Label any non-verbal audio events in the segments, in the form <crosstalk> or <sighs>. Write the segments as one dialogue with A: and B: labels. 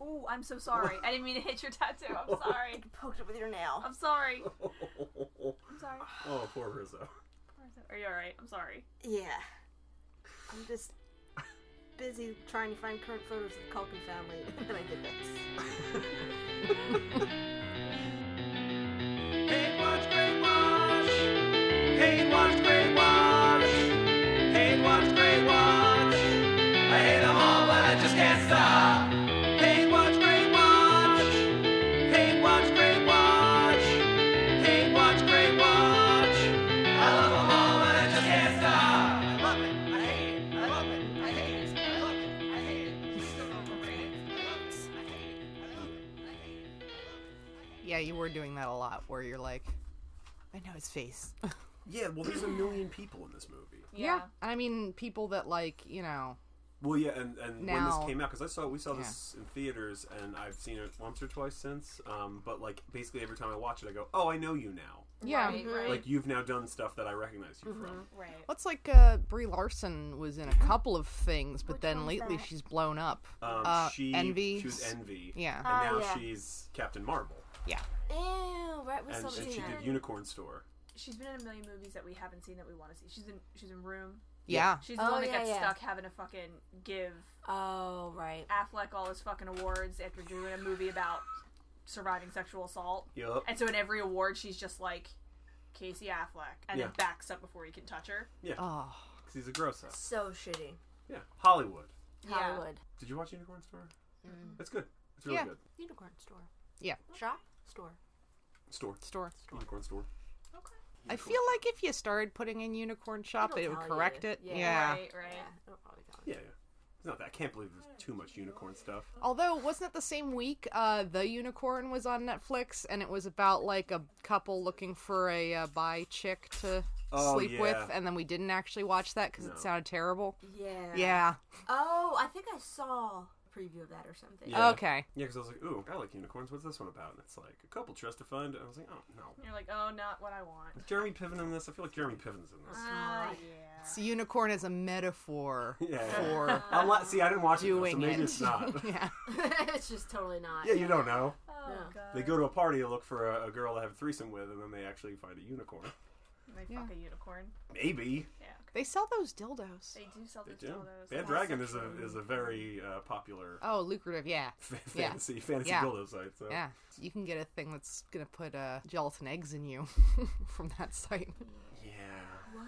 A: Ooh, I'm so sorry. I didn't mean to hit your tattoo. I'm sorry.
B: Poked it with your nail.
A: I'm sorry. I'm
C: <laughs> oh,
A: sorry.
C: poor Rizzo.
A: Are you alright? I'm sorry.
B: Yeah. I'm just busy trying to find current photos of the Culkin family, and then I did this.
D: Hate watch, great watch. Hate watch, great watch. Hate watch, great watch. I hate 'em all, but I just can't stop. Hate watch, great watch. Hate watch, great watch. Hate watch, great watch. I love 'em all, but I just can't stop. I love it. I hate it. I love it. I hate it. I love it. I hate it. It's still overrated. I love it. I hate it. I love it. I hate it. I love it.
E: Yeah, you were doing that a lot where you're like, I know his face.
C: Yeah, well, there's a million people in this movie.
A: Yeah.
E: I mean, people that like, you know,
C: Well, yeah, and, and when
E: Now-
C: this came out, because I saw we saw this in theaters, and I've seen it once or twice since. Um, but like basically every time I watch it, I go, "Oh, I know you now.
E: yeah.
A: Right, right.
C: Mm-hmm. Like you've now done stuff that I recognize you from."
A: right.
E: What's like uh, Brie Larson was in a couple of things, but then lately she's blown up.
C: Um,
E: Uh,
C: she
E: Envy? Oh,
C: She was envy.
E: Yeah.
C: and
B: Ah,
C: now
B: yeah.
C: she's Captain Marvel,
E: yeah,
B: Ew, right? We
C: and,
B: still
C: and
B: seen
C: she
B: that.
C: did Unicorn Store.
A: She's been in a million movies that we haven't seen that we want to see. She's in she's in Room.
E: yeah.
A: She's the
B: Oh,
A: one that
B: yeah,
A: got
B: yeah.
A: stuck having to fucking give
B: Oh, right.
A: Affleck all his fucking awards after doing a movie about surviving sexual assault.
C: Yup.
A: And so in every award she's just like Casey Affleck and
C: Yeah.
A: then backs up before he can touch her.
C: Yeah,
E: Oh,
C: 'cause he's a gross out.
B: So shitty.
C: Yeah, Hollywood.
A: Yeah.
B: Hollywood.
C: Did you watch Unicorn Store? It's good. It's really
E: Mm. Yeah.
C: good.
B: Unicorn store.
E: yeah.
B: Shop? Store.
C: Store.
E: Store.
C: Unicorn Store.
A: Okay.
E: I feel like if you started putting in unicorn shop,
B: It'll
E: it would
B: tell
E: correct
B: you.
E: it. Yeah.
A: Right, right.
B: Yeah. it'll probably tell you.
C: Yeah, yeah. It's not that. I can't believe there's too much unicorn stuff.
E: Although, wasn't it the same week uh, The Unicorn was on Netflix and it was about like a couple looking for a uh, bi chick to
C: Oh,
E: sleep
C: yeah.
E: with, and then we didn't actually watch that because
C: No.
E: it sounded terrible.
B: Yeah.
E: Yeah.
B: Oh, I think I saw a preview of that or something.
C: Yeah.
E: Okay.
C: Yeah, because I was like, ooh, I like unicorns. What's this one about? And it's like, a couple tries to find it. I was like, oh, no.
A: You're like, oh, not what I want.
C: Is Jeremy Piven in this? I feel like Jeremy Piven's in
E: Uh,
C: this.
A: Ah, yeah.
E: So unicorn is a metaphor
C: <laughs> Yeah.
E: for
C: Unless, see, I didn't watch it, though, so
E: doing
C: maybe
E: it.
C: it's not.
E: <laughs> yeah.
B: <laughs> it's just totally not.
C: yeah, you don't know.
A: Oh,
E: Uh,
A: God.
C: They go to a party to look for a, a girl to have a threesome with, and then they actually find a unicorn.
A: They fuck a unicorn.
C: Maybe.
A: Yeah. okay.
E: They sell those dildos.
A: They do sell
C: They
A: the
C: do.
A: dildos.
C: Bad Dragon is a, is a very uh, popular <laughs>
E: Oh, lucrative. Yeah.
C: f-
E: Yeah.
C: fantasy, fantasy
E: Yeah.
C: dildo site. So.
E: Yeah. You can get a thing that's gonna put uh, gelatin eggs in you <laughs> from that site.
C: Yeah.
B: What?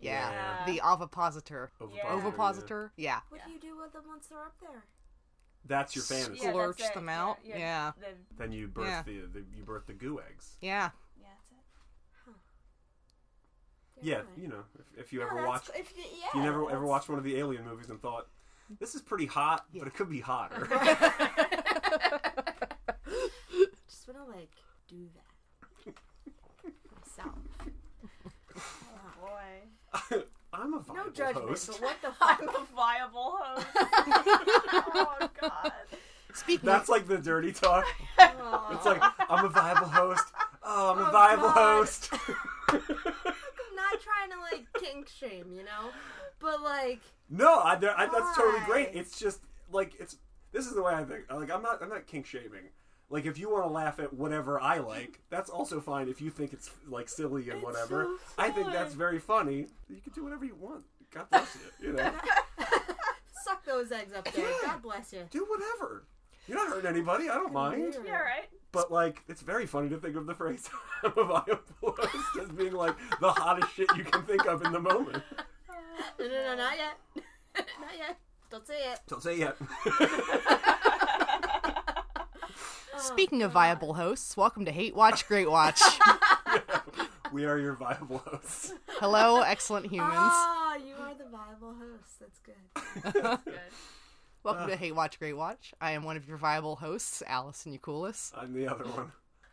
E: Yeah.
A: Yeah.
E: The ovipositor.
C: Ovipositor,
E: Ovipositor. Yeah.
B: What do you do with them once they're up there?
C: That's your fantasy.
A: Yeah, that's
E: Splurge
A: it.
E: them out. Yeah.
A: The-
C: Then you birth
E: Yeah.
C: the, the you birth the goo eggs.
E: Yeah.
A: yeah, that's it.
C: Yeah,
B: Right.
C: you know, if, if you
B: No,
C: ever
B: that's-
C: watch,
B: If you, yeah,
C: if you never ever
B: that's-
C: watched one of the Alien movies and thought, this is pretty hot, but it could be
B: <laughs>
C: hotter. <laughs>
B: Just want to, like, do that <laughs> myself.
A: Oh. Boy.
C: I'm a viable
B: No judgment,
C: host. <laughs>
B: but what <laughs> the fuck?
A: I'm <laughs> a viable host. <laughs> oh, <laughs> God.
E: Speaking
C: That's like the dirty talk. It's like I'm a viable host. Oh, I'm a
B: Oh,
C: viable
B: God.
C: host. <laughs>
B: I'm not trying to, like, kink shame, you know? But, like,
C: no, I, there- I- that's totally
B: Why?
C: great. It's just like it's. This is the way I think. Like I'm not. I'm not kink shaming. Like if you want to laugh at whatever I like, that's also fine. If you think it's like silly and whatever,
B: so
C: I think that's very funny. You can do whatever you want. God bless you.
B: <laughs>
C: You know.
B: suck those eggs up there. God bless you.
C: do whatever. You're not hurting anybody. I don't mind.
A: Yeah, <laughs> right?
C: But like, it's very funny to think of the phrase <laughs> "I'm a viable host" as being like the hottest shit you can think of in the moment.
B: No, no, no, not yet. <laughs> not yet. Don't say it.
C: Don't say yet.
E: speaking of viable hosts, welcome to Hate Watch
C: <laughs>
E: Great Watch.
C: <laughs> we are your viable hosts.
E: Hello, excellent humans.
B: Ah, you are the viable host. That's good.
A: Good.
E: welcome to Hate Watch Great Watch. I am one of your viable hosts, Allison Eucoulis.
C: I'm the other one,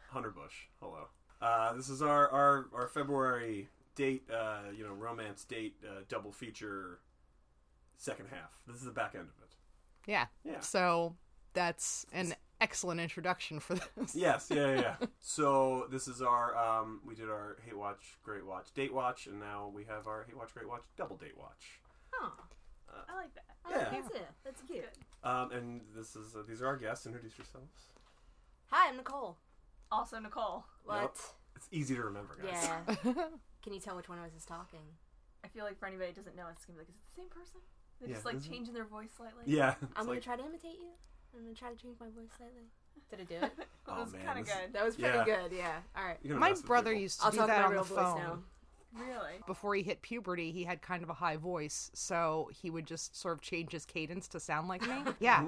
C: Hunter Bush. Hello. Uh, this is our our our February date. Uh, you know, romance date uh, double feature. Second half. This is the back end of it.
E: Yeah.
C: Yeah.
E: So that's an excellent introduction for this. <laughs>
C: Yes, yeah, yeah. <laughs> yeah. so this is our um, we did our hate watch, great watch, date watch, and now we have our hate watch, great watch, double date watch.
B: Oh,
A: I like that.
B: Oh,
C: Yeah.
B: That's it. That's cute.
A: Good.
C: Um, and this is uh, these are our guests. Introduce yourselves.
B: Hi, I'm Nicole.
A: Also, Nicole,
B: What?
C: It's easy to remember, guys.
B: Yeah. Can you tell which one of us is talking?
A: I feel like for anybody that doesn't know, it's gonna be like, is it the same person? They
C: Yeah,
A: just like
C: isn't it-
A: changing their voice slightly.
C: <laughs> Yeah. it's
B: I'm gonna
C: like,
B: try to imitate you. I'm gonna try to change my voice slightly. Did I <laughs> do it?
A: That
C: Oh,
A: was
C: man,
A: kind of
C: this is-
A: good.
B: That was pretty
C: Yeah.
B: good. Yeah. All right.
C: you're gonna
E: My
C: mess with
E: brother
C: people.
E: used to
B: I'll
E: do
B: talk
E: that
B: my
E: on
B: real
E: the
B: voice
E: phone.
B: now.
A: Really?
E: Before he hit puberty, he had kind of a high voice, so he would just sort of change his cadence to sound like me.
C: <laughs>
E: Yeah.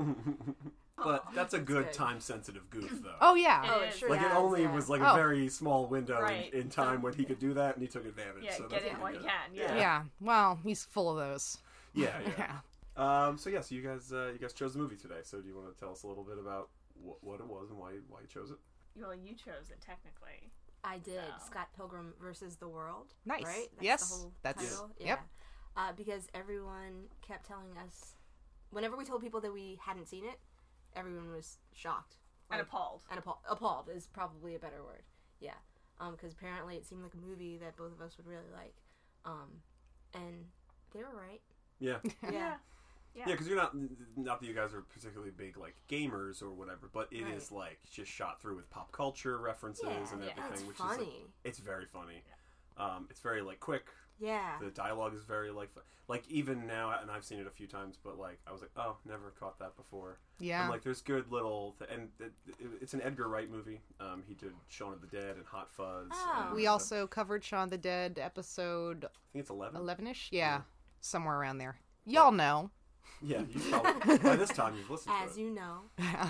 C: But that's a good
B: good.
C: time sensitive goof, though.
E: Oh yeah.
A: It
B: Oh, it
A: is.
B: sure
C: like
B: does,
C: it only
B: yeah.
C: was like a
E: Oh.
C: very small window
A: Right.
C: in, in time when he could do that, and he took advantage.
A: Yeah,
C: so
A: get
C: that's
A: in
C: pretty
A: while you
C: good.
A: can. Yeah.
E: Yeah. Well, he's full of those.
C: Yeah, yeah.
E: Yeah.
C: um, so yeah, so you guys, uh, you guys chose the movie today. So do you want to tell us a little bit about wh- what it was and why why you chose it?
A: Well, you chose it technically.
B: I did
A: So.
B: Scott Pilgrim versus the World.
E: Nice.
B: Right? That's
E: Yes.
B: The whole
E: That's-
B: title? Yeah.
E: yep.
B: Uh, because everyone kept telling us, whenever we told people that we hadn't seen it, everyone was shocked
A: and
B: Like,
A: appalled.
B: and appalled. Appalled is probably a better word. Yeah, because apparently it seemed like a movie that both of us would really like, um, and they
E: <laughs>
B: were right.
C: Yeah,
B: Yeah.
A: Yeah.
C: yeah, because you're not not that you guys are particularly big like gamers or whatever, but it is
B: Right.
C: like just shot through with pop culture references
B: Yeah,
C: and
A: yeah.
C: everything,
B: It's
C: which is like,
B: funny.
C: it's very funny. Um, it's very like quick.
B: yeah.
C: The dialogue is very like fu- like even now, and I've seen it a few times, but like I was like, oh, never caught that before.
E: Yeah.
C: And like, there's good little, th- and it, it, it's an Edgar Wright movie. Um, he did Shaun of the Dead and Hot Fuzz.
B: Oh.
C: and-
E: we also covered Shaun of the Dead episode
C: I think it's eleven.
E: 11 ish. Yeah. Somewhere around there. Y'all know.
C: Yeah, you probably, by this time you've listened
B: As
C: to it.
B: you know,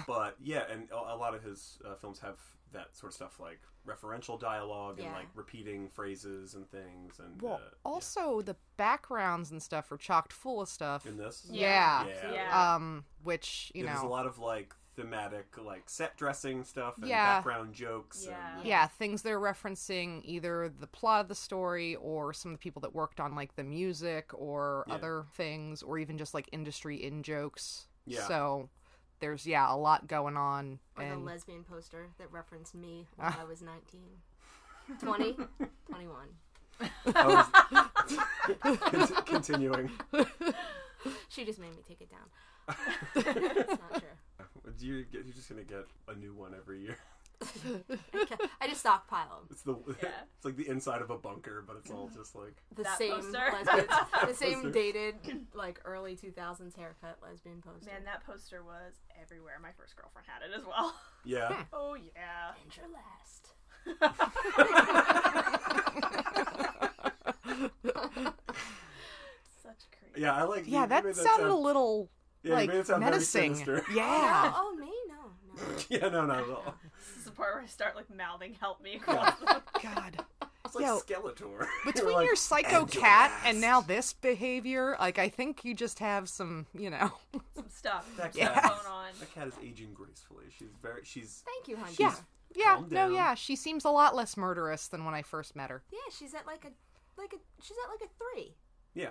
C: But yeah, and a, a lot of his uh, films have that sort of stuff, like referential dialogue and
B: Yeah.
C: like repeating phrases and things. And
E: Well,
C: uh,
E: also the backgrounds and stuff are chocked full of stuff.
C: yeah. in this,
E: Yeah.
C: Yeah.
A: Yeah.
E: Um, which you
C: Yeah, there's a
E: know,
C: lot of like thematic, like set dressing stuff and
E: Yeah.
C: background jokes.
A: Yeah.
C: And,
E: yeah, things they're referencing either the plot of the story or some of the people that worked on like the music or
C: Yeah.
E: other things or even just like industry in jokes.
C: Yeah.
E: So there's yeah a lot going on
B: or the
E: and <laughs> Ah.
B: lesbian poster that referenced me when I was 19,
E: <laughs>
B: 20, 21.
C: I <laughs> was-
E: <laughs>
C: Conti- <laughs> continuing.
B: She just made me take it down. That's not true.
C: Do you get, you're just gonna get a new one every year. <laughs>
B: I just stockpile 'em.
C: It's the <laughs>
A: Yeah.
C: it's like the inside of a bunker, but it's all just like
B: the
A: That
B: same
A: poster.
B: lesbian,
A: <laughs>
B: the
C: Poster.
B: same dated like early 2000s haircut lesbian poster.
A: Man, that poster was everywhere. My first girlfriend had it as well. <laughs>
E: Hmm.
C: yeah.
A: Oh yeah.
B: and your last.
A: Such crazy.
C: Yeah, I like.
E: yeah
C: you-
E: that
C: you made
E: sounded a little
C: yeah, you
E: like
C: made it sound very
E: menacing.
C: sinister. <laughs>
E: Yeah.
B: Oh, oh me? No, no.
C: yeah, no, not at
E: <laughs>
C: all.
A: This is the part where I start like mouthing "Help me" across the
E: God.
C: It's like
E: Yo,
C: Skeletor. <laughs>
E: Between
C: We're like,
E: your psycho
C: "And your
E: cat
C: last."
E: and now this behavior, like I think you just have some, you know. <laughs>
A: some stuff
C: that cat,
E: Yeah.
C: is-
A: going on.
C: that cat is aging gracefully. She's very.
E: <laughs>
C: She's
B: Thank you, honey.
E: Yeah. Yeah,
C: Calm
E: no,
C: down.
E: yeah. She seems a lot less murderous than when I first met her.
B: Yeah, she's at like a like a she's at like a 3
C: yeah.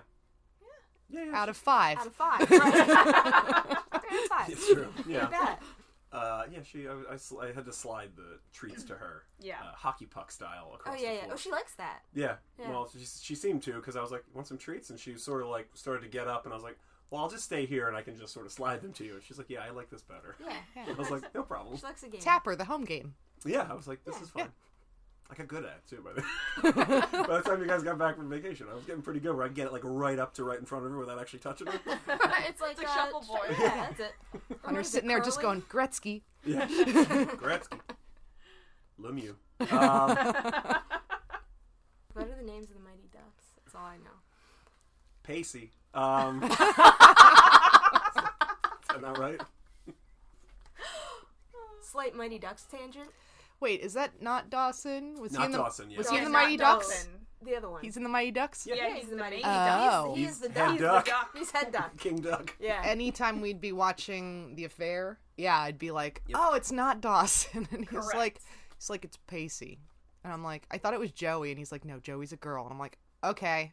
C: Yeah. Yeah.
E: Out of five.
B: out of 5. <laughs> Right? 3 out of 5.
C: It's true.
E: <laughs>
B: Like
C: Yeah.
B: that.
C: Uh, yeah. She. I, I, sl- I had to slide the treats to
B: <clears throat>
C: her.
A: Yeah.
C: Uh, hockey puck style
B: Oh
C: across. the
B: yeah, yeah.
C: floor.
B: Oh, she likes that.
C: Yeah.
B: Yeah.
C: Well, she, she seemed to because I was like, "Want some treats?" And she sort of like started to get up, and I was like, "Well, I'll just stay here and I can just sort of slide them to you." And she's like, "Yeah, I like this better."
B: Yeah.
C: I was like, "No problem."
B: She likes a game.
E: Tapper, the home game.
C: Yeah, I was like, "This is fun." I got good at it too by the,
B: <laughs>
C: <laughs> by the time you guys got back from vacation. I was getting pretty good where I could get it like right up to right in front of her without actually touching her.
B: <laughs> it's like
A: like
B: uh,
A: shuffleboard.
B: Yeah, that's it.
E: And her sitting there just
B: curling?
E: going, Gretzky.
C: yeah. Gretzky. Lemieux. Um,
B: What are the names of the mighty ducks? That's all I know.
C: Pacey. Um, is that not right?
B: Slight mighty ducks tangent.
E: Wait, is that not Dawson? Was
C: Not
E: he in the,
C: Dawson, yeah.
E: Was he in the
A: It's
E: Mighty
A: not
E: Ducks?
A: Dawson.
B: The other one.
E: He's in the Mighty Ducks?
A: Yeah,
B: yeah,
A: he's, the, main.
E: Oh.
B: he is the
C: Head
B: duck.
C: duck.
B: He's head duck.
C: King Duck.
B: Yeah.
E: <laughs> Anytime we'd be watching The Affair, yeah, I'd be like, Oh, it's not Dawson <laughs> and he's
A: Correct.
E: like he's like, It's Pacey. And I'm like, I thought it was Joey and he's like, No, Joey's a girl and I'm like, Okay.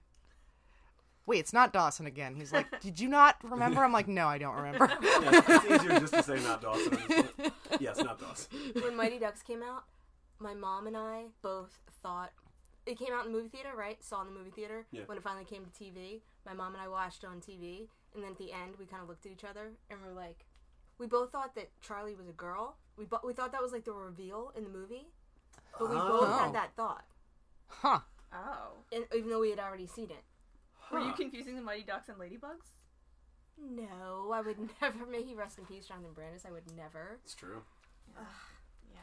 E: Wait, it's not Dawson again. He's like, Did you not remember? I'm like, No, I don't remember.
C: Yeah, it's easier just to say not Dawson. at this point. Yes, not Dawson.
B: when Mighty Ducks came out, my mom and I both thought it came out in the movie theater, right? Saw it in the movie theater.
C: Yeah.
B: When it finally came to TV, my mom and I watched it on TV, and then at the end we kind of looked at each other and we're like, we both thought that Charlie was a girl. We bo- we thought that was like the reveal in the movie, but we both
E: Oh.
B: had that thought,
E: Huh.
A: Oh.
B: and even though we had already seen it.
A: Were you
C: Huh.
A: confusing the Mighty Ducks and Ladybugs?
B: No, I would <laughs> never. May he rest in peace, Jonathan Brandis. I would never.
C: It's true.
A: Yeah.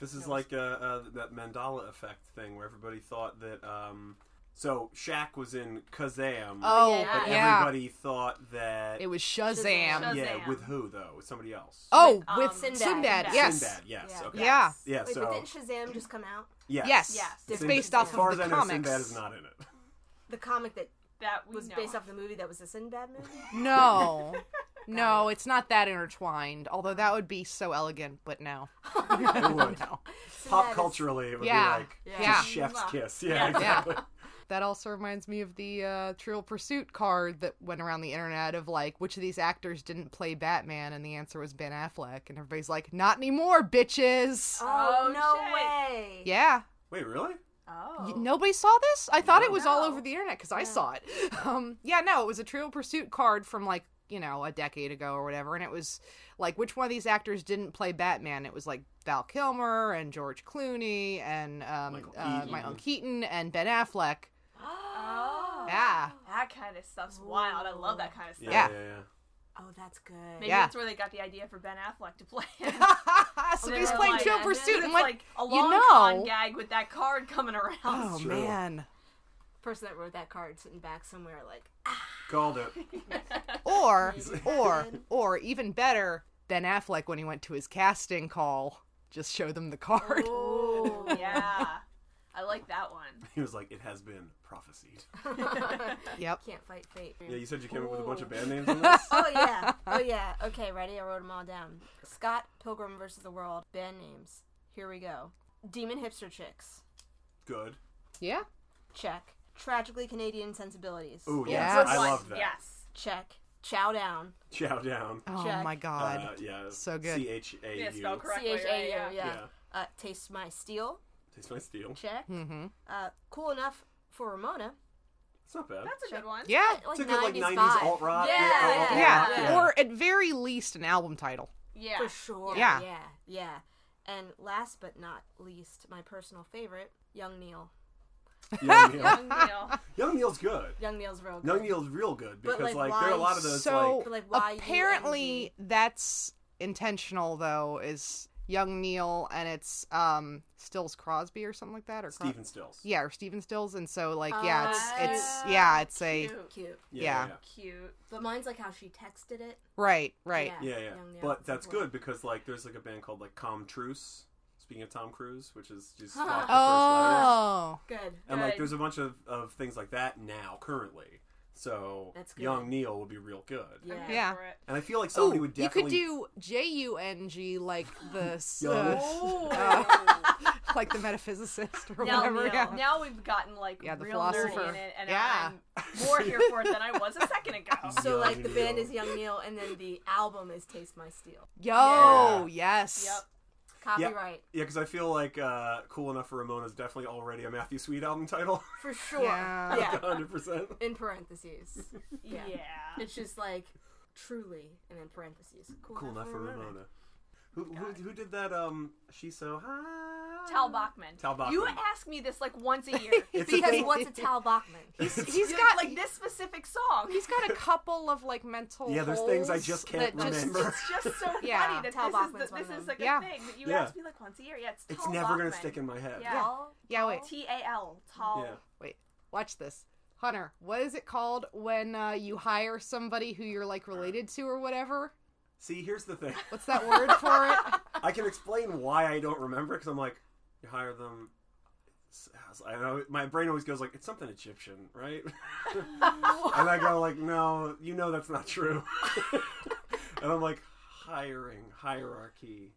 C: This is like uh, uh, that Mandala effect thing where everybody thought that. Um, so Shaq was in Kazam.
E: Oh,
B: Yeah.
E: yeah.
C: but everybody thought that.
E: It was Shazam.
A: Shazam.
C: yeah,
A: Shazam.
C: with who though? With somebody else.
E: Oh,
A: Um,
E: with Sinbad.
B: Sinbad. Sinbad.
E: Yes.
C: Sinbad. Yes.
B: Yeah.
C: Okay.
E: Yeah.
C: Yeah.
B: Wait, but
C: so
B: didn't Shazam just come out?
C: yes.
E: Yes.
A: Yes.
E: It's
C: Sinbad-
E: based
B: Sinbad.
E: off
C: As far
E: of
C: as
E: the
C: I know,
E: comics.
C: Sinbad is not
E: <laughs>
C: in it.
B: The comic that
A: That we
B: was
A: know
B: based
A: of.
B: off the movie that was a Sinbad <gasps> movie.
C: <laughs>
E: No. No, it's not that intertwined. Although that would be so elegant, but no.
C: It would.
B: Sinbad
C: Pop
B: is-
C: culturally, it would
E: Yeah.
C: be like
E: Yeah.
C: just chef's
A: Mwah.
C: kiss. Yeah.
A: Yeah.
C: Exactly.
E: That also reminds me of the uh, Trivial Pursuit card that went around the internet of like which of these actors didn't play Batman, and the answer was Ben Affleck, and everybody's like, "Not anymore, bitches."
B: Oh,
A: Oh,
B: no
A: shit.
B: way!
E: Yeah,
C: Wait, really?
A: Oh.
E: Y- nobody saw this. I thought it was all
A: No.
E: over the internet because I
B: Yeah.
E: saw it. <laughs> Um, yeah, no, it was a Trivial Pursuit card from like you know a decade ago or whatever, and it was like which one of these actors didn't play Batman? It was like Val Kilmer and George Clooney and um,
C: Michael
E: uh,
C: Keaton.
E: Michael Keaton and Ben Affleck.
A: Oh.
E: Yeah.
A: That kind of stuff's wild. I love that kind of stuff.
E: Yeah.
C: Yeah. yeah.
B: Oh, that's good.
A: Maybe
E: Yeah.
A: that's where they got the idea for Ben Affleck to play. him.
E: <laughs> so
A: They
E: he's
A: were
E: playing
A: like,
E: Trivial
B: yeah,
E: Pursuit,
A: It's
E: and like,
A: like a
E: you
A: long
E: know-
A: con gag with that card coming around.
E: oh
C: true.
E: man.
B: Person that wrote that card sitting back somewhere, like
C: Called it. Oh.
E: Or or or even better, Ben Affleck when he went to his casting call, just show them the card.
B: Oh,
A: Ooh, <laughs>
B: <laughs>
A: yeah. I like that one.
C: He was like, "It has been
E: <laughs>
C: prophesied."
E: <laughs>
B: <laughs>
E: Yep.
B: can't fight fate.
C: Yeah, you said you came up with a bunch of band names.
E: <laughs>
B: oh yeah, oh yeah. Okay, ready? I wrote them all down. Scott Pilgrim versus the World. Band names. Here we go. Demon hipster chicks.
C: Good.
E: Yeah.
B: Check. Tragically Canadian sensibilities.
C: Ooh,
E: Yeah.
C: yes,
E: Good
C: I
A: One,
C: love that.
A: Yes.
B: Check. Chow down.
C: Chow down.
E: Oh
B: Check.
E: my god.
C: Uh, yeah.
E: So good.
C: C H A U.
A: Yeah, spell
B: C
A: correctly.
B: H A U.
A: right?
B: Yeah.
A: Yeah.
C: Yeah.
B: Uh, Taste my steel.
C: Taste my steel.
B: Check.
E: mm-hmm.
B: Uh, cool enough for Ramona.
C: It's not bad.
A: That's a good one.
E: Yeah.
B: Like
C: it's a good like
B: 90s
C: 90s
B: vibe.
C: alt rock.
A: Yeah,
C: alt rock,
E: Yeah.
A: Yeah.
E: Or at very least an album title.
A: Yeah.
B: For sure.
E: Yeah.
B: Yeah. Yeah. And last but not least, my personal favorite, Young Neil.
E: <laughs>
C: Young Neil.
A: Young Neil.
C: Young Neil's good.
B: Young Neil's real good.
C: Young Neil's real good
B: But,
C: because like,
B: like,
C: there are a
B: why
C: lot of those
E: so
B: But, like, why
E: apparently
B: UNG?
E: that's intentional though, is Young Neil and it's um Stills Crosby or something like that or <laughs>
C: like
E: Cros-
C: Stephen Stills.
E: Yeah, or Steven Stills and so like yeah, it's
B: Ah,
E: it's yeah, it's a
A: Cute.
B: Cute.
E: yeah.
A: Cute.
B: But mine's like how she texted it.
E: right, right.
C: Yeah, yeah.
B: Young Neil,
C: But
B: it's a
C: that's
B: boy.
C: good because like there's like a band called like Com Truce. Speaking of Tom Cruise, which is just like, the first letters.
E: Oh.
B: Good.
C: And like
A: Good.
C: there's a bunch of, of things like that now currently. So
B: That's good.
C: Young Neil would be real good.
A: I'm
B: Yeah.
A: here
E: Yeah.
A: for it.
C: And I feel like
E: Ooh,
C: somebody would
E: you could
C: definitely
E: do J U N G like
C: <laughs>
E: the s-
C: Young.
E: uh, <laughs>
A: Oh.
E: like the metaphysicist
A: <laughs>
E: or
A: now,
E: whatever.
A: now,
E: yeah.
A: now we've gotten like
E: Yeah, the
A: real nerdy in
E: philosopher.
A: it, and
E: Yeah.
A: I'm more here for it than I was a second
E: <laughs>
A: ago.
B: So
C: Young
B: like the band
C: Neil.
B: is Young Neil, and then the album is Taste My Steel.
C: Yeah.
E: Yo, yes.
A: Yep.
B: Copyright
C: Yeah, because I feel like uh, "Cool Enough for Ramona" is definitely already a Matthew Sweet album title, <laughs>
B: for sure.
E: Yeah.
B: yeah.
C: hundred percent.
B: In parentheses. Yeah.
A: Yeah.
B: It's just like truly, and then parentheses.
C: Cool enough for Ramona. Who, who, who did that? Um, she's so high.
A: Tal Bachman.
C: Tal Bachman.
A: You ask me this like once
E: <laughs>
A: a year.
C: It's a
B: Because
C: thing.
B: what's a Tal Bachman?
E: He's
A: You-
E: got
A: like this specific song.
E: <laughs> he's got a couple of like mental
C: Yeah, there's things I
E: holes
C: just can't
E: that just-
C: remember.
A: It's just so
E: Yeah.
A: funny that
B: Tal
A: this
B: Bachman's
A: is the,
B: one of
A: this is
B: them.
A: like
E: Yeah.
A: a thing that you
C: Yeah.
A: ask me like once a year. Yeah, it's
C: It's
A: Tal
C: never
A: Bachman.
C: gonna stick in my head.
A: Yeah.
B: Tal-
E: <laughs> Yeah, wait.
A: T A L. Tal.
C: Yeah.
E: Wait. Watch this. Hunter, what is it called when uh, you hire somebody who you're like related to or whatever?
C: See, here's the thing.
E: What's that word for it?
B: <laughs>
C: I can explain why I don't remember because I'm like, you hire them. I know my brain always goes like, it's something Egyptian, right? <laughs> and I go like, no, you know that's not true. <laughs> and I'm like, hiring, hierarchy,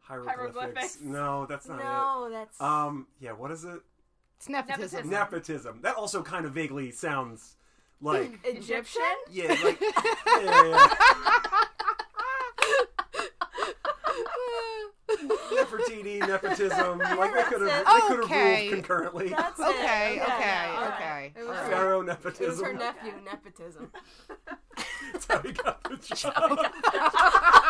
C: hieroglyphics.
A: Hieroglyphics.
C: No, that's not
B: No, that's
C: it. Um, yeah, what is it?
E: It's nepotism.
A: Nepotism.
C: Nepotism. That also kind of vaguely sounds like,
B: <laughs> Egyptian.
C: yeah, like, yeah, yeah, yeah. Nefertiti, nepotism. Like they could have, they could have
E: Okay.
C: ruled concurrently.
E: <laughs>
B: That's it.
E: <laughs> okay, okay,
B: Yeah,
A: all right.
E: okay.
B: It was
E: all right.
C: <laughs>
B: her-
C: Pharaoh
B: It was her
C: nepotism.
B: nephew, nepotism.
C: That's how he got the job.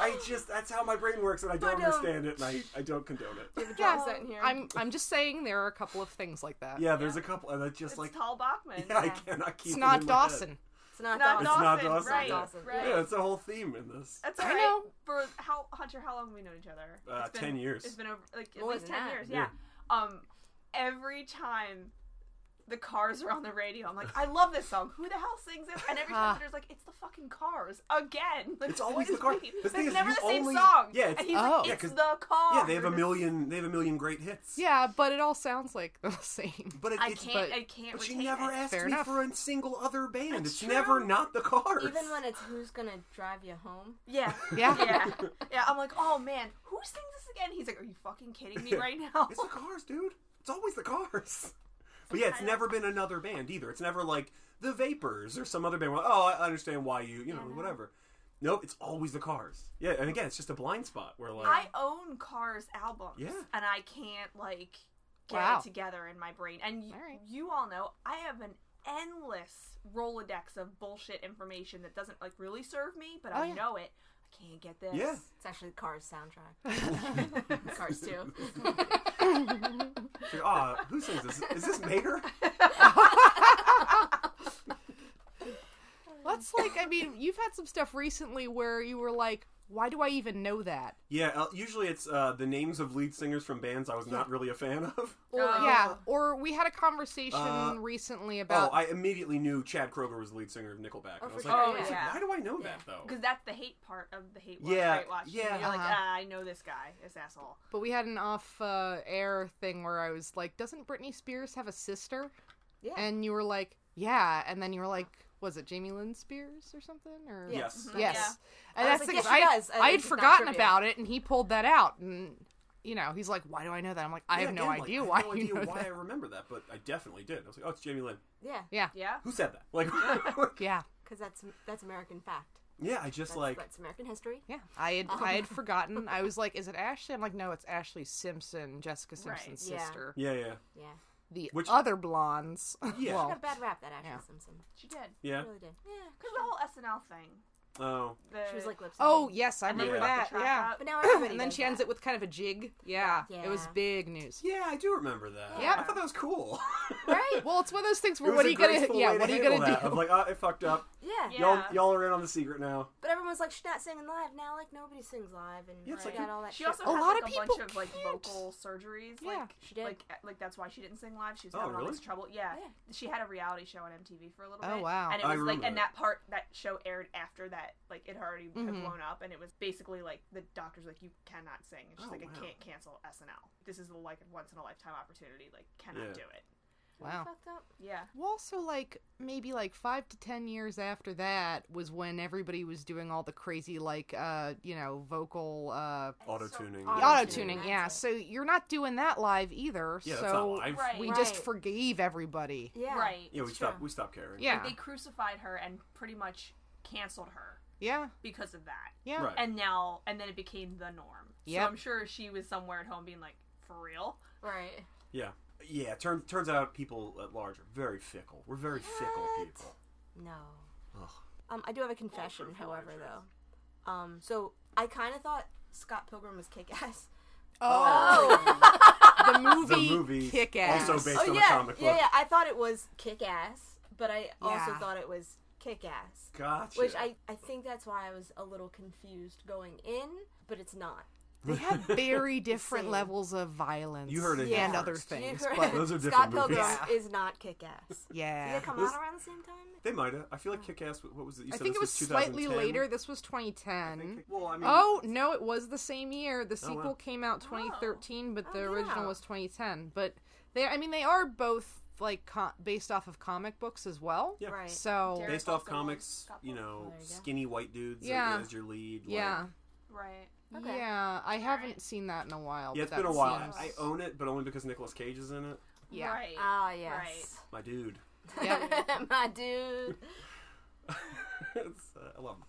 C: I just that's how my brain works, and I don't
B: But, um,
C: understand it, and I, I don't condone it.
B: Yeah, in here.
E: I'm I'm just saying there are a couple of things like that.
C: Yeah, there's a couple, and I just
A: it's
C: like
A: Tal Bachman.
C: yeah, <laughs> I
B: yeah.
C: cannot keep.
E: It's
C: it
E: not
C: in my head.
E: Dawson.
B: it's not,
A: Not
B: Dawson.
C: Dawson. not
A: Right,
B: Dawson.
A: right.
C: Yeah, it's a whole theme in this.
A: That's
E: I
A: all right.
E: know.
A: For how Hunter, how long have we known each other?
C: Uh,
A: It's been-
C: 10 years.
A: It's been over like at
B: More
A: least
B: than
A: ten
B: that.
A: years. Yeah. Um, every time the Cars are on the radio, I'm like, I love this song. Who the hell sings this? And <laughs> every
E: Ah.
A: time there's like, it's the fucking Cars again. Like,
C: It's always
A: what is
C: the Cars.
A: with you?
C: The thing
A: It's
C: is,
A: never
C: you
A: the same
C: only-
A: song.
C: Yeah, it's-
A: and he's
E: Oh.
A: like,
E: Yeah,
A: it's
C: 'cause-
A: the Cars.
C: Yeah, they have a million. They have a million great hits.
E: Yeah, but it all sounds like the <laughs> same.
C: but it,
A: I
C: it's
A: can't.
E: but-
A: I can't.
C: But she
A: retain
C: never
A: it.
C: asked
E: Fair
C: me
E: enough.
C: for a single other band.
A: That's
C: it's
A: true.
C: never not the Cars.
B: Even when it's who's gonna drive you home.
A: <laughs> Yeah.
E: Yeah.
A: yeah. Yeah. I'm like, oh man, who sings this again? He's like, are you fucking kidding me
C: Yeah.
A: right now?
C: it's the Cars, dude. It's always the Cars. But yeah, it's never been another band either. It's never like the Vapors or some other band. Where, oh, I understand why you, you know, whatever. Nope, it's always the Cars. Yeah, and again, it's just a blind spot where like
A: I own Cars albums,
C: Yeah.
A: and I can't like get
E: Wow.
A: it together in my brain. And y-
E: All right.
A: you all know I have an endless rolodex of bullshit information that doesn't like really serve me, but
E: Oh,
A: I
E: yeah.
A: know it. I can't get this.
C: Yeah.
B: It's actually Cars soundtrack. <laughs> Cars too.
C: it's like, ah, who sings this? Is this Mater?
E: That's like I mean, you've had some stuff recently where you were like, why do I even know that?
C: Yeah, uh, usually it's uh, the names of lead singers from bands I was not really a fan of.
A: Or-
B: Oh.
E: Yeah, or we had a conversation
C: Uh,
E: recently
C: Oh,
E: about
C: I immediately knew Chad Kroger was the lead singer of Nickelback. and
B: Oh,
C: I
B: for
C: was
B: sure,
C: like,
A: Oh,
C: I was like,
A: yeah.
C: why do I know
B: Yeah.
C: that though?
A: Because that's the hate part of the hate watch.
C: Yeah,
A: Great watch.
C: yeah.
A: You're like,
E: Uh-huh.
A: ah, I know this guy, this asshole.
E: but we had an off uh, air thing where I was like, doesn't Britney Spears have a sister?
B: Yeah.
E: And you were like, yeah, and then you were like, was it Jamie Lynn Spears or something or
B: Yeah. Mm-hmm.
C: Yes.
E: Yes. And
B: I
E: that's
B: was like,
E: the- 'cause
B: yes, she
E: I,
B: does. I-
E: I had
B: it's not
E: forgotten
B: trivia.
E: about it, and he pulled that out, and you know, he's like, "Why do I know that?" I'm like, "I
C: Yeah,
E: have no
C: again, like,
E: idea
C: I
E: why
C: have no
E: you
C: idea
E: know
C: why
E: that."
C: I remember that, but I definitely did. I was like, oh, it's Jamie Lynn.
B: Yeah.
E: Yeah,
A: Yeah.
C: Who said that? Like,
E: <laughs> yeah,
B: Because that's that's American fact.
C: <laughs> yeah, I just
B: That's,
C: like
B: that's American history.
E: yeah. I had I
B: <laughs>
E: had forgotten. I was like, "Is it Ashley?" I'm like, "No, it's Ashley Simpson, Jessica Simpson's
B: yeah.
E: sister,
C: yeah, yeah,
B: Yeah.
E: the
C: Which-
E: other blondes." <laughs>
C: Yeah.
E: well,
B: Got a bad rap that Ashley
E: Oh. Yeah.
B: Simpson.
A: She did.
C: yeah.
B: Really did. Yeah.
A: Because the whole SNL thing.
C: Oh,
A: The,
B: She was like lip
E: oh
B: syncing.
E: yes, I
A: and they
E: remember
A: cut the
E: that.
A: track
E: Yeah,
A: out.
B: But now everybody.
E: and then
B: does
E: she
B: that.
E: ends it with kind of a jig. Yeah, it was
B: Yeah.
E: big news.
C: yeah, I do remember that.
E: Yeah.
C: I thought that was cool. <laughs>
B: <laughs> Right.
E: Well, it's one of those things
C: It
E: where
C: was
E: what
C: a
E: are you gonna?
C: graceful
E: Yeah,
C: way
E: what
C: to
E: are you gonna
C: handle that.
E: do?
C: I'm like, oh, it fucked up.
E: <laughs>
B: Yeah.
A: Yeah.
C: Y'all, y'all are in on the secret now.
B: But everyone's like, she's not singing live now. Like nobody sings live, and
C: Yeah, it's
B: she
C: like-
B: got all that.
A: She
B: shit.
A: also
E: A
A: had
E: lot
A: like,
E: of
A: a bunch
E: people
A: of like
E: can't.
A: vocal surgeries.
E: Yeah.
A: like
B: She did.
A: Like, eh, like that's why she didn't sing live. She was
C: Oh,
A: having all
C: really?
A: this trouble. Yeah.
B: Yeah.
A: she had a reality show on MTV for a little
E: Oh,
A: bit.
E: wow.
A: And it
C: I
A: was like,
C: remember
A: and
C: that.
A: that part that show aired after that. Like it had already had
E: Mhm.
A: blown up, and it was basically like the doctors like you cannot sing. And she's
C: Oh,
A: like,
C: wow.
A: I can't cancel SNL. This is like a once in a lifetime opportunity. Like cannot
C: Yeah.
A: do it.
E: Wow.
B: Fucked up.
A: Yeah.
E: Well, also like maybe like five to ten years after that was when everybody was doing all the crazy like uh you know vocal uh
C: Auto tuning.
E: auto
B: Auto-tuning,
E: tuning. Yeah,
B: that's it.
E: so you're not doing that live either.
C: Yeah,
E: so
C: that's not live.
A: Right.
E: we
B: Right.
E: just forgave everybody.
B: Yeah.
A: Right.
C: Yeah, we
B: It's
C: stopped.
B: true.
C: We stopped caring.
E: Yeah,
A: Like, they crucified her and pretty much canceled her
E: yeah,
A: because of that.
E: yeah.
C: Right.
A: and now and then it became the norm.
E: Yep.
A: So I'm sure she was somewhere at home being like, for real?
B: Right.
C: Yeah, yeah. Turns turns out people at large are very fickle. We're very fickle
B: What?
C: people.
B: No.
C: Ugh.
B: Um, I do have a confession,
C: Well, for
B: however,
C: foreigners.
B: though. Um, so I kind of thought Scott Pilgrim was kick-ass.
C: <laughs>
E: Oh, <laughs> the
C: The
E: movie,
C: movie,
E: kick ass.
C: also based on
B: Oh, yeah,
C: a comic
B: yeah,
C: book.
B: yeah. I thought it was kick-ass, but I also
E: Yeah.
B: thought it was kick-ass,
C: Gotcha.
B: which I I think that's why I was a little confused going in, but it's not.
E: they have <laughs> very different
B: Same.
E: levels of violence.
C: You heard it
E: and
B: here
E: other
C: first.
E: things,
B: You're
E: but
B: right.
C: Those are
B: <laughs> Scott
C: different movies.
B: Pilgrim
E: Yeah.
B: is not kick-ass. Did
E: yeah.
B: it come
C: This-
B: out around the same
C: <laughs>
B: time?
C: They might have. I feel like Kick Ass. What was it? You
E: Oh. I
C: said
E: think
C: this
E: it was slightly
C: 2010?
E: later. This was 2010.
C: I think- Well, I mean,
E: Oh no, it was the same year. The
C: Oh, wow.
E: sequel came out 2013, but the
B: Oh,
E: original
B: yeah.
E: was 2010. But they, I mean, they are both like co- based off of comic books as well.
C: Yeah.
B: Right.
E: So
A: Derek-
C: based off
A: Couple.
C: comics, you know,
B: There you go.
C: skinny white dudes
E: Yeah.
C: as, as your lead. like-
E: yeah,
A: Right.
B: Okay.
E: yeah, I haven't seen that in a while.
C: yeah,
E: but
C: it's been
E: that
C: a while.
E: seems-
C: I own it, but only because Nicolas Cage is in it.
E: Yeah.
A: Right.
B: Ah, yes.
C: My dude. <laughs>
B: <laughs> My dude.
C: it's, uh, I love him.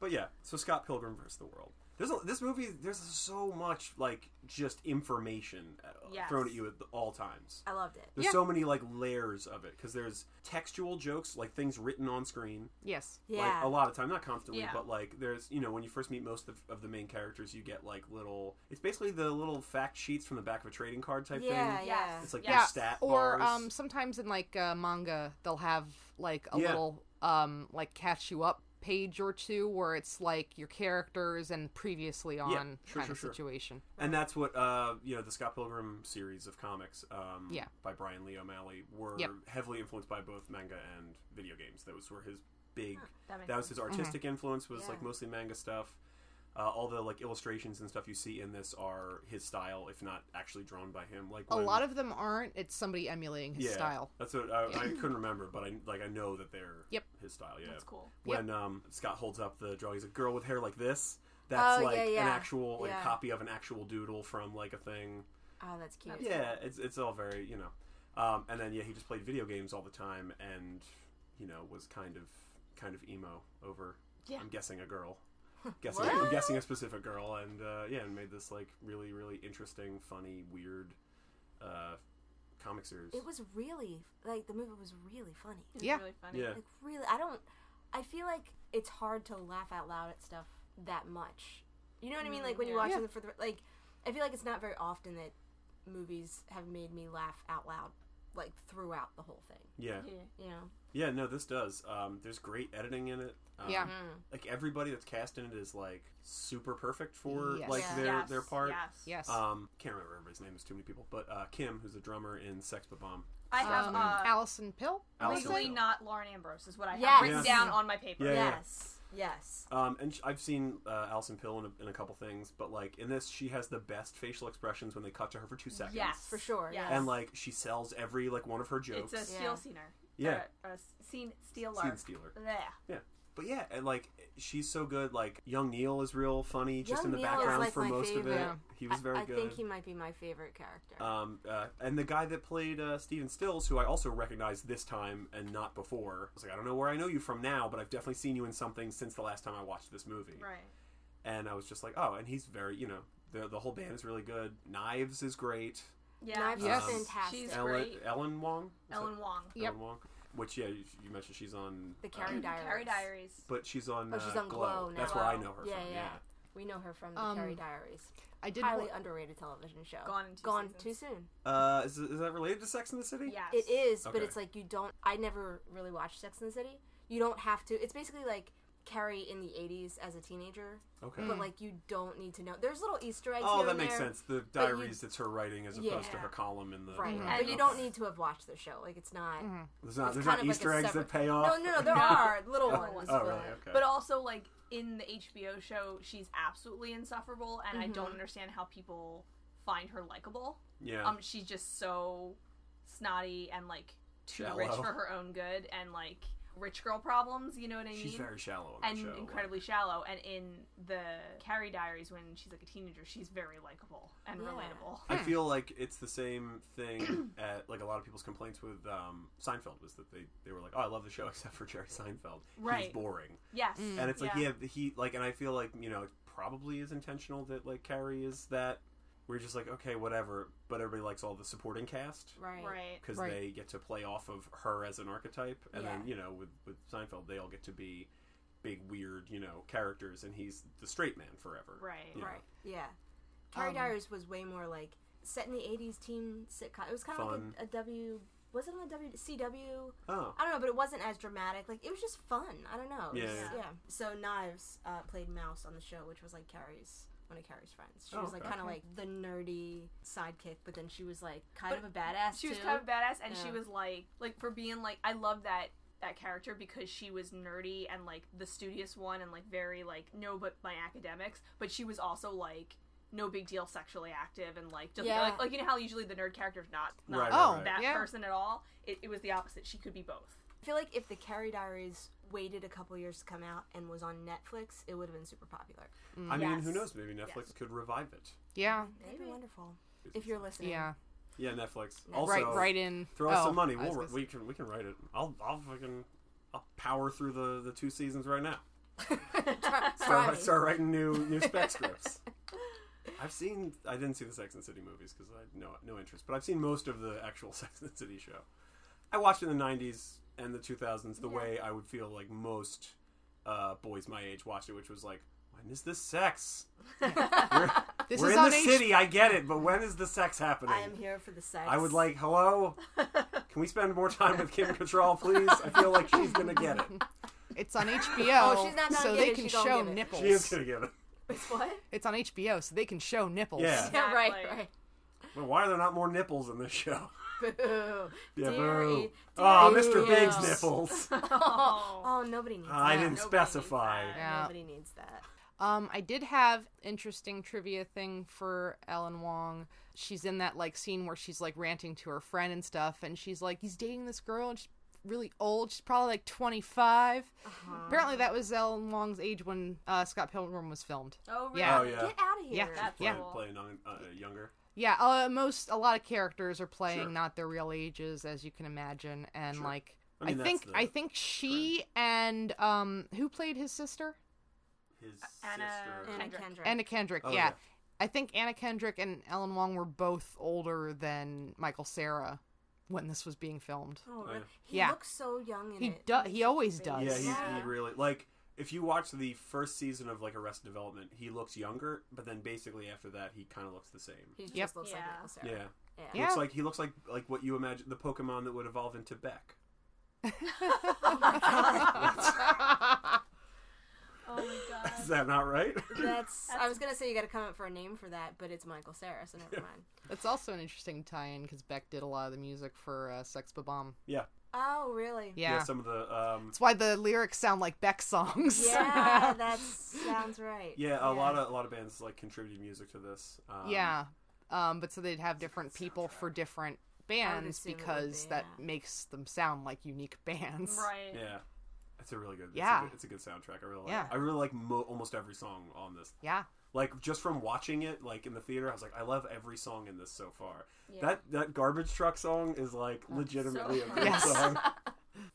C: But yeah, so Scott Pilgrim versus the World. There's a, this movie. There's so much like just information uh,
A: Yes.
C: thrown at you at the- all times.
B: I loved it.
C: There's
E: Yeah.
C: so many like layers of it because there's textual jokes, like things written on screen,
E: Yes.
B: Yeah.
C: like a lot of time, not constantly,
A: Yeah.
C: but like there's you know when you first meet most of, of the main characters, you get like little. It's basically the little fact sheets from the back of a trading card type
B: yeah,
C: thing.
B: yeah.
C: It's like
A: Yeah.
C: yeah. stat
E: Or
C: bars.
E: um, sometimes in like uh, manga, they'll have like a
C: Yeah.
E: little um, like catch you up page or two where it's like your characters and previously on
C: sure,
E: kind
C: sure,
E: of
C: sure.
E: situation.
C: and that's what uh, you know the Scott Pilgrim series of comics um,
E: Yeah.
C: by Brian Lee O'Malley were
E: Yep.
C: heavily influenced by both manga and video games. Those were his big.
B: That makes
C: That was his
E: Mm-hmm.
C: artistic influence. Was
B: Oh, Yeah.
C: like mostly manga stuff. Uh, all the like illustrations and stuff you see in this are his style, if not actually drawn by him. Like
E: A lot of them aren't. It's somebody emulating his style.
C: That's what I, I couldn't remember, but I like I know that they're
E: Yep.
C: his style. Yeah,
A: That's cool.
E: Yep.
C: when um, Scott holds up the drawing. He's like, "Girl with hair like this." That's
B: Oh,
C: like
B: yeah,
C: an
B: yeah.
C: actual like
B: Yeah.
C: copy of an actual doodle from like a thing.
B: Oh, that's cute.
C: Yeah, it's it's all very you know. Um, and then yeah, he just played video games all the time, and you know was kind of kind of emo over.
A: Yeah.
C: I'm guessing a girl. <laughs> Guessing, I'm guessing a specific girl, and uh, yeah, and made this like really really interesting, funny, weird uh, comic series.
B: It was really like the movie was really funny.
A: It's
E: Yeah.
A: really funny.
C: yeah,
B: Like really, I don't. I feel like it's hard to laugh out loud at stuff that much. You know what I mean? Like when you're
A: yeah.
B: watching it for the like, I feel like it's not very often that movies have made me laugh out loud like throughout the whole thing.
C: yeah,
A: Yeah.
B: You know?
C: yeah. No, this does. Um, there's great editing in it. Um,
E: Yeah.
C: like everybody that's cast in it is like super perfect for
E: Yes.
C: like
B: Yeah.
C: their
A: yes,
C: their part.
A: Yes.
E: Yes.
C: Um, can't remember everybody's name. There's too many people. But uh, Kim, who's the drummer in Sex Bomb,
A: I have
E: um,
A: uh,
E: Allison Pill.
C: Allison
E: Lisa?
A: legally
C: Pill.
A: not Lauren Ambrose is what I have
B: Yes.
A: written
C: Yes.
A: down on my paper.
C: Yeah, yeah.
B: Yes. Yes.
C: Um, and sh- I've seen uh, Alison Pill in a, in a couple things, but like in this, she has the best facial expressions when they cut to her for two seconds.
A: Yes.
B: For sure,
A: Yes.
B: yeah.
C: And like she sells every like one of her
A: it's
C: jokes.
A: a steal
B: Yeah.
A: scener.
C: Yeah.
A: Or a s- scene stealer.
C: Scene stealer.
A: Blech.
C: But yeah, and like she's so good. Like young Neil is real funny, just in
B: Young
C: the
B: Neil is,
C: background
B: like,
C: for
B: my
C: most of it.
B: favorite.
C: He was very
B: I, I
C: good.
B: think he might be my favorite character.
C: Um, uh, and the guy that played uh, Steven Stills, who I also recognized this time and not before, I was like, I don't know where I know you from now, but I've definitely seen you in something since the last time I watched this movie.
A: Right.
C: And I was just like, oh, and he's very, you know, the the whole band is really good. Knives is great.
A: Yeah.
B: Knives
E: Yes.
B: is fantastic.
A: She's-
C: Ellen,
A: great.
C: Ellen Wong. Is
A: Ellen Wong.
C: that-
E: Yep.
C: Ellen Wong. Which yeah, you, you mentioned she's on
B: the
C: uh, <clears throat>
B: Carrie Diaries.
A: Carrie Diaries.
C: but she's on.
B: Oh, she's
C: uh,
B: on
C: Glow.
B: Glow now.
C: That's where I
A: Glow.
C: know her
B: Yeah,
C: from.
B: yeah.
C: Yeah.
B: We know her from the
E: Um,
B: Carrie Diaries.
E: I did.
B: Highly
E: wa-
B: underrated television show.
A: Gone in two
B: Gone
A: seasons.
B: too soon.
C: Uh, is, is that related to Sex in the City?
A: Yes.
B: It is, but
C: Okay.
B: it's like you don't. I never really watched Sex and the City. You don't have to. It's basically like Carrie in the '80s as a teenager,
C: Okay.
B: but like you don't need to know. There's little Easter eggs.
C: Mm. Oh,
B: here
C: that
B: and
C: makes
B: there,
C: sense. The
B: but you-
C: diaries, it's her writing as
B: Yeah.
C: opposed to her column in the.
B: Right,
A: Mm-hmm.
C: Right,
B: but you
C: okay.
B: don't need to have watched the show. Like it's not.
A: Mm.
C: There's not,
B: It's
C: there's
B: kind
C: not
B: of like a
C: Easter eggs
B: separate-
C: that pay off.
B: No, no,
C: <laughs>
B: no. There
A: No.
B: are little
A: Oh,
B: ones.
C: Oh,
B: but-
C: really? Okay.
A: But also, like in the HBO show, she's absolutely insufferable, and I don't understand how people find her likable.
C: yeah.
A: Um, she's just so snotty and like too rich
C: Shallow.
A: for her own good, and like rich girl problems. You know what I mean?
C: she's very shallow on
A: and
C: the show.
A: incredibly shallow. And in the Carrie Diaries, when she's like a teenager, she's very likable and
B: Yeah.
A: relatable.
C: I feel like it's the same thing at like a lot of people's complaints with um, Seinfeld was that they, they were like, Oh, I love the show <laughs> except for Jerry Seinfeld. He's
A: Right.
C: boring.
A: Yes,
C: And it's like
A: Yeah.
C: yeah, he like and I feel like, you know, it probably is intentional that like Carrie is that we're just like, okay, whatever, but everybody likes all the supporting cast.
B: Right.
A: right.
C: because
E: Right.
C: they get to play off of her as an archetype, and then
B: Yeah.
C: you know with with Seinfeld they all get to be big weird you know characters, and he's the straight man forever.
A: Right.
C: you know.
B: Right. Yeah. Carrie
E: Um,
B: Diaries was way more like set in the '80s teen sitcom. It was kind of like
C: Fun.
B: a, a W. Was it on the W CW?
C: Oh,
B: I don't know, but it wasn't as dramatic. Like it was just fun. I don't know. It was-
C: Yeah.
B: yeah. So Knives uh, played Mouse on the show, which was like Carrie's one of Carrie's friends. She
C: Oh,
B: was like
C: okay.
B: kind of like the nerdy sidekick, but then she was like kind
A: But
B: of a badass.
A: she was
B: too.
A: kind of badass and she
B: Yeah.
A: was like like for being like i love that that character because she was nerdy and like the studious one and like very like no but my academics but she was also like no big deal sexually active and like just
B: Yeah.
A: like, like you know how usually the nerd character's not, not
C: Right,
E: right, right.
A: that
E: Oh, yeah.
A: person at all it, it was the opposite she could be both
B: I feel like if the Carrie Diaries waited a couple years to come out and was on Netflix, it would have been super popular.
C: I mean,
A: Yes.
C: who knows? Maybe Netflix could revive it.
E: Yeah.
B: That'd be wonderful. If you're listening,
E: Yeah.
C: Yeah, Netflix. Also,
E: right. Right in.
C: throw us
E: oh,
C: some money.
E: I was
C: We'll,
E: gonna <laughs>
C: we can we can write it. I'll I'll fucking I'll power through the the two seasons right now.
B: <laughs> Try, try
C: Start,
B: me.
C: start writing new new
E: <laughs>
C: spec scripts. I've seen. I didn't see the Sex and the City movies because I had no no interest. But I've seen most of the actual <laughs> Sex and the City show. I watched it in the '90s and the 2000s the way I would feel like most uh, boys my age watched it, which was like, when is this sex? We're,
E: This
C: we're
E: is
C: in
E: on
C: the
E: H-
C: city. I get it, but when is the sex happening?
B: I am here for the sex.
C: I would like,
A: <laughs>
C: hello. Can we spend more time with Kim Cattrall, please? I feel like she's gonna get it. <laughs>
E: It's on HBO,
B: Oh, she's not gonna
E: so
B: get
E: they
B: it,
E: can
B: she gonna
E: show
B: get it.
E: nipples.
C: She is gonna get it.
B: It's what?
E: It's on HBO, so they can show nipples.
C: Yeah.
B: <laughs> Yeah, right,
A: Exactly. <laughs>
B: right.
C: But why are there not more nipples in this show?
B: Boo.
C: Yeah,
B: Dear
C: boo.
B: E-
C: oh,
B: dear
C: Mr.
B: E-
C: Big's
B: yeah.
C: nipples.
A: <laughs>
B: Oh, <laughs> oh, nobody needs
C: I
B: that.
C: didn't
A: needs
C: specify.
A: that.
E: Yeah.
B: Nobody needs that.
E: Um, I did have interesting trivia thing for Ellen Wong. She's in that like scene where she's like ranting to her friend and stuff, and she's like, he's dating this girl, and she's really old. She's probably like 25.
B: Uh-huh.
E: Apparently, that was Ellen Wong's age when uh, Scott Pilgrim was filmed.
A: Oh, really?
E: Yeah.
C: Oh yeah,
B: Get out of here.
E: Yeah.
A: That's
E: Yeah.
A: cool.
C: playing on uh, younger.
E: Yeah, uh, most a lot of characters are playing
C: Sure.
E: not their real ages, as you can imagine, and
C: Sure.
E: like
C: I
E: I,
C: mean, that's
E: think
C: the
E: I think she and um who played his sister
C: His
A: Anna-
C: sister.
B: Anna
A: Kendrick.
B: Kendrick.
E: Anna Kendrick.
C: Oh,
E: yeah.
C: yeah.
E: I think Anna Kendrick and Ellen Wong were both older than Michael Sarah when this was being filmed.
B: oh,
C: yeah.
B: really? He
E: Yeah.
B: looks so young in
E: He
B: it.
E: do- he always
B: baby.
E: does.
C: yeah, he,
B: Yeah.
C: he really like. If you watch the first season of like Arrested Development, he looks younger, but then basically after that, he kind of looks the same.
B: He just
E: Yep.
B: looks like
A: Yeah.
B: Michael Cera. <laughs>
C: Yeah.
E: Yeah.
C: looks like he looks like like what you imagine the Pokemon that would evolve into Beck.
A: <laughs>
E: <laughs>
A: Oh my god.
C: Is that not right?
B: That's, I was gonna say you got to come up for a name for that, but it's Michael Sarah, so never mind.
E: That's also an interesting tie-in because Beck did a lot of the music for uh, Sex Bomb.
C: yeah.
B: Oh, really?
E: Yeah.
C: Some of the um,
E: That's why the lyrics sound like Beck songs. <laughs>
C: <laughs>
E: Um,
B: Yeah, that sounds right.
C: yeah, a lot of a lot of bands like contributed music to this. Um,
E: yeah. Um, but so they'd have different people for different bands
B: assume it would
E: because
B: be,
E: that
B: yeah.
E: makes them sound like unique bands.
C: <laughs>
A: Right.
C: Yeah. It's a really good.
E: Yeah.
C: It's a good, it's a good soundtrack. I really like.
E: Yeah.
C: I really like mo- almost every song on this.
E: Yeah.
C: Like just from watching it, like in the theater, I was like, I love every song in this so far. That that garbage truck song is like legitimately a
A: so
C: good
E: Yes. <laughs>
C: song.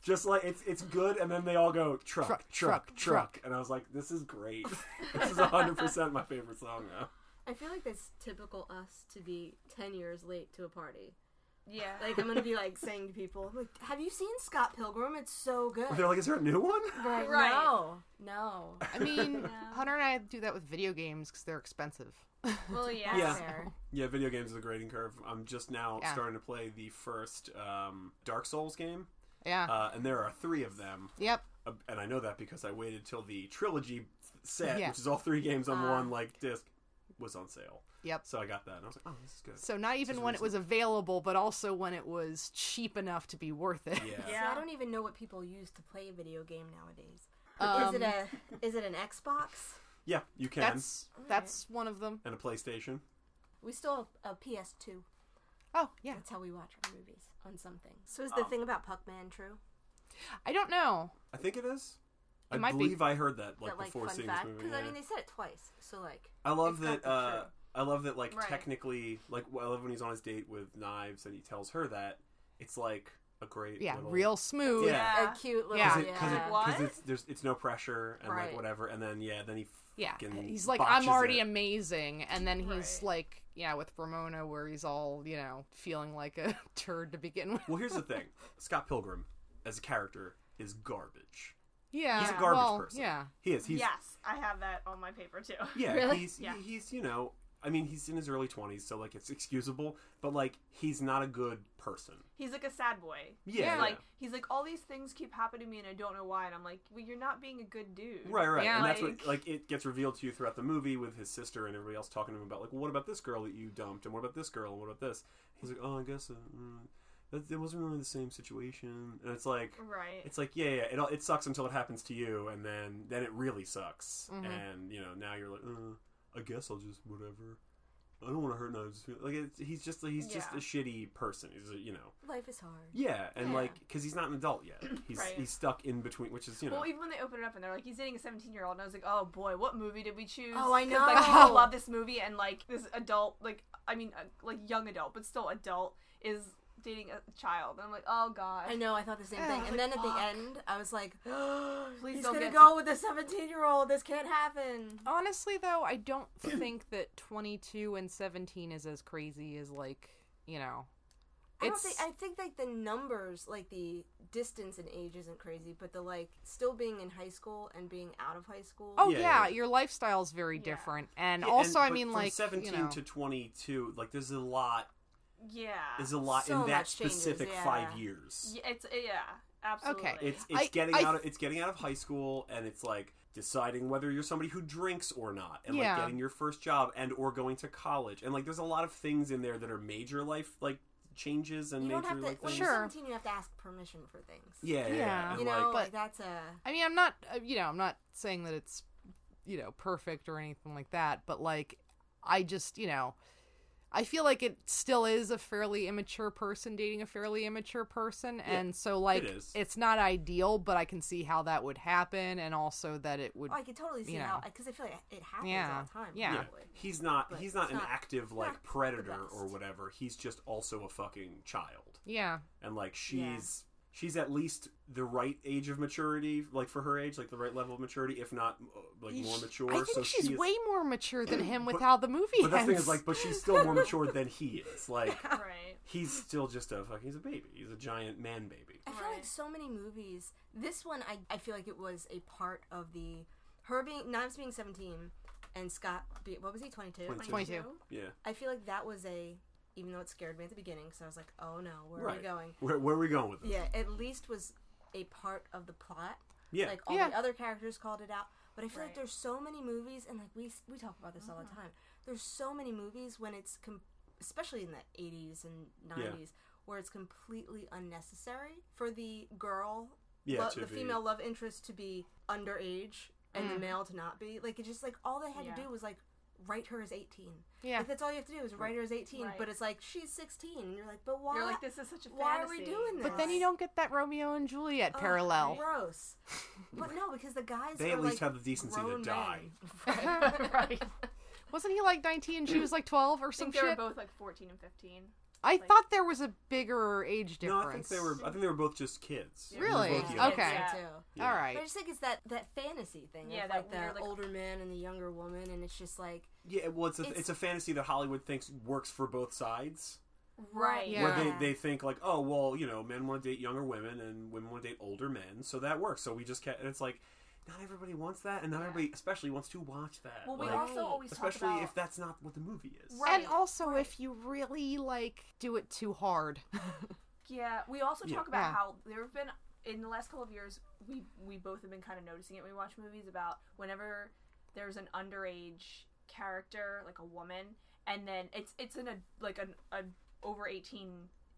C: Just like it's it's good, and then they all go truck, truck,
E: Truck,
C: truck,
E: truck, truck.
C: and I was like, this is great. <laughs> this is hundred percent my favorite song now.
B: I feel like that's typical us to be ten years late to a party.
A: Yeah.
B: Like I'm gonna be like saying to people, like, "Have you seen Scott Pilgrim? It's so good."
C: They're like, is there a new one?
B: Like,
A: Right.
B: No, no.
E: I mean,
B: <laughs>
E: Hunter and I do that with video games because they're expensive.
A: well, yeah.
C: Yeah.
B: Fair.
C: Yeah, video games is a grading curve. I'm just now
E: Yeah.
C: starting to play the first um, Dark Souls game,
E: Yeah.
C: uh, and there are three of them.
E: yep.
C: Uh, and I know that because I waited till the trilogy set,
E: Yeah. Uh,
C: which is all three games on one like disc, was on sale.
E: Yep.
C: So I got that, and I was like, oh, this is good.
E: So not even when it was available, but also when it was cheap enough to be worth it.
C: yeah.
B: <laughs> See,
A: Yeah.
B: I don't even know what people use to play a video game nowadays.
E: <laughs> Um,
B: is it a is it an Xbox?
C: Yeah, you can.
E: That's that's one of them.
C: And a PlayStation.
B: We still have a PS2.
E: Oh yeah.
B: That's how we watch our movies on something. So is the
C: Oh.
B: thing about Puckman true?
E: I don't know.
C: I think it is. I
E: might be.
C: believe I heard that like
B: that like
C: before
B: fun
C: seeing
B: fact
C: this movie.
B: because I
C: yeah.
B: mean they said it twice. So like
C: I love
B: it's got
C: that.
B: the
C: Uh,
B: true.
C: I love that. Like
A: Right.
C: technically, like well, I love when he's on his date with knives and he tells her that it's like a great
E: Yeah.
C: little-
E: Real smooth.
C: Yeah.
B: a cute little
E: Yeah.
C: Cause
B: yeah.
C: it, cause it,
A: Yeah.
C: cause
A: What?
C: it's there's it's no pressure and
B: Right.
C: like whatever and then yeah then he
E: Yeah.
C: fucking
E: He's like,
C: botches
E: I'm already
C: it.
E: amazing. And then he's
A: Right.
E: like, yeah, with Ramona, where he's all, you know, feeling like a <laughs> turd to
C: <laughs>
E: begin with.
C: Well, here's the thing: Scott Pilgrim, as a character, is garbage.
E: Yeah.
C: He's a garbage
E: well,
C: person.
E: Yeah.
C: he is. He's
A: Yes, I have that on my paper too. <laughs>
C: yeah.
B: Really?
C: He's
A: Yeah.
C: he's you know. I mean, he's in his early twenties, so like it's excusable, but like he's not a good person.
A: He's like a sad boy.
C: Yeah.
A: He's like he's like all these things keep happening to me and I don't know why and I'm like, well, you're not being a good dude.
C: Right, right,
E: Yeah.
C: and that's what
A: Like-
C: like it gets revealed to you throughout the movie with his sister and everybody else talking to him about like, well, what about this girl that you dumped, and what about this girl, and what about this? He's like, oh, I guess uh, mm, that it wasn't really the same situation, and it's like,
A: Right.
C: It's like yeah, yeah. It all- it sucks until it happens to you, and then then it really sucks, and you know now you're like, uh, I guess I'll just whatever. I don't want to hurt. No, I just feel like it's, he's just he's just a
A: Yeah.
C: shitty person. He's a, you know
B: life is hard.
C: yeah, and like because he's not an adult yet. He's
A: Right.
C: he's stuck in between, which is you know
A: Well, even when they open it up and they're like, he's dating a 17 year old, and I was like, oh boy, what movie did we choose?
B: Oh, I
A: 'Cause,
B: know.
A: Like, people love this movie, and like this adult, like I mean, uh, like young adult, but still adult, is dating a child. And I'm like, oh god.
B: I know. I thought the same
E: Yeah,
B: thing.
E: I was
B: And
A: like,
B: then at the
A: "Fuck."
B: end, I was <gasps> like,
A: Please
B: "He's
A: don't
B: gonna
A: get
B: go with a seventeen-year-old. This can't happen."
E: Honestly, though, I don't <clears throat> think that 22 and 17 is as crazy as like you know.
B: I don't
E: It's
B: think. I think like the numbers, like the distance in age, isn't crazy, but the like still being in high school and being out of high school.
E: oh
C: Yeah,
E: yeah,
C: yeah.
E: your lifestyle's very
A: Yeah.
E: different, and
C: Yeah,
E: also I
C: but
E: mean
C: from
E: like
C: seventeen
E: you know,
C: to twenty-two, like there's a lot,
A: yeah.
C: there's a lot
B: So
C: in that
B: much changes,
C: specific
B: yeah.
C: five years.
A: yeah. It's yeah. Absolutely.
C: It's it's
E: I-
C: getting
E: I-
C: out of it's getting out of high school and it's like deciding whether you're somebody who drinks or not and
E: Yeah.
C: like getting your first job and or going to college and like there's a lot of things in there that are major life like changes and
B: you
C: major
B: don't have to.
C: like
B: When
C: things.
B: you're
E: Sure.
B: seventeen, you have to ask permission for things.
C: Yeah, yeah,
E: Yeah.
C: yeah. And,
B: You
C: like,
B: know,
E: But-
B: like that's a.
E: I mean, I'm not, uh, you know, I'm not saying that it's, you know, perfect or anything like that, but like, I just, you know, I feel like it still is a fairly immature person dating a fairly immature person, and so like,
C: is.
E: it's not ideal, but I can see how that would happen, and also that it would.
B: Oh, I could totally see
E: you
B: how
E: know.
B: because I feel like it happens
E: Yeah.
B: all the time.
E: Yeah.
C: yeah.
B: probably.
C: He's not
B: But
C: he's not
B: it's
C: an
B: not-
C: active like
B: not the
C: predator
B: best.
C: or whatever. He's just also a fucking child.
E: yeah,
C: And like she's she's at least the right age of maturity like for her age, like the right level of maturity if not uh, like more mature.
E: I think
C: so
E: she's
C: she is,
E: way more mature
C: <clears throat>
E: than him with
C: But-
E: how the <laughs> movie
C: But that's the thing
E: ends.
C: is like but she's still more mature than he is. Like
A: Right.
C: he's still just a fucking he's a baby. He's a giant man baby.
B: I feel
A: Right.
B: like so many movies. This one, I, I feel like it was a part of the her being Knives being seventeen, and Scott. Be, what was he? Twenty two.
C: 22.
E: 22.
C: Yeah.
B: I feel like that was a. Even though it scared me at the beginning, because I was like, "Oh no, where are
C: right.
B: we going?"
C: Where, where are we going with this?
B: Yeah, at least was a part of the plot.
C: Yeah.
B: Like all
E: Yeah.
B: the other characters called it out. But I feel
A: Right. Mm-hmm.
B: like there's so many movies, and like we s- we talk about this all the time. There's so many movies when it's com- especially in the 80s and 90s where it's completely unnecessary for the girl,
C: Yeah,
B: lo-
C: to
B: the
C: be-
B: female love interest to be underage and
E: Mm-hmm.
B: the male to not be. Like it just like all they had
A: Yeah.
B: to do was like write her as 18.
E: Yeah.
B: Like that's all you have to do is write her as 18,
A: Right.
B: but it's like she's 16 and you're like, "But why?"
A: You're like, this is such a
B: Why are we
A: fantasy.
B: doing
E: but then Oh, you don't get that Romeo and Juliet
B: Ugh,
E: parallel.
B: Oh, Gross. But no, because the guys
C: They
B: are
C: at least
B: like
C: have the decency to
B: grown
C: die.
B: <laughs> men.
E: <laughs> right? Wasn't he like 19 and she was like 12 or
A: I
E: some
A: think they were
E: shit?
A: both like 14 and 15.
E: I thought there was a bigger age
C: No,
E: difference.
C: I think they were I think they were both just kids. They were
E: Really?
C: both young.
E: Yeah. Okay.
B: Yeah.
C: Yeah.
E: All
B: But I
E: right.
B: just think it's that that fantasy thing.
A: Yeah,
B: of,
A: that
B: like the
A: weird, like-
B: older man and the younger woman, and it's just like
C: Yeah, well, it's a, it's,
B: It's-
C: a fantasy that Hollywood thinks works for both sides.
A: Right.
E: Yeah.
C: Where they, they think like, oh, well, you know, men want to date younger women and women want to date older men, so that works. So we just can't. And it's like, not everybody wants that, and not everybody, especially, wants to watch that.
A: Well, we
C: Like,
A: also always
C: especially
A: talk about
C: if that's not what the movie is.
A: Right.
E: and also, if you really like do it too hard, <laughs>
A: Yeah, we also
C: Yeah.
A: talk about
E: Yeah.
A: how there have been in the last couple of years we we both have been kind of noticing it when we watch movies about whenever there's an underage character like a woman and then it's it's an a, like an, an over 18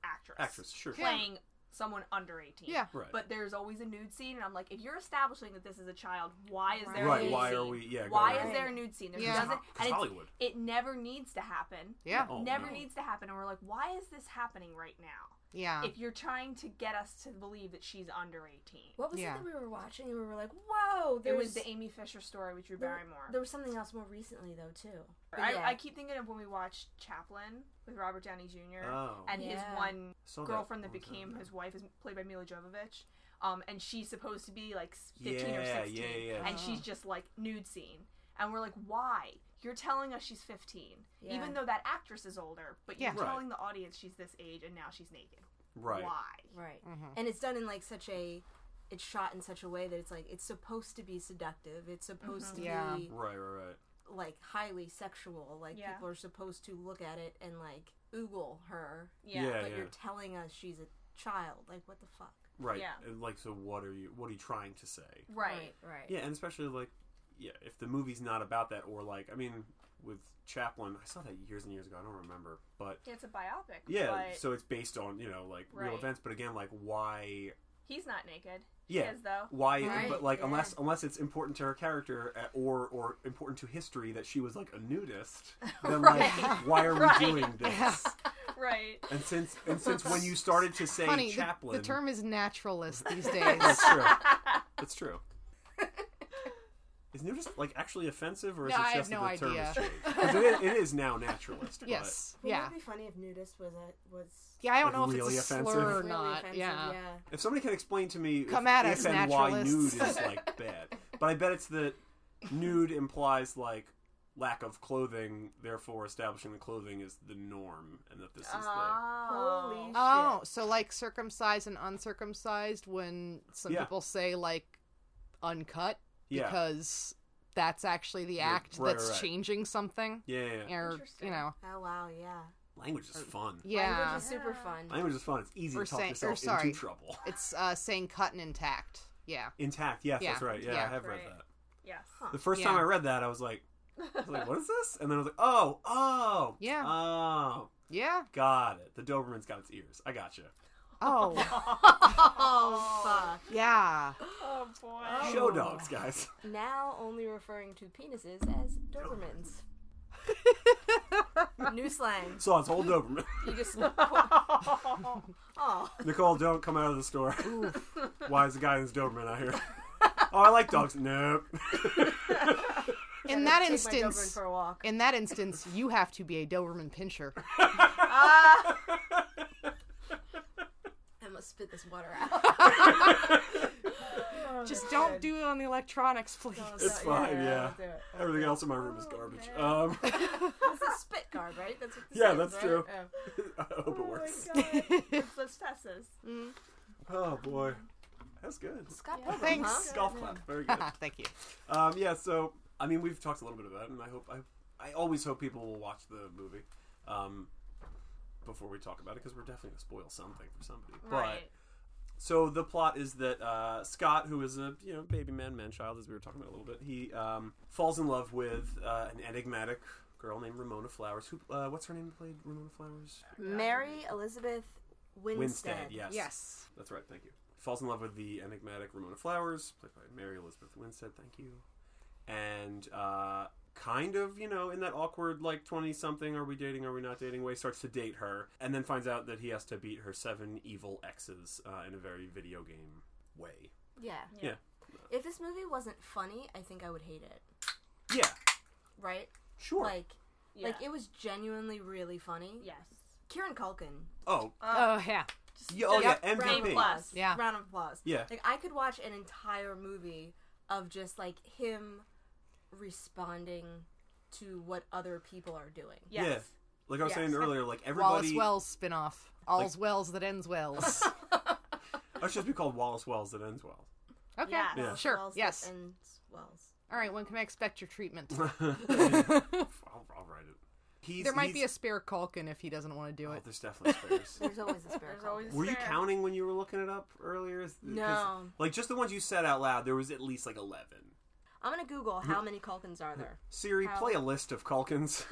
A: actress
C: Actress, sure. sure.
A: playing someone under 18.
E: yeah,
C: Right.
A: But there's always a nude scene, and I'm like, if you're establishing that this is a child, why is there a
C: Right,
A: nude
C: why
A: scene?
C: are we- yeah,
A: why
C: going
A: is
B: on.
A: there a nude scene? There
E: Yeah.
A: doesn't,
C: Ho- 'cause
A: and it's-
C: Hollywood.
A: it never needs to happen.
E: yeah,
C: Oh,
A: never
C: no.
A: needs to happen, and we're like, why is this happening right now?
E: yeah.
A: if you're trying to get us to believe that she's under 18.
B: what was
E: Yeah.
B: it that we were watching, and we were like, "Whoa!" There
A: it was the Amy Fisher story with Drew Barrymore.
B: There was something else more recently though too. But
A: I,
B: yeah.
A: I keep thinking of when we watched Chaplin with Robert Downey Jr.
C: Oh.
A: and his
B: Yeah.
A: one
C: Saw that
A: girlfriend that
C: one time.
A: became his wife is played by Mila Jovovich. Um, and she's supposed to be like s- 15 or
C: Yeah,
A: 16.
C: yeah, yeah.
A: And she's just like nude scene. And we're like, why? You're telling us she's 15,
B: Yeah.
A: even though that actress is older, but
E: Yeah.
A: you're
C: Right.
A: telling the audience she's this age and now she's naked.
C: Right.
A: Why?
B: right,
E: Mm. Mm-hmm.
B: and it's done in like such a. It's shot in such a way that it's like it's supposed to be seductive. It's supposed
A: Mm-hmm.
B: to
E: Yeah.
B: be
C: Right, right, right.
B: like highly sexual. Like
A: Yeah.
B: people are supposed to look at it and like oogle her.
C: Yeah.
B: But you're telling us she's a child. Like what the fuck?
C: Right.
A: Yeah.
C: And like, so what are you? What are you trying to say?
A: Right.
B: Right.
C: Yeah, and especially like, yeah, if the movie's not about that, or like, I mean, with Chaplin, I saw that years and years ago. I don't remember, but
A: It's a biopic.
C: yeah,
A: but-
C: so it's based on you know like
A: Right.
C: real events, but again, like why?
A: He's not naked.
C: Yeah.
A: He is
C: <laughs>
A: though.
C: Why?
B: Right,
C: But like,
B: yeah.
C: unless unless it's important to her character uh, or or important to history that she was like a nudist,
E: <laughs>
C: then
A: Right.
C: like, why are
A: Right.
C: we doing this?
A: Right.
C: And since and since when you started to say
E: Honey, the,
C: Chaplin,
E: the
C: <laughs>
E: <laughs> term is naturalist these days.
C: that's true. That's true. Is nudist like actually offensive, or is
E: No, I
C: it
E: have
C: just
E: no
C: that the term
E: idea.
C: has changed? 'Cause it,
A: <laughs>
C: is, it is now naturalist. but-
E: Yes.
B: Wouldn't
E: Yeah.
B: it be funny if nudist was a was
E: Yeah, I don't know
C: Like,
E: if
C: really
E: it's a
C: offensive?
E: slur or
B: really
E: not.
B: offensive?
E: yeah.
C: If somebody can explain to me
E: Come
C: if,
E: at
C: if
E: us,
C: and why nude
E: naturalists.
C: is like bad,
E: <laughs>
C: but I bet it's that nude implies like lack of clothing, therefore establishing the clothing is the norm, and that this is the
A: Oh.
B: Holy
E: Oh, so like circumcised and uncircumcised when some
C: Yeah.
E: people say like uncut
C: yeah.
E: because that's actually the
C: Yeah,
E: act
C: right,
E: that's
C: right, right.
E: changing something.
C: yeah, yeah, yeah.
E: Or
A: Interesting.
E: you know.
B: Oh wow, yeah.
C: Language is fun.
E: Yeah.
B: Language is super fun.
C: Language is fun. It's easy
E: Or
C: to talk
E: say- or
C: yourself
E: sorry.
C: into trouble.
E: It's uh saying cut and intact. Yeah.
C: Intact. Yes,
E: Yeah,
C: that's right. Yeah,
E: yeah.
C: I have read
A: Right.
C: that.
A: Yes.
C: The first time
E: Yeah.
C: I read that, I was like, I was like, what is this? And then I was like, oh, oh,
E: Yeah.
C: oh,
E: Yeah.
C: got it. The Doberman's got its ears. I gotcha.
E: Oh.
B: <laughs> Oh fuck.
E: <laughs> yeah.
A: Oh boy. <laughs>
C: Show dogs, guys. <laughs>
B: Now only referring to penises as
E: <laughs>
B: Dobermans. New slang.
C: So it's whole Doberman.
B: You
E: <laughs>
B: just oh.
C: Nicole, don't come out of the store. <laughs> Why is the guy in his Doberman out here? Oh, I like dogs. Nope.
E: In that
B: Take my Doberman
E: instance
B: for a walk.
E: in that instance you have to be a Doberman
B: <laughs>
E: pincher.
A: Ah.
C: <laughs>
B: I must spit this water
E: <laughs>
B: out.
E: Just don't do it on the electronics, please.
C: It's fine, yeah.
B: do it.
C: Everything else in my room is
B: Oh,
C: garbage. Um,
B: That's a spit guard, right? That's what this
C: Yeah,
B: is,
C: that's
B: right?
C: true.
B: <laughs> Oh.
C: <laughs> I hope it works.
E: <laughs>
A: it's those tesses.
C: Oh, boy. That's good.
B: Scott Pilgrim,
E: Thanks.
B: huh?
C: Golf clap. Very
B: <laughs>
C: good.
E: Ah, Thank you.
C: Um, yeah, so I mean, we've talked a little bit about it, and I hope I, I always hope people will watch the movie um, before we talk about it because we're definitely gonna spoil something for somebody.
A: Right.
C: But so the plot is that uh, Scott, who is a you know baby man, man child, as we were talking about a little bit, he um, falls in love with uh, an enigmatic girl named Ramona Flowers. Who uh, what's her name? Played Ramona Flowers.
B: Mary Elizabeth Winstead.
C: Winstead. Yes.
E: Yes.
C: That's right. Thank you. Falls in love with the enigmatic Ramona Flowers, played by Mary Elizabeth Winstead. Thank you. And uh, kind of, you know, in that awkward, like twenty something, are we dating? Are we not dating? Way starts to date her, and then finds out that he has to beat her seven evil exes uh, in a very video game way.
B: Yeah.
C: Yeah.
B: If this movie wasn't funny, I think I would hate it.
C: Yeah.
B: Right?
C: Sure.
B: Like,
A: Yeah.
B: like it was genuinely really funny.
A: yes.
B: Kieran Culkin.
C: oh.
B: Um,
E: Oh yeah.
C: Yeah, oh yeah.
B: Yep, Round of
A: plus.
C: MVP.
B: applause.
E: Yeah.
B: Round of applause.
C: Yeah.
B: Like I could watch an entire movie of just like him responding to what other people are doing.
A: Yes.
C: Yeah. Like I was
A: Yes.
C: saying earlier, like
E: Wallace
C: everybody.
E: Wells spinoff. All's Wells that ends
C: <laughs>
E: Wells.
C: I should be called Wallace Wells that ends Wells.
E: Okay.
A: Yeah. Yeah.
B: Wells,
E: Sure.
B: Wells,
E: yes.
B: And Wells.
E: All right. When can I expect your treatment?
C: <laughs> I'll, I'll write it. He's,
E: there might be a
C: he's-
E: spare Culkin if he doesn't want to do
C: Oh,
E: it.
C: there's definitely
B: <laughs>
C: spares.
B: There's always a
E: <laughs>
B: spare.
A: There's always.
C: Were you
A: there.
C: counting when you were looking it up earlier? Is- 'cause,
B: No.
C: Like just the ones you said out loud, there was at least like eleven.
B: I'm gonna Google how many Culkins are there.
C: Siri,
B: How-
C: play a list of Culkins.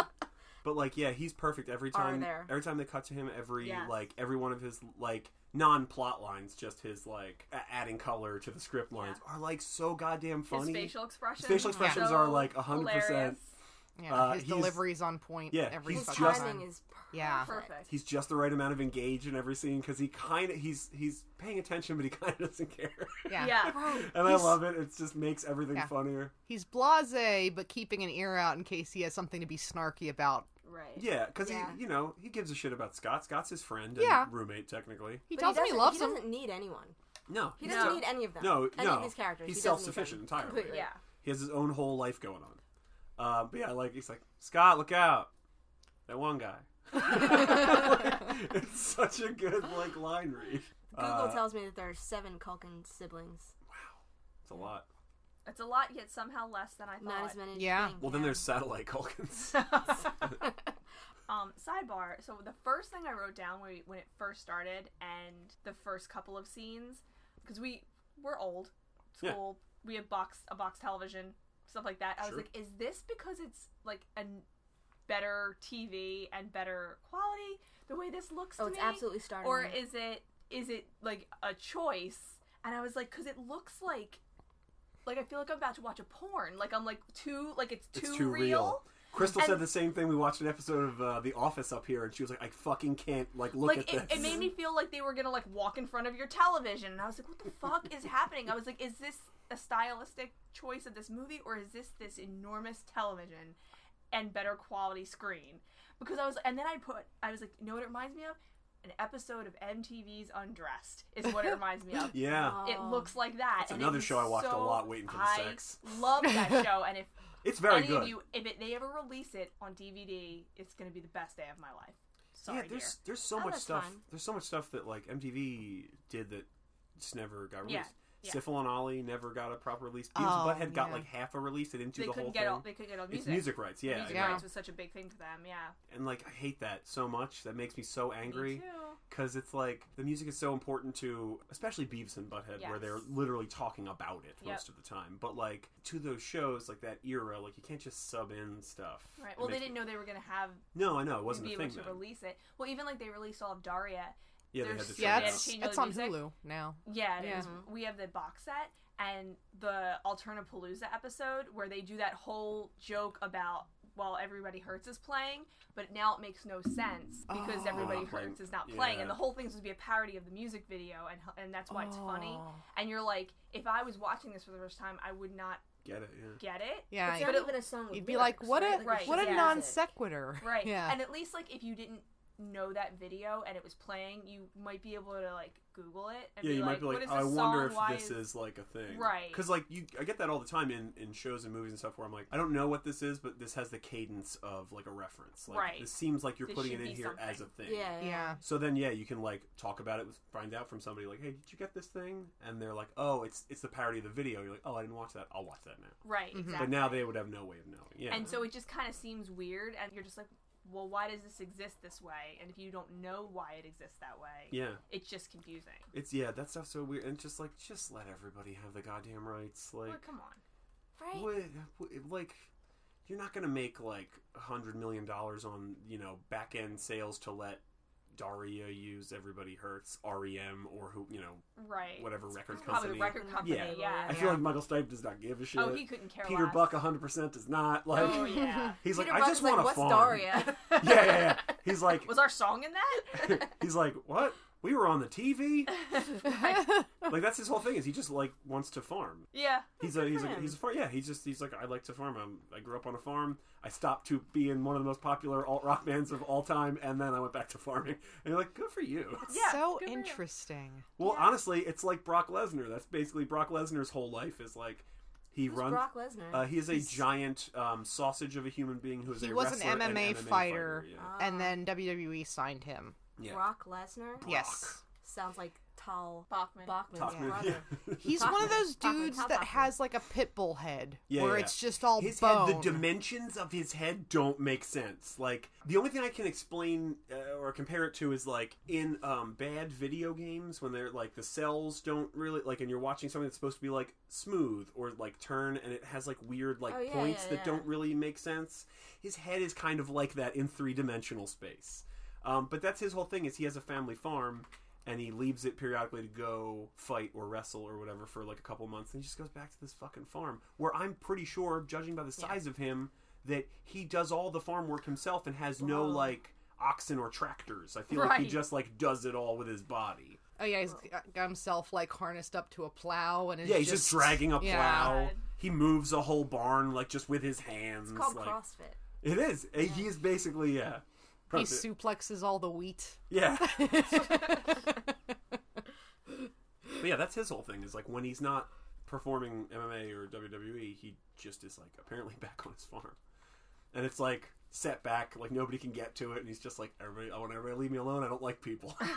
C: <laughs> but like, yeah, he's perfect every time.
B: there?
C: Every time they cut to him, every
A: Yes.
C: like every one of his like non-plot lines, just his like a- adding color to the script lines, are like so goddamn
A: His
C: funny.
A: facial expressions.
C: Facial expressions
A: so
C: are, like, 100%.
A: hilarious.
E: Yeah,
C: Uh,
E: his
C: he's-
E: delivery's on point.
C: yeah,
E: every
C: he's
B: His
E: fucking
C: just-
B: timing
E: time.
B: is perfect.
E: Yeah.
A: Perfect.
C: He's just the right amount of engaged in every scene because he kind of he's he's paying attention, but he <laughs> kind of doesn't care.
E: yeah,
A: Yeah.
C: <laughs> and I
E: He's-
C: love it. It just makes everything
E: Yeah.
C: funnier.
E: He's blasé, but keeping an ear out in case he has something to be snarky about.
A: Right.
C: Yeah, because
B: Yeah.
C: he, you know, he gives a shit about Scott. Scott's his friend and
E: Yeah.
C: roommate, technically.
E: He
B: But
E: tells him he
B: doesn't-
E: loves
B: He
E: him.
B: doesn't need anyone.
C: No,
B: He
C: he's
B: doesn't
C: not-
B: need any of them.
C: No,
B: any
C: no.
B: of these characters.
C: He's
B: He doesn't need
C: self-sufficient
B: them.
C: entirely.
B: Completely.
A: Yeah.
C: He has his own whole life going on. Uh, but yeah, like he's like Scott, look out, that one guy. <laughs> it's such a good like line read.
B: Google
C: Uh,
B: tells me that there are seven Culkin siblings.
C: It's a lot.
A: It's a lot, yet somehow less than I thought.
B: Not as many. as you
E: Yeah.
B: think,
C: Well, then
B: yeah.
C: there's satellite Culkins.
A: <laughs> Um, sidebar. So the first thing I wrote down when, we, when it first started, and the first couple of scenes, because we we're old,
C: Yeah.
A: school, we had box a box television, stuff like that. I
C: Sure.
A: was like, is this because it's like a n- better TV and better quality the way this looks
B: Oh,
A: to
B: it's
A: me?
B: absolutely starting.
A: or
B: now.
A: is it is it like a choice and i was like because it looks like like i feel like i'm about to watch a porn like i'm like too like it's too,
C: it's too real. Crystal said
A: And-
C: the same thing. We watched an episode of uh, The Office up here, and she was like, "I fucking can't like look
A: like it,
C: at this."
A: it made me feel like they were gonna like walk in front of your television and i was like what the fuck is happening i was like is this a stylistic choice of this movie, or is this this enormous television and better quality screen? Because I was, and then I put, I was like, you know what it reminds me of? An episode of MTV's Undressed is what it reminds me
C: <laughs>
A: of.
C: <laughs> Yeah.
A: It looks like that.
C: It's
A: and it
C: another
A: was
C: show I watched a
A: so-
C: lot waiting for the
A: I
C: sex.
A: Love
C: <laughs>
A: that show, and if
C: It's very
A: any
C: good.
A: of you, if it, they ever release it on DVD, it's going to be the best day of my life. Sorry,
C: yeah, there's
A: dear.
C: there's so
B: Oh,
C: much
B: that's
C: stuff.
B: fine.
C: There's so much stuff that like MTV did that just never got
A: Yeah,
C: released.
A: yeah.
C: Syphil and Ollie never got a proper release. Beavis
E: Oh,
C: and Butthead got
E: yeah.
C: like half a release. They didn't do
A: They
C: the whole
A: couldn't get
C: thing.
A: all. They couldn't get all
C: it's
A: music.
C: music rights, yeah,
A: music
E: yeah.
A: rights was such a big thing to them. Yeah,
C: and like I hate that so much. That makes me so
A: Me
C: angry
A: too.
C: because it's like the music is so important to, especially Beavis and Butthead, where they're
A: Yes.
C: literally talking about it
A: Yep.
C: most of the time. But like to those shows, like that era, like you can't just sub in stuff.
A: Right.
C: It
A: Well, they
C: makes me-
A: didn't know they were going to have
C: No, I know it wasn't
A: be
C: a
A: able
C: thing.
A: to
C: Then.
A: release it. Well, even like they released all of Daria.
C: Yeah, they
A: there's
C: had to
A: so
E: Yeah,
C: trim it
A: many
C: out.
E: it's,
A: change
E: it's
A: the
E: on
A: music.
E: Hulu now.
A: Yeah, it
E: Yeah.
A: is. We have the box set and the Alternapalooza episode where they do that whole joke about while everybody hurts is playing, but now it makes no sense because
E: Oh.
A: everybody
C: Not playing.
A: hurts is not playing,
C: Yeah.
A: and the whole thing's supposed to be a parody of the music video, and and that's why it's funny.
E: Oh.
A: And you're like, if I was watching this for the first time, I would not
C: Get it? Yeah.
A: get it.
E: Yeah,
B: it's not even a song. With
E: you'd be
B: lyrics,
E: like, what
B: right?
E: a
B: it's
A: Right,
B: just
E: what a
B: music.
A: yeah.
E: non sequitur.
A: Right.
E: Yeah.
A: And at least like if you didn't know that video and it was playing, you might be able to like Google it and
C: yeah,
A: be
C: you
A: like,
C: might be
A: what
C: like,
A: is
C: I
A: this
C: wonder
A: song?
C: if
A: Why
C: this is... like a thing,
A: Right.
C: Because like you, I get that all the time in in shows and movies and stuff where I'm like, I don't know what this is, but this has the cadence of like a reference. Like,
A: Right.
C: This seems like you're
A: This
C: putting it
A: should
C: in
A: be
C: here as a
A: something.
C: thing.
B: Yeah,
E: Yeah.
C: So then, yeah, you can like talk about it, with, find out from somebody like, "Hey, did you get this thing?" And they're like, "Oh, it's it's the parody of the video." You're like, "Oh, I didn't watch that. I'll watch that now."
A: right, exactly.
C: But now they would have no way of knowing. Yeah,
A: And so it just kind of seems weird, and you're just like, well, why does this exist this way? And if you don't know why it exists that way,
C: yeah,
A: it's just confusing.
C: it's yeah, that stuff's so weird. And it's just like, just let everybody have the goddamn rights. Like,
A: Well, come on.
B: Right.
C: What, what- like, you're not going to make like a hundred million dollars on you know back end sales to let Daria use "Everybody Hurts" REM or who you know
A: Right.
C: whatever record
A: Probably
C: company.
A: the record company,
C: Yeah.
A: yeah.
C: I feel like Michael Stipe does not give a shit.
A: oh, he couldn't care
C: Peter
A: less.
C: Buck 100 percent does not like.
A: Oh, yeah.
C: <laughs> He's
B: Peter
C: like,
B: Buck's
C: I just want
B: like,
C: a
B: what's
C: farm.
B: Daria?
C: <laughs> yeah, yeah, yeah. He's like,
A: <laughs> Was our song in that?
C: <laughs> he's like, what? We were on the TV. Like that's his whole thing. Is he just like wants to farm?
A: yeah.
C: He's a he's a,
B: him.
C: he's a farm. Yeah, he's just he's like I like to farm. I'm, I grew up on a farm. I stopped to being one of the most popular alt rock bands of all time, and then I went back to farming. And you're like, good for you.
A: Yeah,
E: so
A: good for you.
E: interesting.
C: Well, honestly, it's like Brock Lesnar. That's basically Brock Lesnar's whole life is like he
B: <laughs> Who's
C: runs.
B: Brock Lesnar.
C: Uh, he is a giant um, sausage of a human being who is
E: He
C: a
E: was an
C: wrestler and
E: MMA
C: MMA
E: fighter.
C: yeah.
E: And then WWE signed him.
C: yeah.
B: Uh, Brock Lesnar.
E: Yes.
B: Sounds like Tal
A: Bachman.
B: Bachman's
C: Talk
E: Yeah.
C: me-
B: brother.
C: <laughs> yeah.
E: He's
B: Talk
E: one of
B: about-
E: those
B: talk about-
E: dudes
B: talk
E: that
B: about
E: has like a pit bull head,
C: Yeah,
E: where
C: yeah.
E: it's just all
C: his
E: bone.
C: head, the dimensions of his head don't make sense. Like the only thing I can explain uh, or compare it to is like in um, bad video games when they're like the cells don't really like, and you're watching something that's supposed to be like smooth or like turn, and it has like weird like
B: Oh, yeah,
C: points
B: yeah,
C: that
B: yeah.
C: don't really make sense. His head is kind of like that in three dimensional space. Um, but that's his whole thing is he has a family farm and he leaves it periodically to go fight or wrestle or whatever for like a couple months and he just goes back to this fucking farm where I'm pretty sure, judging by the size of him, that he does all the farm work himself and has no like oxen or tractors. I feel like he
A: Right.
C: just like does it all with his body.
E: Oh yeah, he's got himself like harnessed up to a plow and is
C: Yeah, he's just, dragging a
E: yeah.
C: plow.
A: God.
C: He moves a whole barn like just with his hands.
B: It's called
C: like,
B: CrossFit.
C: It is. He is basically yeah.
E: He
C: CrossFit.
E: suplexes all the wheat. <laughs>
C: Yeah. but yeah, that's his whole thing. Is like when he's not performing MMA or WWE, he just is like apparently <laughs> back on his farm, and it's like set back, like nobody can get to it, and he's just like everybody. I want everybody to leave me alone. I don't like people. <laughs>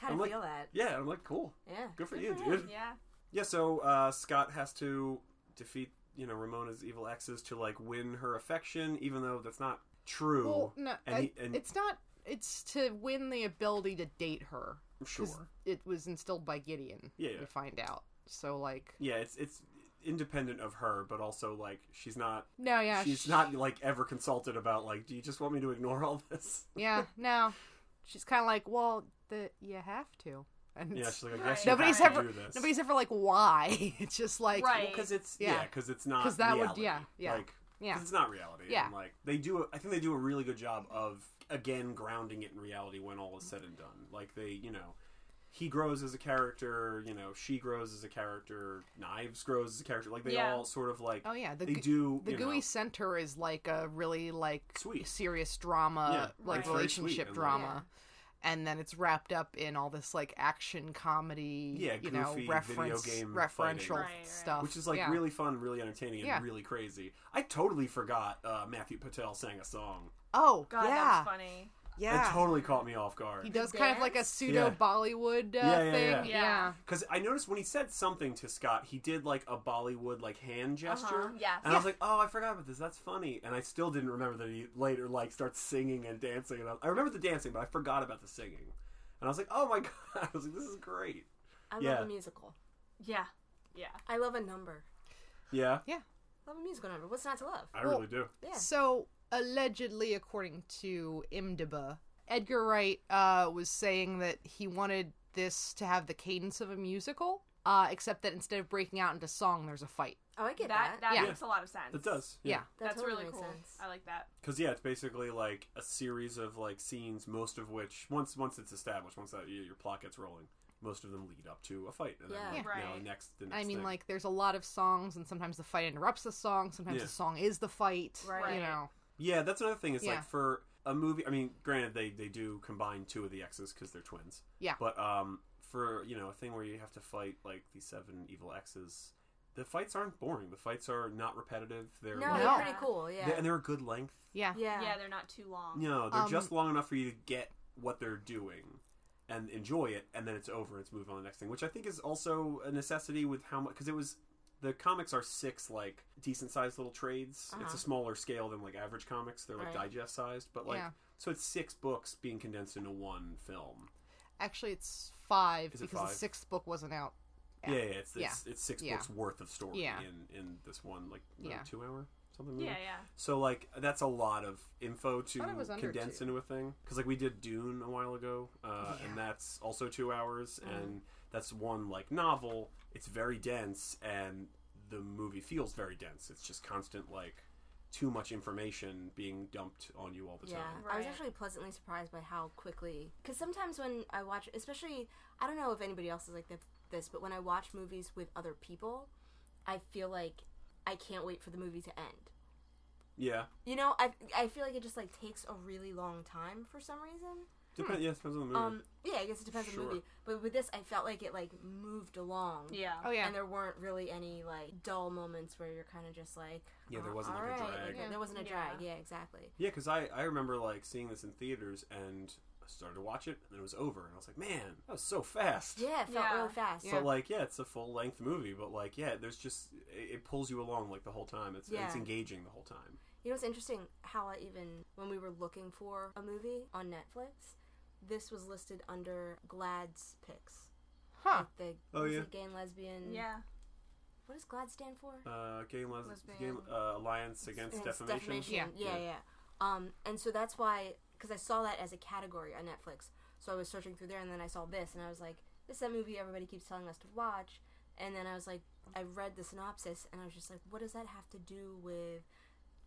B: Kind of
C: like-
B: feel that.
C: yeah, I'm like cool.
B: Yeah.
C: Good for you, dude. Yeah.
A: Yeah.
C: so uh, Scott has to defeat you know Ramona's evil exes to like win her affection, even though that's not true.
E: Well, no,
C: and
E: I-
C: he, and
E: it's not. It's to win the ability to date her. 'Cause
C: sure.
E: It was instilled by Gideon.
C: Yeah.
E: we find out. So like,
C: Yeah, it's it's independent of her, but also like she's not
E: no, yeah,
C: she's
E: sh-
C: not like ever consulted about like do you just want me to ignore all this?
E: Yeah, no, she's kind of like, well, the you have to, and
C: Yeah,
E: it's-
C: she's like I guess you
E: nobody's
C: have to
E: ever
C: do this.
E: nobody's ever like why. <laughs> It's just like
A: Right.
C: because it's yeah
E: Yeah.
C: because it's not
E: 'Cause that would-
C: reality.
E: yeah, yeah,
C: like 'cause
E: yeah.
C: it's not reality
E: Yeah.
C: and like they do a, I think they do a really good job of again grounding it in reality when all is said and done like they you know he grows as a character, you know, she grows as a character, Knives grows as a character. Like they
A: Yeah.
C: all sort of like
E: Oh yeah, the
C: they
E: gu-
C: do
E: the
C: you
E: gooey
C: know,
E: center is like a really like
C: Sweet.
E: serious drama,
C: Yeah,
E: like
A: it's very
C: sweet and,
E: relationship
C: like-
E: drama. And then it's wrapped up in all this like action comedy,
C: Yeah,
E: you know,
C: goofy video
E: reference
C: game fighting.
E: referential
A: Right, right.
E: stuff,
C: which is like
E: Yeah.
C: really fun, really entertaining, and
E: Yeah.
C: really crazy. I totally forgot uh, Matthew Patel sang a song.
E: oh
A: God,
E: yeah,
A: that was funny.
E: yeah.
C: It totally caught me off guard.
E: He does kind of like a
B: dance?
E: pseudo
C: Yeah.
E: Bollywood uh,
C: Yeah, yeah,
E: thing.
C: yeah.
A: Yeah.
C: Because I noticed when he said something to Scott, he did like a Bollywood like hand gesture.
A: Uh-huh, yes.
C: And I was like, oh, I forgot about this. That's funny. And I still didn't remember that he later like starts singing and dancing. And I, I remember the dancing, but I forgot about the singing. And I was like, oh my <laughs> god! I was like, this is great.
B: I love
C: Yeah.
B: a musical.
A: Yeah, yeah.
B: I love a number.
C: Yeah,
B: Love a musical number. What's not to love?
C: I
E: Well-
C: really do.
B: Yeah.
E: So allegedly, according to IMDb, Edgar Wright uh, was saying that he wanted this to have the cadence of a musical, uh, except that instead of breaking out into song, there's a fight.
B: Oh, I get
A: That
B: that.
A: that
E: Yeah.
A: makes a lot of sense.
C: It does.
E: Yeah.
B: That
A: That's
B: totally
A: really
B: makes
A: cool.
B: sense.
A: I like that.
C: Because yeah, it's basically like a series of like scenes, most of which once once it's established, once that your your plot gets rolling, most of them lead up to a fight. And
B: Yeah.
C: then,
A: Yeah.
C: you know,
A: Right.
C: next, the
E: I
C: next
E: mean,
C: thing.
E: like there's a lot of songs, and sometimes the fight interrupts the song. Sometimes
C: Yeah.
E: the song is the fight.
B: Right.
E: You know.
C: Yeah, that's another thing. Is
E: Yeah.
C: like for a movie. I mean, granted, they they do combine two of the X's because they're twins.
E: Yeah.
C: But um, for you know a thing where you have to fight like these seven evil X's, the fights aren't boring. The fights are not repetitive. They're
B: No,
C: like,
B: they're
E: No.
B: pretty cool. Yeah.
C: they- and they're a good length.
E: Yeah.
B: yeah.
A: Yeah, they're not too long.
C: No, they're
E: Um,
C: just long enough for you to get what they're doing and enjoy it, and then it's over. It's move on to the next thing, which I think is also a necessity with how much because it was the comics are six like decent sized little trades. It's
B: Uh-huh.
C: a smaller scale than like average comics. They're like
B: Right.
C: digest sized, but like
E: Yeah.
C: so it's six books being condensed into one film.
E: Actually, it's five
C: Is it
E: because the
C: five?
E: sixth book wasn't out. Yeah.
C: Yeah, yeah, it's it's, it's six
E: Yeah.
C: books worth of story
E: Yeah.
C: in in this one like
E: Yeah.
C: two hour something.
A: Yeah,
C: movie?
A: yeah.
C: So like that's a lot of info to
E: Thought it was under
C: condense
E: two.
C: into a thing because like we did Dune a while ago, uh,
E: Yeah.
C: and that's also two hours, and that's one like novel. It's very dense, and the movie feels very dense. It's just constant like too much information being dumped on you all the
B: Yeah,
C: time.
B: I was
A: Right.
B: actually pleasantly surprised by how quickly. Because sometimes when I watch, especially, I don't know if anybody else is like th- this, but when I watch movies with other people, I feel like I can't wait for the movie to end.
C: Yeah,
B: You know, I I feel like it just like takes a really long time for some reason.
C: depends. Yeah, depends on the movie.
B: Um, yeah, I guess it depends
C: Mm.
B: on
C: Sure.
B: the movie. But with this, I felt like it like moved along.
A: Yeah.
E: Oh yeah.
B: And there weren't really any like dull moments where you're kind of just like
C: Yeah, there
B: "Uh,
C: wasn't, like, a
B: alright,"
C: drag.
B: like, there wasn't a
A: Yeah.
B: drag yeah exactly
C: Yeah, because I, I remember like seeing this in theaters and I started to watch it and then it was over and I was like, man, that was so fast.
B: yeah it felt
A: Yeah.
B: really fast
E: Yeah.
C: But like, yeah, it's a full length movie, but like, yeah, there's just it, it pulls you along like the whole time. It's
B: Yeah.
C: it's engaging the whole time.
B: You know, it's interesting how I even, when we were looking for a movie on Netflix, this was listed under Glad's picks.
E: huh.
B: Like the
C: Oh,
B: was
C: yeah.
B: it gay and lesbian.
A: Yeah.
B: What does Glad stand for?
C: Uh, gay and les-
A: Lesbian.
C: gay, and- uh, alliance against
B: It's
C: defamation.
E: Yeah.
B: Yeah, yeah. Um, and so that's why, because I saw that as a category on Netflix. So I was searching through there, and then I saw this, and I was like, this is that movie everybody keeps telling us to watch. And then I was like, I read the synopsis, and I was just like, what does that have to do with.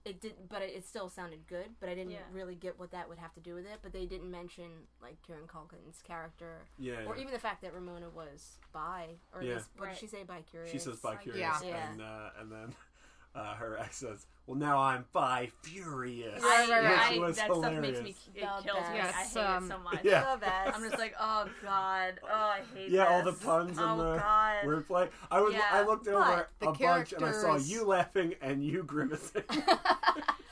B: It did, but it, it still sounded good. But I didn't
A: Yeah.
B: really get what that would have to do with it. But they didn't mention like Kieran Culkin's character,
C: Yeah,
B: or
C: yeah.
B: even the fact that Ramona was bi, or at
C: Yeah.
B: least what
A: Right.
B: did she say? Bi curious.
C: she says bi
A: Yeah.
C: curious,
B: Yeah.
C: and uh, and then <laughs> uh, her ex says, "Well, now I'm bi furious."
B: Right, right,
C: Which
B: right.
A: I-
C: was
A: that
C: hilarious.
A: stuff makes me it kills
B: The
A: me.
B: best.
A: I hate
E: Yes,
A: it so
E: um,
A: much.
C: Yeah.
B: The best.
A: I'm just like, oh god, oh I hate.
C: yeah, all the
A: this.
C: puns
A: oh,
C: and the
A: God.
C: wordplay. I was
A: Yeah.
C: I looked over
E: the
C: a bunch and I saw
E: characters-
C: you laughing and you grimacing.
A: <laughs>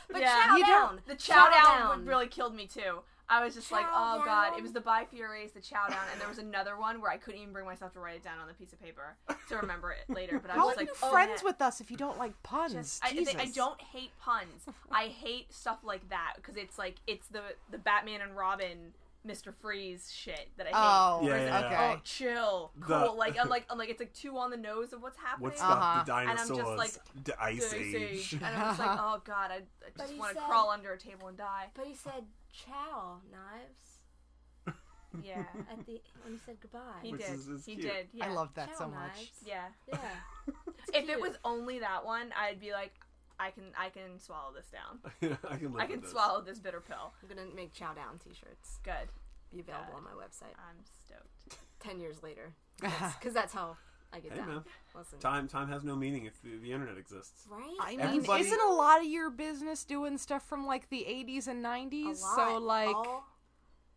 B: but
A: Yeah.
B: chow
A: You
B: down.
A: The chow down
B: down.
A: would really killed me too. I was just like,
B: Chow
A: oh god,
B: down.
A: it was the Bi Furies, the Chow Down, and there was another one where I couldn't even bring myself to write it down on the piece of paper to remember it later. But I
E: How
A: was
E: are
A: just like,
E: you
A: oh,
E: friends
A: man.
E: with us if you don't like puns?
A: I, they-
E: Jesus.
A: I don't hate puns. I hate stuff like that because it's like it's the the Batman and Robin, Mister Freeze shit that I hate.
E: Oh.
C: Yeah,
A: Where it's
C: yeah,
A: like,
E: yeah.
A: Oh, chill,
C: The-
A: cool. Like I'm like I'm like it's like too on the nose of what's happening.
C: What's
E: Uh-huh.
C: up, the
A: And I'm just
C: dinosaurs?
A: like,
C: D-
A: Ice
C: Ice
A: Age.
C: Age. <laughs>
A: And I'm just like, oh god, I, I
B: But
A: just
B: he
A: want to
B: said-
A: crawl under a table and die.
B: But he said chow knives
C: <laughs>
A: Yeah,
B: at the when he said goodbye.
A: he
C: Which
A: did.
C: is- is
A: he
C: cute.
A: did. Yeah.
E: I loved that
B: Chow
E: so much.
B: knives.
A: Yeah.
B: Yeah. <laughs>
A: If
B: cute.
A: it was only that one, I'd be like, I can I can swallow this down.
C: I can live
A: I
C: with
A: can
C: this.
A: swallow this bitter pill.
B: I'm gonna make chow down t-shirts.
A: Good.
B: be available
A: God.
B: on my website
A: I'm stoked.
B: ten years later,
E: <laughs>
B: because that's how I get
C: Hey,
B: down.
C: man.
B: Listen,
C: Time time has no meaning if the, the internet exists.
B: right?
E: I mean,
C: Everybody-
E: isn't a lot of your business doing stuff from like the 80s and
B: A
E: 90s?
B: lot.
E: So like
B: All-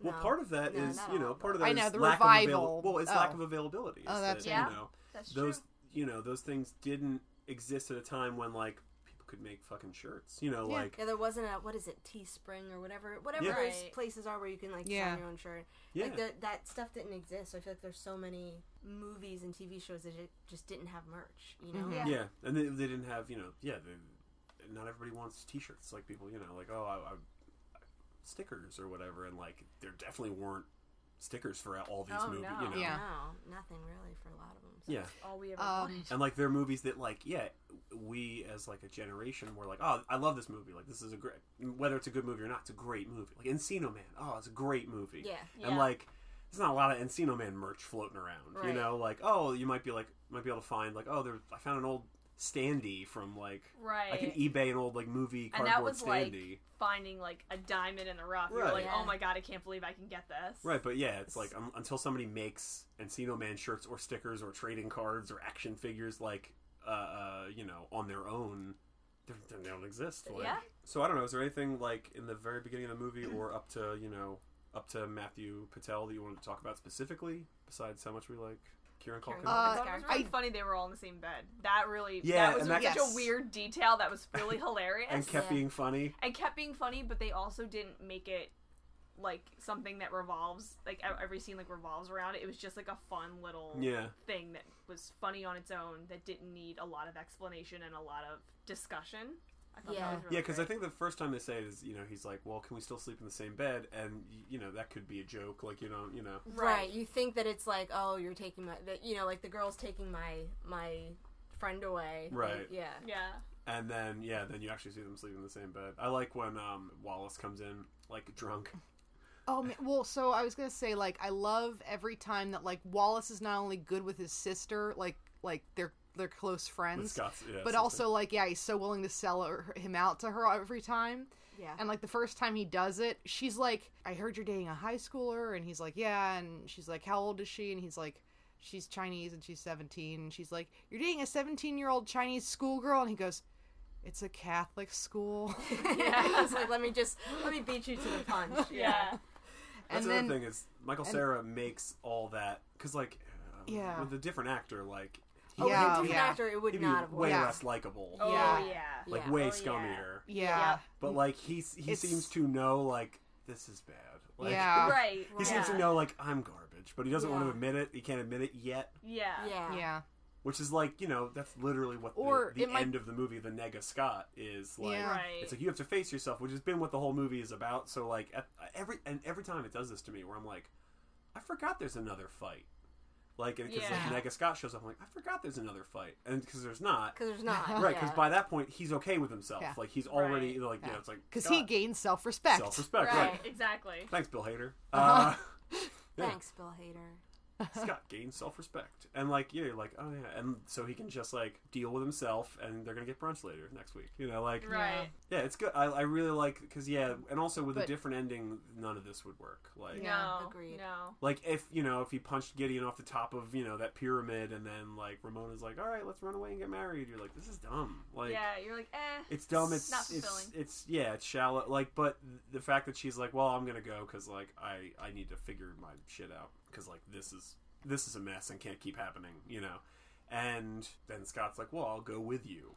C: Well,
B: No.
C: part of that is
B: No, not
C: you
B: all,
C: know
B: but-
C: part of that
E: I
C: is
E: know, the
C: lack
E: revival.
C: Of avail- well, it's lack
E: Oh.
C: of availability.
E: Oh,
C: Is
E: that's
C: that,
A: Yeah.
C: you know
A: That's
C: those
A: true.
C: you know those things didn't exist at a time when like people could make fucking shirts. You know,
E: Yeah.
C: like
B: Yeah, there wasn't a what is it, Teespring or whatever, whatever
C: Yeah.
B: those
A: Right.
B: places are where you can like
E: Yeah.
B: sign your own shirt.
C: yeah,
B: Like the, that stuff didn't exist. So I feel like there's so many movies and TV shows that ju- just didn't have merch. You know?
E: Mhm.
A: Yeah.
C: yeah, and they, they didn't have you know yeah, they, not everybody wants t-shirts like people you know like oh I, I stickers or whatever and like there definitely weren't stickers for all these
A: Oh,
C: movies.
A: no.
C: You know,
E: Yeah.
B: No, nothing really for a lot of them. So.
C: yeah.
A: All we ever
E: Um,
A: wanted.
C: And like they're movies that like yeah, we as like a generation were like, oh, I love this movie. Like this is a great whether it's a good movie or not, it's a great movie. Like Encino Man, oh, it's a great movie.
B: Yeah.
A: Yeah.
C: And like there's not a lot of Encino Man merch floating around.
B: Right.
C: You know, like oh, you might be like might be able to find like oh, there I found an old standee from like
A: right.
C: I can eBay an old like movie
A: and
C: cardboard
A: that was
C: standee.
A: like finding like a diamond in the rough. You're
C: Right.
A: like,
B: Yeah.
A: oh my god, I can't believe I can get this.
C: Right, but yeah, it's like um, until somebody makes Encino Man shirts or stickers or trading cards or action figures, like uh, uh you know, on their own, they're, they're- they don't exist. Like.
A: Yeah.
C: So I don't know. Is there anything like in the very beginning of the movie or up to you know up to Matthew Patel that you wanted to talk about specifically besides how much we like Kieran Culkin?
B: Kieran Culkin.
A: I
E: Uh,
A: thought it was really
E: I-
A: funny they were all in the same bed. That really,
C: Yeah,
A: that was
C: and that-
A: such
E: Yes.
A: a weird detail that was
C: <laughs>
A: really hilarious
C: and kept
B: Yeah.
C: being funny.
A: and kept being funny, but they also didn't make it like something that revolves like e- every scene like revolves around it. It was just like a fun little
C: Yeah.
A: thing that was funny on its own that didn't need a lot of explanation and a lot of discussion. I thought
B: Yeah.
A: that was really
C: Yeah, because I
A: great.
C: think the first time they say it is, you know, he's like, "Well, can we still sleep in the same bed?" And y- you know, that could be a joke, like you know, you know,
B: Right.
A: Right.
B: You think that it's like, oh, you're taking my, that, you know, like the girl's taking my my friend away. Like,
C: Right.
B: yeah.
A: yeah.
C: And then yeah, then you actually see them sleeping in the same bed. I like when um, Wallace comes in like
E: <laughs>
C: drunk.
E: Oh man, well, so I was gonna say like I love every time that like Wallace is not only good with his sister, like like they're they're close
C: With
E: friends,
C: Scott's, yeah,
E: but
C: sister.
E: also like yeah, he's so willing to sell her, him out to her every time.
B: Yeah.
E: And like the first time he does it, she's like, "I heard you're dating a high schooler," and he's like, "Yeah," and she's like, "How old is she?" And he's like. She's Chinese and she's 17. And she's like, You're dating a 17 year old Chinese schoolgirl? And he goes, It's a
C: <laughs>
E: Catholic school.
B: <laughs> yeah. it's like let me just let me beat you to the punch.
A: <laughs> Yeah.
C: that's
E: and
C: another
E: then-
C: thing is Michael Sarah makes all that because like uh,
E: Yeah.
C: with a different actor like
B: Oh,
E: Yeah,
B: yeah,
E: yeah.
B: actor, it would
C: he'd be
B: not have
C: way
B: worked.
E: Yeah.
C: less likable,
A: Oh
E: Yeah.
A: yeah.
C: like
B: Yeah.
C: way
A: Oh, yeah.
C: scummier.
E: yeah.
C: But like he s- he
E: It's-
C: seems to know like this is bad. Like,
E: Yeah.
A: Right.
C: He seems to
A: yeah.
C: know like I'm garbage, but he doesn't want to
B: Yeah.
C: admit it. He can't admit it yet.
A: Yeah.
B: Yeah.
E: yeah.
C: Which is like, you know, that's literally what the,
E: Or
C: the
E: it might-
C: end of the movie, The Nega Scott, is like.
E: Yeah.
A: Right.
C: It's like you have to face yourself, which has been what the whole movie is about. So like at, every and every time it does this to me, where I'm like, I forgot there's another fight. Like because
A: Yeah.
C: like Nega Scott shows up, I'm like, I forgot there's another fight, and because there's not,
B: Because there's not.
C: <laughs> right? Because
B: Oh, yeah.
C: by that point he's okay with himself.
E: Yeah.
C: Like he's already like yeah,
E: Yeah.
C: it's like
E: Because he
C: God,
E: gains self respect.
C: self-respect, right.
A: right. Exactly.
C: Thanks, Bill Hader. Uh,
E: Uh-huh.
C: yeah.
B: Thanks, Bill Hader.
C: Scott gains self-respect, and like yeah, you're like oh yeah, and so he can just like deal with himself, and they're gonna get brunch later next week. You know, like
A: Right.
C: Yeah, it's good. I, I really like because yeah, and also with a
E: But-
C: different ending, none of this would work. Like,
E: Yeah.
A: No.
B: agreed.
A: No.
C: like if you know if he punched Gideon off the top of you know that pyramid, and then like Ramona's like, all right, let's run away and get married. You're like, this is dumb. Like,
A: yeah. You're like eh.
C: it's dumb. It's
A: not
C: it's
A: fulfilling.
C: it's yeah, it's shallow. Like, but the fact that she's like, well, I'm gonna go because like I I need to figure my shit out because like this is this is a mess and can't keep happening, you know. And then Scott's like, well, I'll go with you.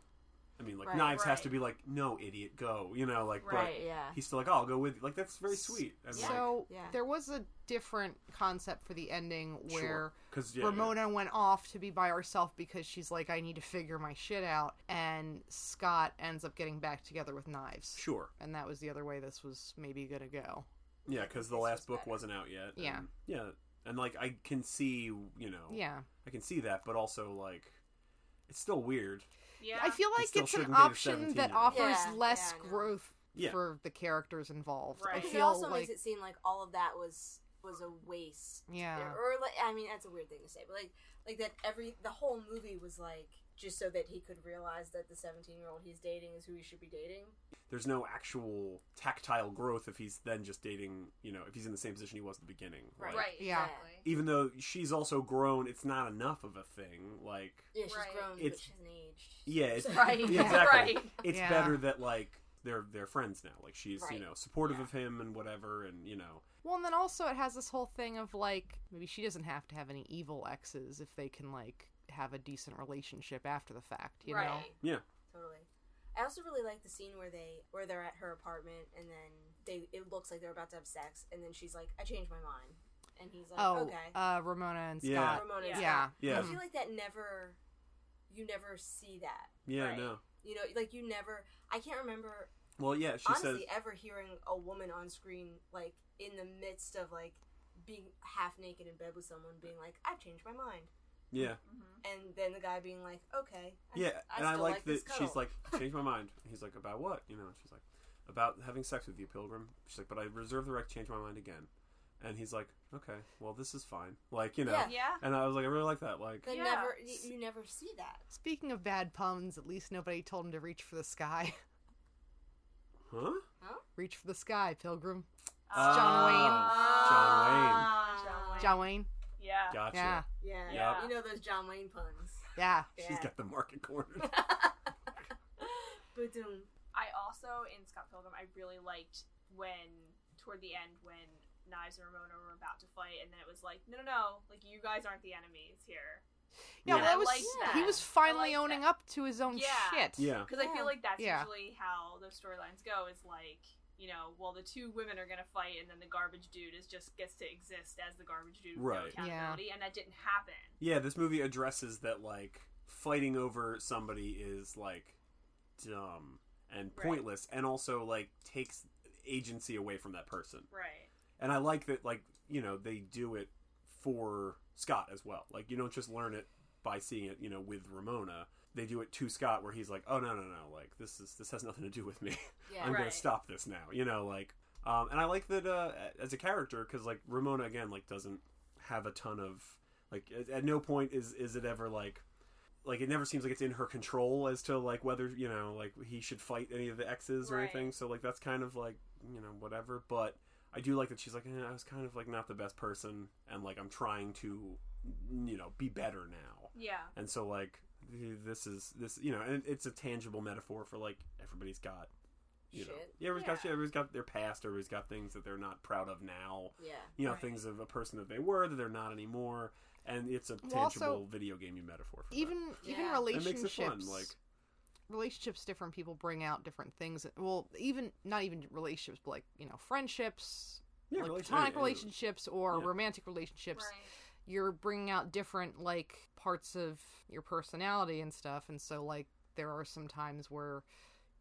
C: I mean, like
B: Right,
C: Knives has
A: right.
C: to be like, no, idiot, go, you know, like, but
B: Right. Yeah.
C: he's still like, oh, I'll go with you. Like, that's very sweet. And like,
E: So
B: Yeah.
E: there was a different concept for the ending where
C: Sure. because yeah,
E: Ramona went off to be by herself because she's like, I need to figure my shit out. And Scott ends up getting back together with knives.
C: sure,
E: And that was the other way this was maybe going to go.
C: yeah, because the
B: This
C: last
B: was
C: book
B: better.
C: wasn't out yet.
E: Yeah.
C: and- yeah, and like I can see, you know,
E: Yeah.
C: I can see that, but also like, it's still weird.
A: Yeah.
E: I feel
C: He
E: like
C: still
E: it's an
C: shouldn't date a
E: option that
C: 17-year-old.
E: offers
B: Yeah,
E: less
B: yeah, I know.
E: growth
C: Yeah.
E: for the characters involved. I
A: Right.
E: feel
B: Because it also
E: like.
B: makes it seem like all of that was was a waste.
E: yeah.
B: Or like, I mean, that's a weird thing to say, but like like that every the whole movie was like just so that he could realize that the 17 year old he's dating is who he should be dating.
C: There's no actual tactile growth if he's then just dating, you know, if he's in the same position he was at the beginning.
B: Right.
C: Like,
F: Right,
E: Yeah.
F: exactly.
C: Even though she's also grown, it's not enough of a thing. Like,
B: Yeah, she's
F: Right.
B: grown, but
C: It's-
B: she hasn't aged.
C: yeah, it's, <laughs>
B: Right.
C: yeah,
E: Yeah.
C: exactly.
A: Right.
C: It's
E: Yeah.
C: better that like they're they're friends now. Like she's
B: Right.
C: you know supportive
B: Yeah.
C: of him and whatever, and you know
E: Well, and then also it has this whole thing of like maybe she doesn't have to have any evil exes if they can like have a decent relationship after the fact, you know.
F: Right.
C: yeah.
B: Totally. I also really like the scene where they where they're at her apartment and then they it looks like they're about to have sex and then she's like, I changed my mind. And he's like,
E: Oh,
B: Okay.
E: uh, Ramona and
C: Yeah.
E: Scott.
B: Ramona
E: Yeah.
B: and
E: Yeah.
B: Scott.
C: Yeah.
B: I feel like that never you never see that.
C: Yeah,
F: Right.
C: no.
B: You know, like you never I can't remember
C: Well, yeah, she
B: honestly
C: says
B: ever hearing a woman on screen like in the midst of like being half naked in bed with someone being like, I've changed my mind.
C: yeah,
A: Mm-hmm.
B: And then the guy being like, Okay. I-
C: yeah, and I
B: still
C: like that
B: this
C: she's
B: cuddle." <laughs>
C: like changed my mind. And He's like about what you know, and she's like about having sex with you, Pilgrim. She's like, but I reserve the right to change my mind again. And he's like, okay, well this is fine. Like you know,
B: Yeah.
A: Yeah.
C: and I was like, I really like that. Like
B: They
A: Yeah.
B: never you, you never see that.
E: Speaking of bad puns, at least nobody told him to reach for the sky. <laughs>
C: huh?
E: reach for the sky, Pilgrim.
C: Ah.
A: Uh,
C: John
A: Ah. John Wayne.
E: John Wayne.
A: uh, Yeah.
C: Gotcha.
E: Yeah.
B: Yeah.
C: Yeah.
B: You know those John Wayne puns.
E: Yeah.
C: She's
B: Yeah.
C: got the market cornered.
B: <laughs> Ba-doom.
A: I also in Scott Pilgrim I really liked when toward the end when Knives and Ramona were about to fight and then it was like no no no like you guys aren't the enemies here Yeah.
E: Yeah, well, that
A: I
E: was
A: liked that.
E: he was
A: I
E: finally
A: liked
E: owning
A: that.
E: up to his own
A: Yeah.
E: shit.
C: yeah,
A: because I
B: Yeah.
A: feel like that's
E: Yeah.
A: usually how those storylines go is like you know well the two women are gonna fight and then the garbage dude is just gets to exist as the garbage dude with no
C: Right.
E: Yeah.
A: accountability and that didn't happen
C: yeah. This movie addresses that like fighting over somebody is like dumb and
A: Right.
C: pointless, and also like takes agency away from that person.
A: right
C: and I like that like you know they do it for Scott as well. Like you don't just learn it by seeing it, you know, with Ramona. They do it to Scott where he's like, "Oh no, no, no! Like this is this has nothing to do with me.
B: Yeah.
C: I'm gonna
A: Right.
C: stop this now." You know, like, um, and I like that uh, as a character because like Ramona again like doesn't have a ton of like at, at no point is is it ever like like it never seems like it's in her control as to like whether you know like he should fight any of the exes or
A: Right.
C: anything so like that's kind of like you know whatever but i do like that she's like eh, i was kind of like not the best person and like i'm trying to you know be better now
A: yeah
C: and so like th- this is this you know and it's a tangible metaphor for like everybody's got you know
B: Shit.
C: yeah, everybody's got
A: Yeah.
C: shit, everybody's got their past everybody's got things that they're not proud of now
B: Yeah.
C: you know
A: Right.
C: things of a person that they were that they're not anymore and it's a tangible
E: Well, also,
C: video game metaphor for that.
E: Even even
B: Yeah. That
C: makes it fun,
E: relationships
C: like-
E: relationships different people bring out different things. Well, even not even relationships but like, you know, friendships,
C: yeah,
E: like
C: relation-
E: platonic
C: yeah,
E: relationships or
C: Yeah.
E: romantic relationships.
A: right
E: You're bringing out different like parts of your personality and stuff and so like there are some times where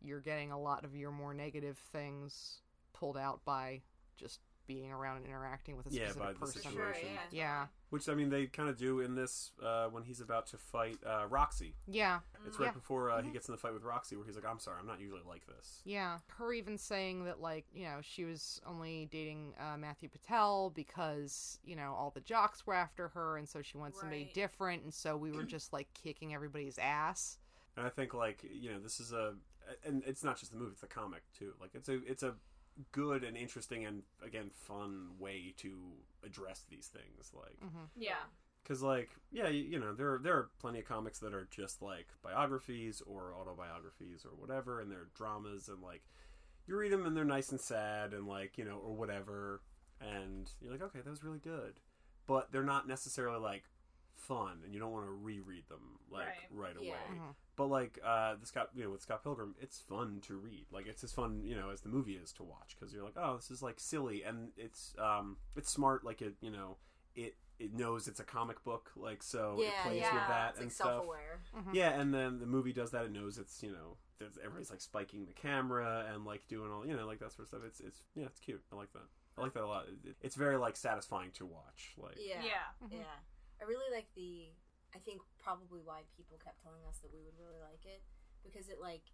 E: you're getting a lot of your more negative things pulled out by just being around and interacting with a
C: Yeah,
E: specific
C: by the
E: person.
B: For
C: situation.
B: sure,
C: Situation.
B: yeah.
E: Yeah.
C: Which I mean, they kind of do in this uh, when he's about to fight uh, Roxy.
E: Yeah.
C: It's right
E: Yeah. Mm-hmm.
C: before uh, he gets in the fight with Roxy, where he's like, "I'm sorry, I'm not usually like this."
E: Yeah, her even saying that like you know she was only dating uh, Matthew Patel because you know all the jocks were after her, and so she wanted somebody
A: Right.
E: different, and so we were just like kicking everybody's ass.
C: And I think like you know, this is a, and it's not just the movie; it's the comic too. Like it's a, it's a good and interesting and again fun way to address these things. Like
E: hmm
A: yeah
C: because like yeah, you, you know, there are, there are plenty of comics that are just like biographies or autobiographies or whatever, and they're dramas and like you read them and they're nice and sad and like you know or whatever and you're like okay that was really good but they're not necessarily like fun and you don't want to reread them like right, away
B: Yeah.
E: Mhm.
C: but like uh the scott you know with scott pilgrim it's fun to read like it's as fun you know as the movie is to watch because you're like oh this is like silly and it's um it's smart like it you know it it knows it's a comic book like so it
B: Yeah,
C: plays with
A: yeah.
C: that
B: It's
C: and
B: like
C: stuff
B: self-aware.
E: Mm-hmm.
C: yeah, and then the movie does that. It knows it's you know there's, everybody's like spiking the camera and like doing all you know like that sort of stuff. It's it's yeah, it's cute. I like that. I like that a lot. It, it's very like satisfying to watch. Like
B: Yeah.
A: yeah,
E: Mhm.
B: Yeah. I really like the I think probably why people kept telling us that we would really like it because it like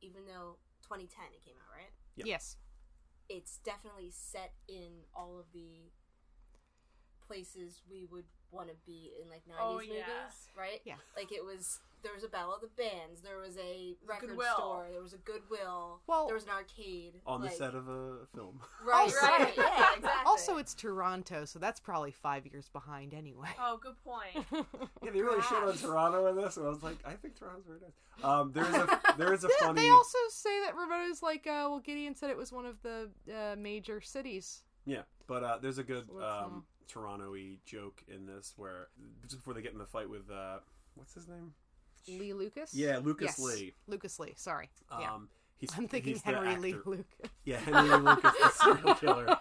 B: even though 2010 it came out, right?
C: Yeah.
E: Yes,
B: It's definitely set in all of the places we would want to be in like 90s
A: Oh, yeah.
B: movies, right?
E: Yeah.
B: Like it was there was a battle of the bands. There was a record
A: Goodwill.
B: store. There was a Goodwill.
E: Well-
B: there was an arcade
C: on the
B: like-
C: set of a
B: <laughs>
C: film. <laughs>
B: Right,
E: Also-
B: right, yeah, exactly.
E: <laughs> Also, it's Toronto, so that's probably five years behind anyway.
A: Oh, good point.
C: yeah, they really shit on Toronto in this, and I was like, I think Toronto's very nice. Um, there is
B: <laughs>
C: a there
E: <laughs>
C: is a
E: They-
C: funny
E: They also say that Ramona's like, uh, well, Gideon said it was one of the uh, major cities.
C: yeah, but uh, there's a good
E: So what's,
C: um, Toronto-y joke in this where just before they get in the fight with uh, what's his name?
E: Lee Lucas?
C: Yeah, Lucas
E: Yes.
C: Lee.
E: Lucas Lee, sorry.
C: Um,
E: yeah.
C: he's,
E: I'm thinking
C: he's the
E: Henry Lee
C: actor.
E: Lucas.
C: Yeah, Henry Lee Lucas, the serial
E: <laughs>
C: killer. <laughs>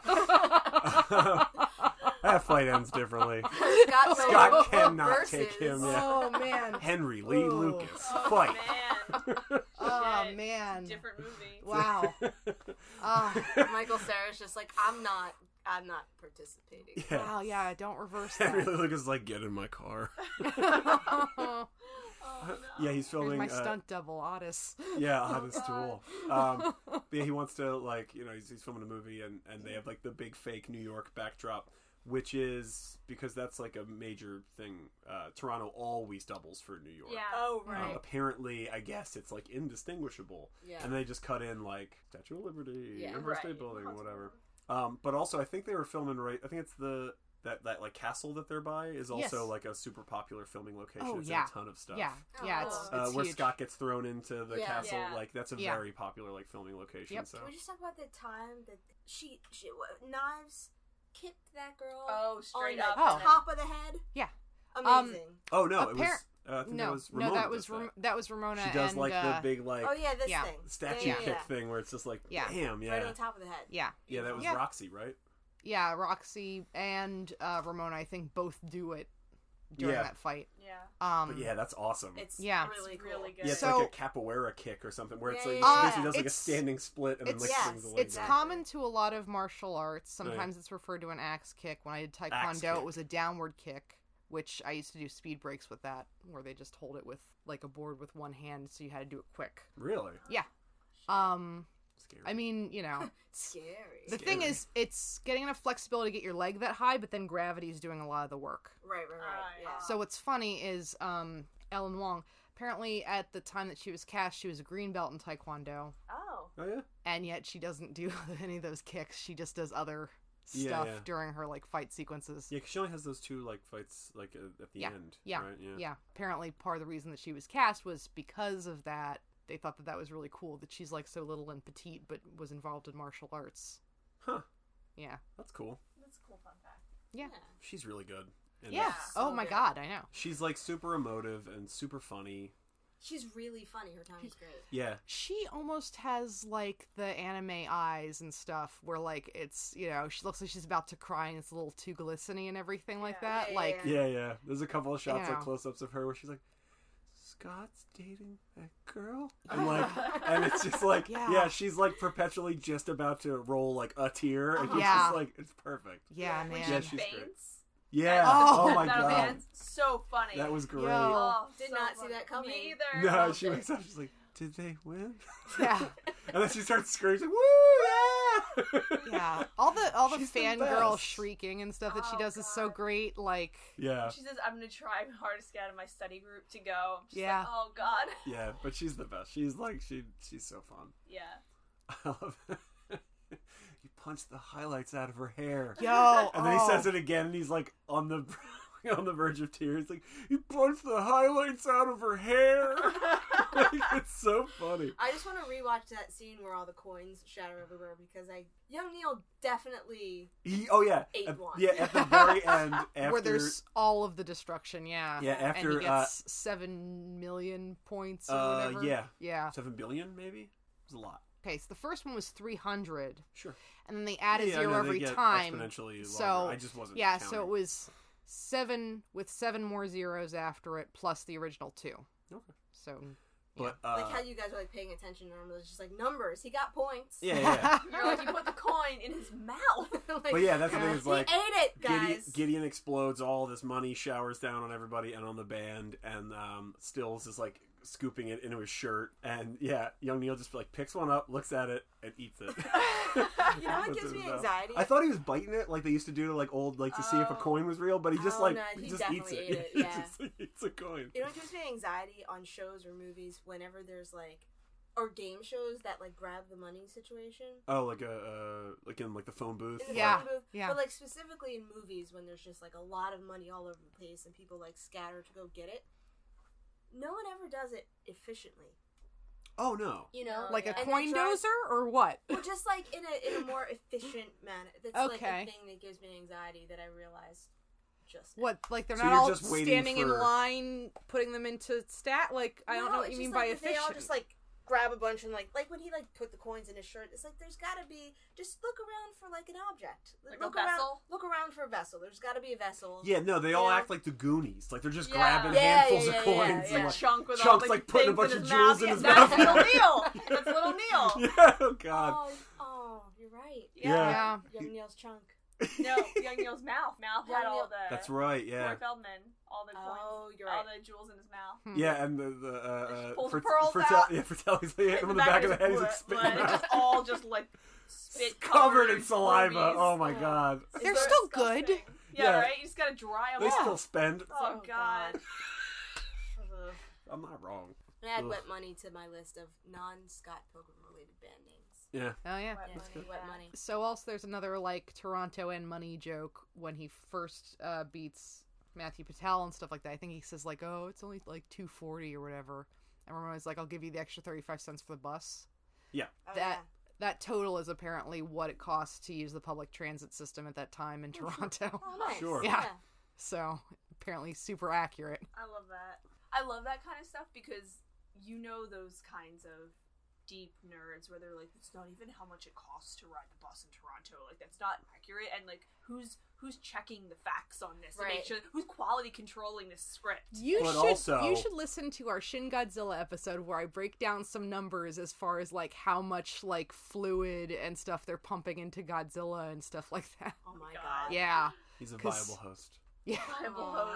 C: that fight ends differently.
E: <laughs>
B: <laughs> Scott,
C: Scott
B: Pilgrim
C: cannot
B: versus-
C: take him, yeah.
E: Oh,
A: <laughs>
E: man.
C: Henry Lee
E: Ooh.
C: Lucas,
A: Oh,
C: fight.
A: man.
E: Oh,
A: Shit.
E: man.
A: Different movie.
C: <laughs>
E: Wow. Ah.
B: Michael Sarah's just like, I'm not, I'm not
C: <laughs>
B: participating.
C: yeah.
E: Wow, yeah, don't
C: <laughs>
E: reverse
C: Henry Lee
E: <laughs> that.
C: Lucas is like, get in my car.
E: Here's
A: Oh, no.
C: <laughs> Yeah, he's filming.
E: my
C: uh,
E: stunt Oh, double, Otis.
C: Yeah, on
E: <laughs>
C: his tool. Um, but yeah, he wants to like you know he's, he's filming a movie and and they have like the big fake New York backdrop, which is because that's like a major thing. Uh, Toronto always doubles for New York.
A: Yeah.
B: Oh
C: Um, apparently, I guess it's like indistinguishable.
B: Yeah.
C: And they just cut in like Statue of Liberty,
B: Yeah.
C: Empire State
A: Right.
C: Building,
A: Lots of
C: whatever.
A: them.
C: Um, but also, I think they were filming right. I think it's the that that like castle that they're by is also
E: Yes.
C: like a super popular filming location.
E: Oh,
C: it's in
E: yeah.
C: a ton of stuff
E: Yeah, yeah, it's,
A: Oh.
E: it's
C: uh, where
E: huge.
C: Scott gets thrown into the
B: Yeah.
C: castle.
A: Yeah.
C: Like that's a
E: Yeah.
C: very popular like filming location.
E: Yep.
C: So
B: Can we just talk about the time that she, she what, knives kicked that girl
A: Oh, straight
B: on
A: up.
B: the
E: Oh.
B: top of the head?
E: Yeah. Um,
B: Amazing.
C: oh no, it was.
E: Appar-
C: Uh, I think that
E: No,
C: was Ramona
E: no, that
C: does
E: was Ram- that was Ramona.
C: She does
E: and,
C: like
E: uh,
C: the big like
B: oh yeah, this
E: yeah.
B: thing.
C: statue
B: yeah, yeah,
C: kick thing where it's just like
E: Yeah.
C: damn
B: yeah.
C: yeah
B: Right on the top of the head.
E: Yeah,
C: yeah that was
E: Yeah.
C: Roxy right
E: yeah. Roxy and uh, Ramona, I think, both do it during
C: Yeah.
E: that fight.
A: Yeah.
E: Um,
C: but yeah that's awesome
B: It's
E: Yeah.
B: really,
A: It's
B: cool.
A: really good.
C: yeah it's
E: So-
C: like a capoeira kick or something where it's
B: Yeah,
C: like she
B: yeah,
E: yeah.
C: basically
E: Uh,
C: does like a
E: it's-
C: standing split and then like
E: it's-
C: swings
B: yes,
C: the leg
E: It's
C: back.
B: com-
E: common to a lot of martial arts.
C: yeah.
E: Sometimes it's referred to an axe kick. When I did
C: Axe
E: taekwondo,
C: kick.
E: it was a downward kick, which I used to do speed breaks with that, where they just hold it with like a board with one hand, so you had to do it quick.
C: really
E: Yeah. Um,
C: scary
E: I mean, you
C: <laughs>
E: know,
B: scary.
E: the thing
C: Scary.
E: is, it's getting enough flexibility to get your leg that high, but then gravity is doing a lot of the work.
B: Right, right, right.
A: Uh,
B: yeah.
E: So what's funny is um, Ellen Wong. Apparently, at the time that she was cast, she was a green belt in Taekwondo,
A: Oh.
C: oh yeah
E: and yet she doesn't do <laughs> any of those kicks. She just does other
C: Yeah,
E: stuff
C: yeah.
E: during her like fight sequences.
C: yeah 'cause she only has those two like fights like uh, at the
E: Yeah.
C: end
E: Yeah.
C: right yeah
E: Apparently, part of the reason that she was cast was because of that. They thought that that was really cool that she's like so little and petite, but was involved in martial arts.
C: huh
E: Yeah.
C: that's cool
A: That's a cool fun fact.
E: Yeah.
C: she's really good in
E: Yeah.
C: this.
E: oh
B: So
E: my
B: good.
E: god, I know.
C: she's like super emotive and super funny
B: She's really funny. Her time is great.
C: yeah
E: She almost has like the anime eyes and stuff where like it's, you know, she looks like she's about to cry and it's a little too glistening and everything like
A: Yeah,
E: that.
B: yeah,
E: like
B: yeah.
C: Yeah, yeah. There's a couple of shots,
E: Yeah.
C: like close ups of her, where she's like, "Scott's dating that girl," and like, <laughs> and it's just like,
E: <laughs> Yeah.
C: yeah, she's like perpetually just about to roll like a tear, and he's
E: Yeah.
C: just like, it's perfect.
E: yeah,
A: When
E: man.
A: she
C: Yeah, she's great.
A: faints.
C: Yeah.
E: Oh.
C: Oh, my
A: that
C: god,
A: man's so funny.
C: that was great.
E: Yo.
A: Oh,
B: Did
A: so
B: not see
A: funny. Oh,
B: that coming.
A: Me either.
C: <laughs> No,
B: loved
C: she
B: it.
C: wakes up. She's like, "Did they win?"
E: yeah.
C: and then she starts screaming, she's like, "Woo!" Yeah.
E: Yeah. All the all the
C: She's the
E: fangirl
C: best.
E: shrieking and stuff that she
A: Oh,
E: does is so
A: God.
E: great, like
C: <laughs> yeah,
A: She says, "I'm gonna try my hardest to get out of my study group to go." I'm just
E: Yeah.
A: Like, oh God.
C: <laughs> yeah. But she's the best. She's like, she, she's so fun. <laughs>
A: Yeah.
C: I love. <laughs> you punch the highlights out of her hair.
E: Yo
C: <laughs> And then he
E: oh.
C: says it again, and he's like on the <laughs> on the verge of tears. Like he punched the highlights out of her hair. like, it's so funny.
B: I just want to rewatch that scene where all the coins shatter everywhere because I young Neil definitely
C: He, oh yeah,
B: Ate
C: At-
B: one.
C: yeah. At the very end, after
E: where there's all of the destruction, yeah.
C: yeah
E: and
C: after
E: he
C: uh,
E: gets seven million points or
C: uh,
E: whatever.
C: yeah.
E: Yeah.
C: seven billion, maybe it was a lot.
E: Okay, so the first one was three hundred.
C: Sure,
E: and then they add a
C: Yeah, I
E: zero
C: know, they
E: every
C: get
E: time.
C: Exponentially longer.
E: So,
C: I just wasn't.
E: Yeah, so
C: counting.
E: it was seven with seven more zeros after it plus the original two.
C: Okay.
E: So
C: But uh,
B: like how you guys are like paying attention normally. It's just like numbers. He got points.
C: yeah, yeah.
A: You're like you put the coin in his mouth.
B: <laughs> like,
C: But yeah, that's the
E: Yeah.
C: thing. Is like
B: he ate it,
C: Gideon,
B: guys.
C: Gideon explodes all this money, showers down on everybody and on the band, and um, Stills is like scooping it into his shirt. And yeah, young Neil just like picks one up, looks at it, and eats
B: <laughs>
C: it.
B: you know what gives me anxiety?
C: I thought he was biting it like they used to do to like old like to see if a
A: Oh.
C: coin was real, but he just
B: Oh,
C: like
B: no,
C: he,
B: he
C: just eats
B: definitely
C: it.
B: ate it,
C: <laughs> He
B: yeah.
C: just, like, eats it's a coin.
B: You know what gives me anxiety on shows or movies whenever there's like, or game shows that like grab the money situation.
C: Oh, like a uh, like in like the phone booth.
B: In the
E: Yeah,
B: phone booth,
E: <laughs> yeah.
B: But like specifically in movies when there's just like a lot of money all over the place and people like scatter to go get it. No one ever does it efficiently.
C: Oh no.
B: You know,
E: Like a
A: And
B: they
E: coin
B: try-
E: dozer or what?
B: Well, just like in a in a more efficient manner. That's like
E: Okay.
B: a thing that gives me anxiety that I realized just now.
E: What like they're
C: So
E: not
C: you're
E: all
C: just waiting
E: standing in
C: for-
E: line, putting them into stat. Like I don't
B: No,
E: know what
B: it's
E: you
B: just
E: mean
B: like
E: by
B: if They all
E: efficient.
B: just like grab a bunch and like like when he like put the coins in his shirt. It's like there's got to be just look around for like an object,
A: Like a
B: look around,
A: vessel?
B: Look around for a vessel. There's got to be a vessel.
C: Yeah, no, they all
B: Yeah.
C: act like the Goonies. Like they're just
A: Yeah.
C: grabbing
B: Yeah, yeah,
C: handfuls
B: yeah,
C: of
B: yeah,
C: coins.
B: yeah.
C: And
A: Yeah,
C: like,
A: Chunk with all
C: Chunk's,
A: the
C: like, putting a
A: things
C: bunch
A: in
C: of
A: his mouth.
C: jewels in
A: Yeah,
C: his
A: that's
C: mouth.
A: little Neil.
C: <laughs>
A: That's little Neil.
C: yeah, oh god.
B: Oh, oh, you're right.
C: Yeah.
E: yeah.
B: Young Neil's chunk.
A: No, Young Neil's mouth. Mouth
B: Young
A: had all
B: Neil-
A: the.
C: That's right, yeah.
A: Corey Feldman, all the coins,
B: Oh, you're
A: all
B: right.
A: the jewels in his mouth.
E: Hmm.
C: Yeah, and the, the uh,
A: She
C: uh
A: pulls
C: for,
A: the pearls
C: for
A: out.
C: yeah, for telling him on the back of the head, he's like
A: his
C: spitting
A: blood,
C: them
A: and
C: out. <laughs>
A: just all just like spit
C: covered in saliva.
A: rubies.
C: Oh my god.
A: It's
E: They're
A: very
E: still good.
A: disgusting. Yeah,
C: Yeah.
A: right. You just gotta dry them
C: They
A: off.
C: <laughs> still spend.
A: Oh, god.
B: Ugh.
C: I'm not wrong.
B: And I add
C: Ugh.
B: wet money to my list of non Scott Pilgrim related band names.
C: Yeah.
E: Oh yeah.
A: Wet
B: Yeah,
A: money,
B: wet
A: yeah.
B: money.
E: So also there's another like Toronto and money joke when he first uh, beats Matthew Patel and stuff like that. I think he says like, "Oh, it's only like 240 or whatever." I remember I was like, "I'll give you the extra 35 cents for the bus."
B: Oh,
E: That- That total is apparently what it costs to use the public transit system at that time
B: <laughs>
E: in Toronto.
B: yeah. Oh, nice.
C: Sure.
E: <laughs> Yeah.
B: yeah.
E: so apparently super accurate.
A: I love that. I love that kind of stuff because you know those kinds of deep nerds where they're like, it's not even how much it costs to ride the bus in Toronto. Like that's not accurate. And like, who's who's checking the facts on this? To
B: Right.
A: make sure who's quality controlling this script?
E: You
C: But
E: should
C: also-
E: you should listen to our Shin Godzilla episode where I break down some numbers as far as like how much like fluid and stuff they're pumping into Godzilla and stuff <laughs> like that.
B: Oh my
A: God.
B: god.
E: Yeah.
C: He's a
E: 'Cause-
C: viable host.
E: Yeah.
B: Oh.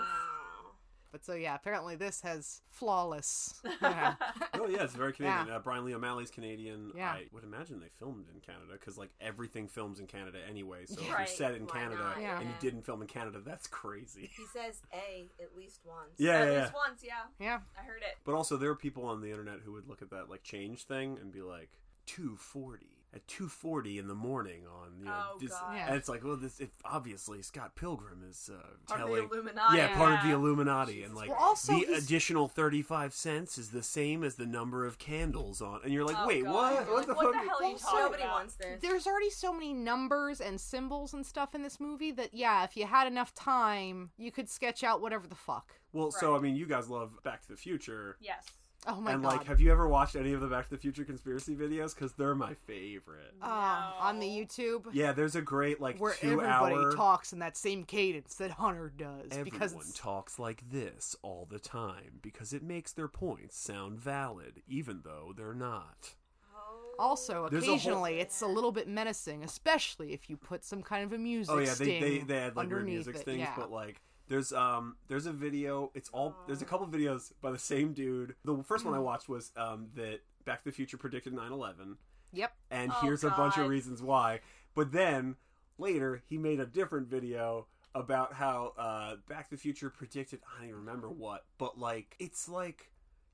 E: But so yeah, apparently this has flawless.
C: <laughs>
E: Yeah.
A: <laughs>
C: Oh yeah, it's very Canadian. Uh, Brian Lee O'Malley's Canadian.
E: Yeah.
C: I would imagine they filmed in Canada because like everything films in Canada anyway. So if you're
A: Right,
C: set in
B: why
C: Canada
B: not?
E: Yeah.
C: and you
B: Yeah.
C: didn't film in Canada, that's
B: <laughs>
C: crazy.
B: He says A at least once.
C: Yeah,
A: At
C: yeah, yeah.
A: least once, yeah.
E: yeah.
A: I heard it.
C: But also there are people on the internet who would look at that like change thing and be like, two forty at two forty in the morning on you know
A: Oh,
C: this,
A: God.
E: Yeah.
C: and it's like well this if obviously Scott Pilgrim is uh,
A: Part
C: telling
A: of the Illuminati.
C: yeah, part of the Illuminati, and like
E: Well, also
C: the
E: he's-
C: additional thirty-five cents is the same as the number of candles on, and you're like,
A: Oh,
C: wait,
A: God.
C: what?
A: You're like,
C: the
A: what
C: fuck?
A: the hell are you
E: Well,
A: talking
B: Nobody
A: about?
B: wants this.
E: There's already so many numbers and symbols and stuff in this movie that yeah, if you had enough time, you could sketch out whatever the fuck.
C: Well, so I
A: Right.
C: mean, you guys love Back to the Future,
A: Yes.
E: Oh my
C: and
E: god.
C: like, have you ever watched any of the Back to the Future conspiracy videos? Because they're my favorite.
E: Um, on the YouTube
C: Yeah, there's a great like
E: where
C: two
E: everybody
C: hour.
E: talks in that same cadence that Hunter does
C: Everyone
E: because it's-
C: talks like this all the time because it makes their points sound valid, even though they're not.
B: Oh.
E: also
C: There's a whole-
E: occasionally it's a little bit menacing, especially if you put some kind of a music
C: Oh yeah, they
E: sting
C: they, they had like weird
E: underneath
C: music
E: it.
C: things,
E: yeah.
C: but like there's um there's a video. It's all there's a couple videos by the same dude. The first
E: Mm-hmm.
C: one I watched was um that Back to the Future predicted 9/11,
E: yep.
C: and
A: Oh,
C: here's a bunch of
A: God.
C: reasons why. But then later he made a different video about how uh Back to the Future predicted I don't even remember what, but like it's like.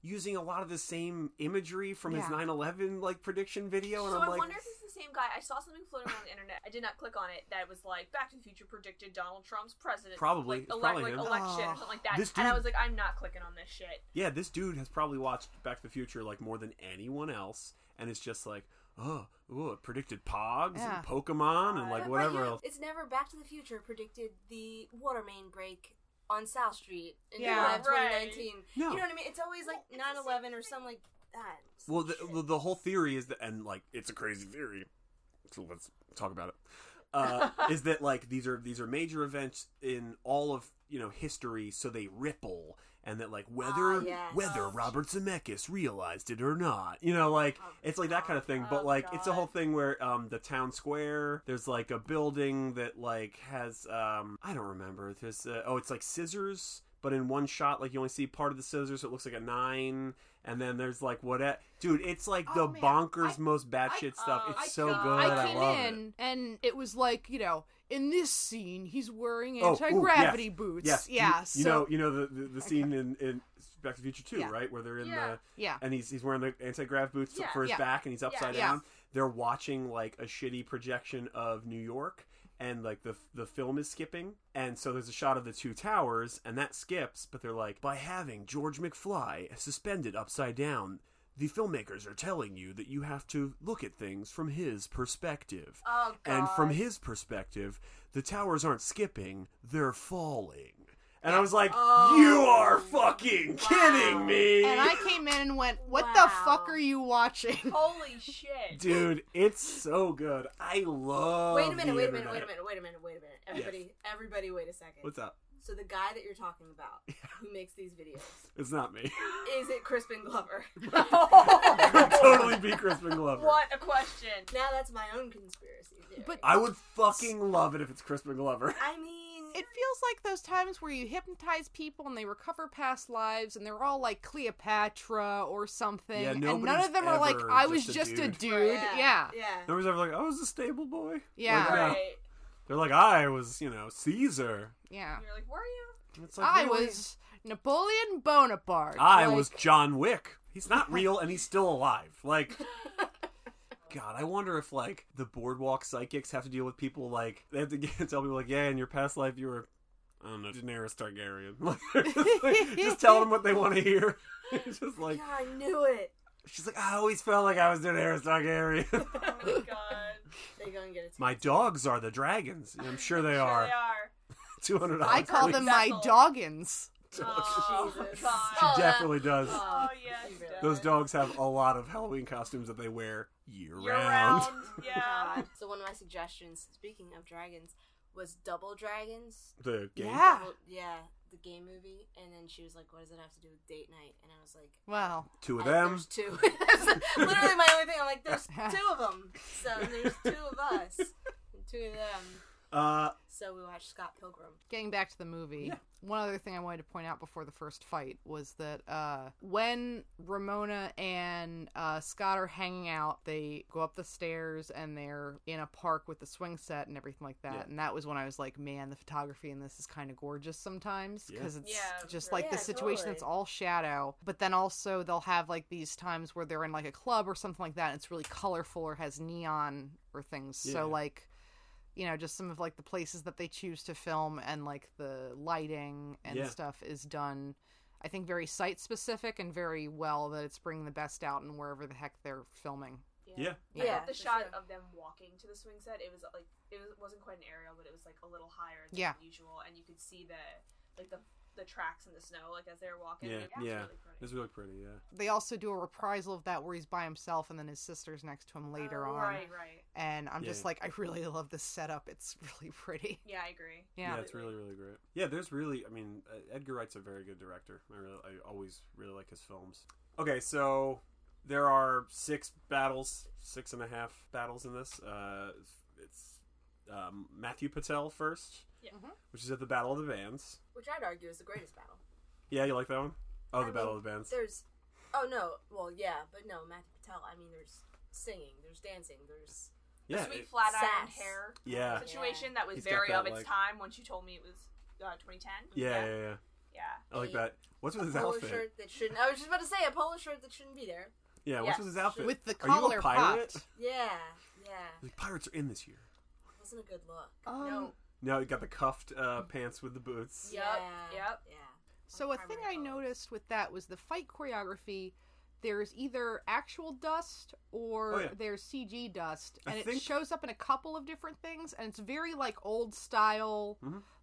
C: Using a lot of the same imagery from his
E: Yeah.
C: 9/11 like prediction video, and
A: So
C: I'm
A: I
C: like,
A: wonder if it's the same guy. I saw something floating around the internet. I did not click on it. That was like Back to the Future predicted Donald Trump's president
C: Probably.
A: like,
C: It's
A: ele-
C: probably
A: like
C: him.
A: election
E: Oh.
A: or something like that.
C: Ah, This
A: and I
C: dude-
A: was like, I'm not clicking on this shit.
C: Yeah, this dude has probably watched Back to the Future like more than anyone else, and it's just like, oh, ooh, it predicted Pogs
E: Yeah.
C: and Pokemon and like
B: But
C: whatever
B: you-
C: else.
B: It's never Back to the Future predicted the water main break on South Street in
E: Yeah,
B: July of
A: right.
B: 2019.
C: No.
B: You know what I mean? It's always like 9 11 or something like that.
C: Well, the, the- the whole theory is that, and like, it's a crazy theory. So let's talk about it. Uh, is that like these are these are major events in all of you know history, so they ripple, and that like whether
B: Ah, yes.
C: whether Robert Zemeckis realized it or not, you know, like it's like that kind of thing. But
A: Oh,
C: like it's a
A: God.
C: whole thing where um the town square, there's like a building that like has um I don't remember. There's uh, oh it's like scissors. but in one shot, like you only see part of the scissors, so it looks like a nine. And then there's like what, a- dude? It's like
E: Oh,
C: the
E: man.
C: bonkers,
E: I-
C: most batshit
A: I-
C: stuff.
A: uh,
C: It's
A: I
C: so
A: ca-
C: good.
A: I
C: Oh, I,
E: came
C: love
E: in
C: it.
E: and it was like, you know, in this scene he's wearing
C: Oh, ooh,
E: anti gravity
C: yes,
E: boots.
C: Yes, you-
E: yeah.
C: You,
E: so
C: know, you know the the, the scene in, in Back to the Future Two,
E: Yeah.
C: right, where they're in
A: Yeah.
C: the
E: yeah.
C: and he's he's wearing the anti-grav boots
A: Yeah.
C: for his
E: Yeah.
C: back and he's upside
E: Yeah.
C: down they're watching like a shitty projection of new york and like the the film is skipping and so there's a shot of the two towers and that skips but they're like by having george mcfly suspended upside down the filmmakers are telling you that you have to look at things from his perspective
A: Oh,
C: and from
A: God.
C: his perspective the towers aren't skipping they're falling and I was like,
A: Oh.
C: "You are fucking
A: Wow.
C: kidding me!"
E: And I came in and went, What the
A: Wow. Oh,
E: fuck are you watching?
C: <laughs>
A: Holy shit.
C: Dude, it's so good. I love.
B: wait a minute,
C: the
B: wait a minute,
C: internet.
B: wait a minute, wait a minute, wait a minute. Everybody, everybody, wait a second.
C: What's up?
B: so the guy that you're talking
C: <laughs>
B: about, who makes these videos,
C: It's not me. <laughs>
B: is it Crispin Glover? <laughs>
C: Could totally be Crispin Glover.
A: What a question.
B: now that's my own conspiracy theory.
E: <laughs> But-
C: I would fucking love it if it's Crispin Glover. <laughs>
B: I mean,
E: It feels like those times where you hypnotize people and they recover past lives and they're all like Cleopatra or something.
C: Yeah,
E: and none
C: nobody's
E: of them are like,
C: ever
E: I was
C: just a
E: just a
C: dude."
E: dude.
B: yeah,
E: Yeah.
B: yeah.
C: Nobody's ever like, I was a stable boy.
E: Yeah.
C: Like, no.
A: Right.
C: They're like, I was, you know, Caesar.
E: Yeah.
A: You're like, were you?
C: It's like,
E: I
C: really?
E: was Napoleon Bonaparte.
C: I
E: Like,
C: was John Wick. He's not real and he's still alive. Like God, I wonder if like the boardwalk psychics have to deal with people like they have to get, <laughs> tell people like, yeah, in your past life you were I don't know, Daenerys Targaryen. <laughs> Like, just tell them what they want to hear. <laughs> It's just like
B: God, I knew it.
C: she's like, I always felt like I was Daenerys Targaryen. <laughs>
A: Oh my god.
B: They gonna get it.
C: My dogs are the dragons. I'm sure they
A: Sure
C: are.
A: They
C: <laughs>
A: are.
C: Two hundred dollars.
E: I call them my
A: Vessel.
E: doggins.
A: Oh,
B: Jesus.
A: God.
B: Oh,
C: <laughs> She definitely does.
A: Oh, yes.
B: Those
C: Those dogs have a lot of Halloween costumes that they wear year,
A: Year
C: round.
A: round.
C: <laughs>
A: Yeah.
B: Oh,
E: Um,
B: God. So one of my suggestions, speaking of dragons, was Double Dragons.
C: The game.
E: Yeah.
B: Double- yeah, the game movie. And then she was like, "What does it have to do with date night?" And I was like,
E: Well,
C: Two of
B: I-
C: them.
B: Oh, There's two. <laughs> That's literally my only thing. I'm
E: <laughs>
B: like, there's two of them. So there's two of us, and two of them.
C: Uh,
B: So we watched Scott Pilgrim.
E: getting back to the movie, one other thing I wanted to point out before the first fight was that uh, when Ramona and uh, Scott are hanging out, they go up the stairs and they're in a park with the swing set and everything like that.
C: Yeah.
E: And that was when I was like, man, the photography in this is kind of gorgeous sometimes
C: Yeah.
E: because it's
A: Yeah,
E: just
A: right.
E: like the
B: Yeah,
E: situation that's
B: totally.
E: all shadow. But then also they'll have like these times where they're in like a club or something like that. And it's really colorful or has neon or things.
C: Yeah.
E: So like you know just some of like the places that they choose to film and like the lighting and
C: Yeah.
E: stuff is done i think very site specific and very well that it's bringing the best out in wherever the heck they're filming
C: yeah.
A: I
B: Yeah,
A: love the
B: for
A: shot
B: sure.
A: of them walking to the swing set. It was like it was, wasn't quite an aerial, but it was like a little higher than
E: Yeah.
A: usual, and you could see the like the the tracks in the snow, like as they were walking.
C: Yeah,
A: Like, that's
C: yeah.
A: Really pretty.
C: It's really pretty, yeah.
E: they also do a reprisal of that where he's by himself and then his sister's next to him later
A: Oh,
E: on
A: Right, right.
E: and i'm just
C: Yeah.
E: like i really love this setup it's <laughs> really pretty
A: Yeah, I agree.
E: yeah,
C: Yeah, it's really, really great. Yeah, there's really, I mean, uh, Edgar Wright's a very good director. I really, I always really like his films. Okay, so there are six battles, six and a half battles in this. Uh, it's um, Matthew Patel first,
A: Yeah.
E: Mhm.
C: which is at the Battle of the Bands.
B: Which I'd argue is the greatest battle.
C: Yeah, you like that one? Oh, the
B: I
C: Battle
B: mean,
C: of the Bands.
B: There's, oh no, well yeah, but no, Matthew Patel. I mean, there's singing, there's dancing, there's
A: The
C: Yeah,
A: sweet
C: it-
A: flat iron
B: Sass.
A: hair
C: yeah,
A: situation that was
C: He's got
A: very
C: that,
A: of its
C: like-
A: time. Once you told me it was uh, 2010.
C: yeah, yeah, yeah.
A: Yeah.
C: I like
B: Yeah.
C: that. What's with
B: a
C: <laughs> his
B: polo
C: outfit?
B: shirt that shouldn't. I was just about to say a polo shirt that shouldn't be there.
C: Yeah,
A: Yeah.
C: what's with his outfit?
E: with the
C: Are you a
E: collar
C: pirate?
E: popped
B: Yeah, yeah,
C: Like, pirates are in this year.
B: wasn't a good look.
E: um,
A: no.
C: Now he got the cuffed uh, pants with the boots.
A: Yep,
B: yeah,
A: yep.
B: yeah.
E: So a thing I
B: primary colors.
E: noticed with that was the fight choreography. There's either actual dust or
C: Oh, yeah.
E: there's CG dust,
C: I
E: and it
C: think-
E: shows up in a couple of different things. And it's very like old style,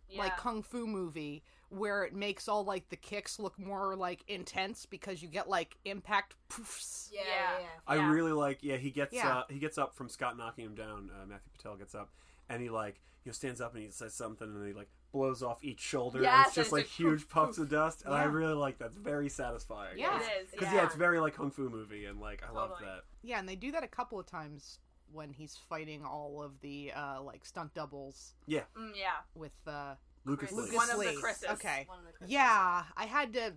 A: Yeah.
E: like kung fu movie, where it makes all like the kicks look more like intense because you get like impact poofs.
B: Yeah,
A: Yeah.
B: yeah,
C: I
A: Yeah.
C: really like. Yeah, he gets
E: Yeah.
C: Uh, he gets up from Scott knocking him down. Uh, Matthew Patel gets up, and he like you know stands up and he says something, and he like blows off each shoulder. and
A: Yes,
C: it's just
A: and
C: like
A: it's like,
C: huge
A: poof,
C: puffs
A: poof.
C: of dust, and I
E: Yeah.
C: really like that. It's very satisfying.
E: Yeah.
A: It is.
C: because yeah.
B: Yeah.
C: it's very like kung fu movie, and like I love
A: Totally.
C: that.
E: Yeah, and they do that a couple of times when he's fighting all of the uh, like stunt doubles
C: Yeah,
A: Mm, yeah.
E: with uh,
C: Lucas.
B: Lucas.
C: Lucas.
A: One of the
E: Lee.
A: Chris's.
E: Okay.
B: One of the Chris's.
E: Yeah, I had to.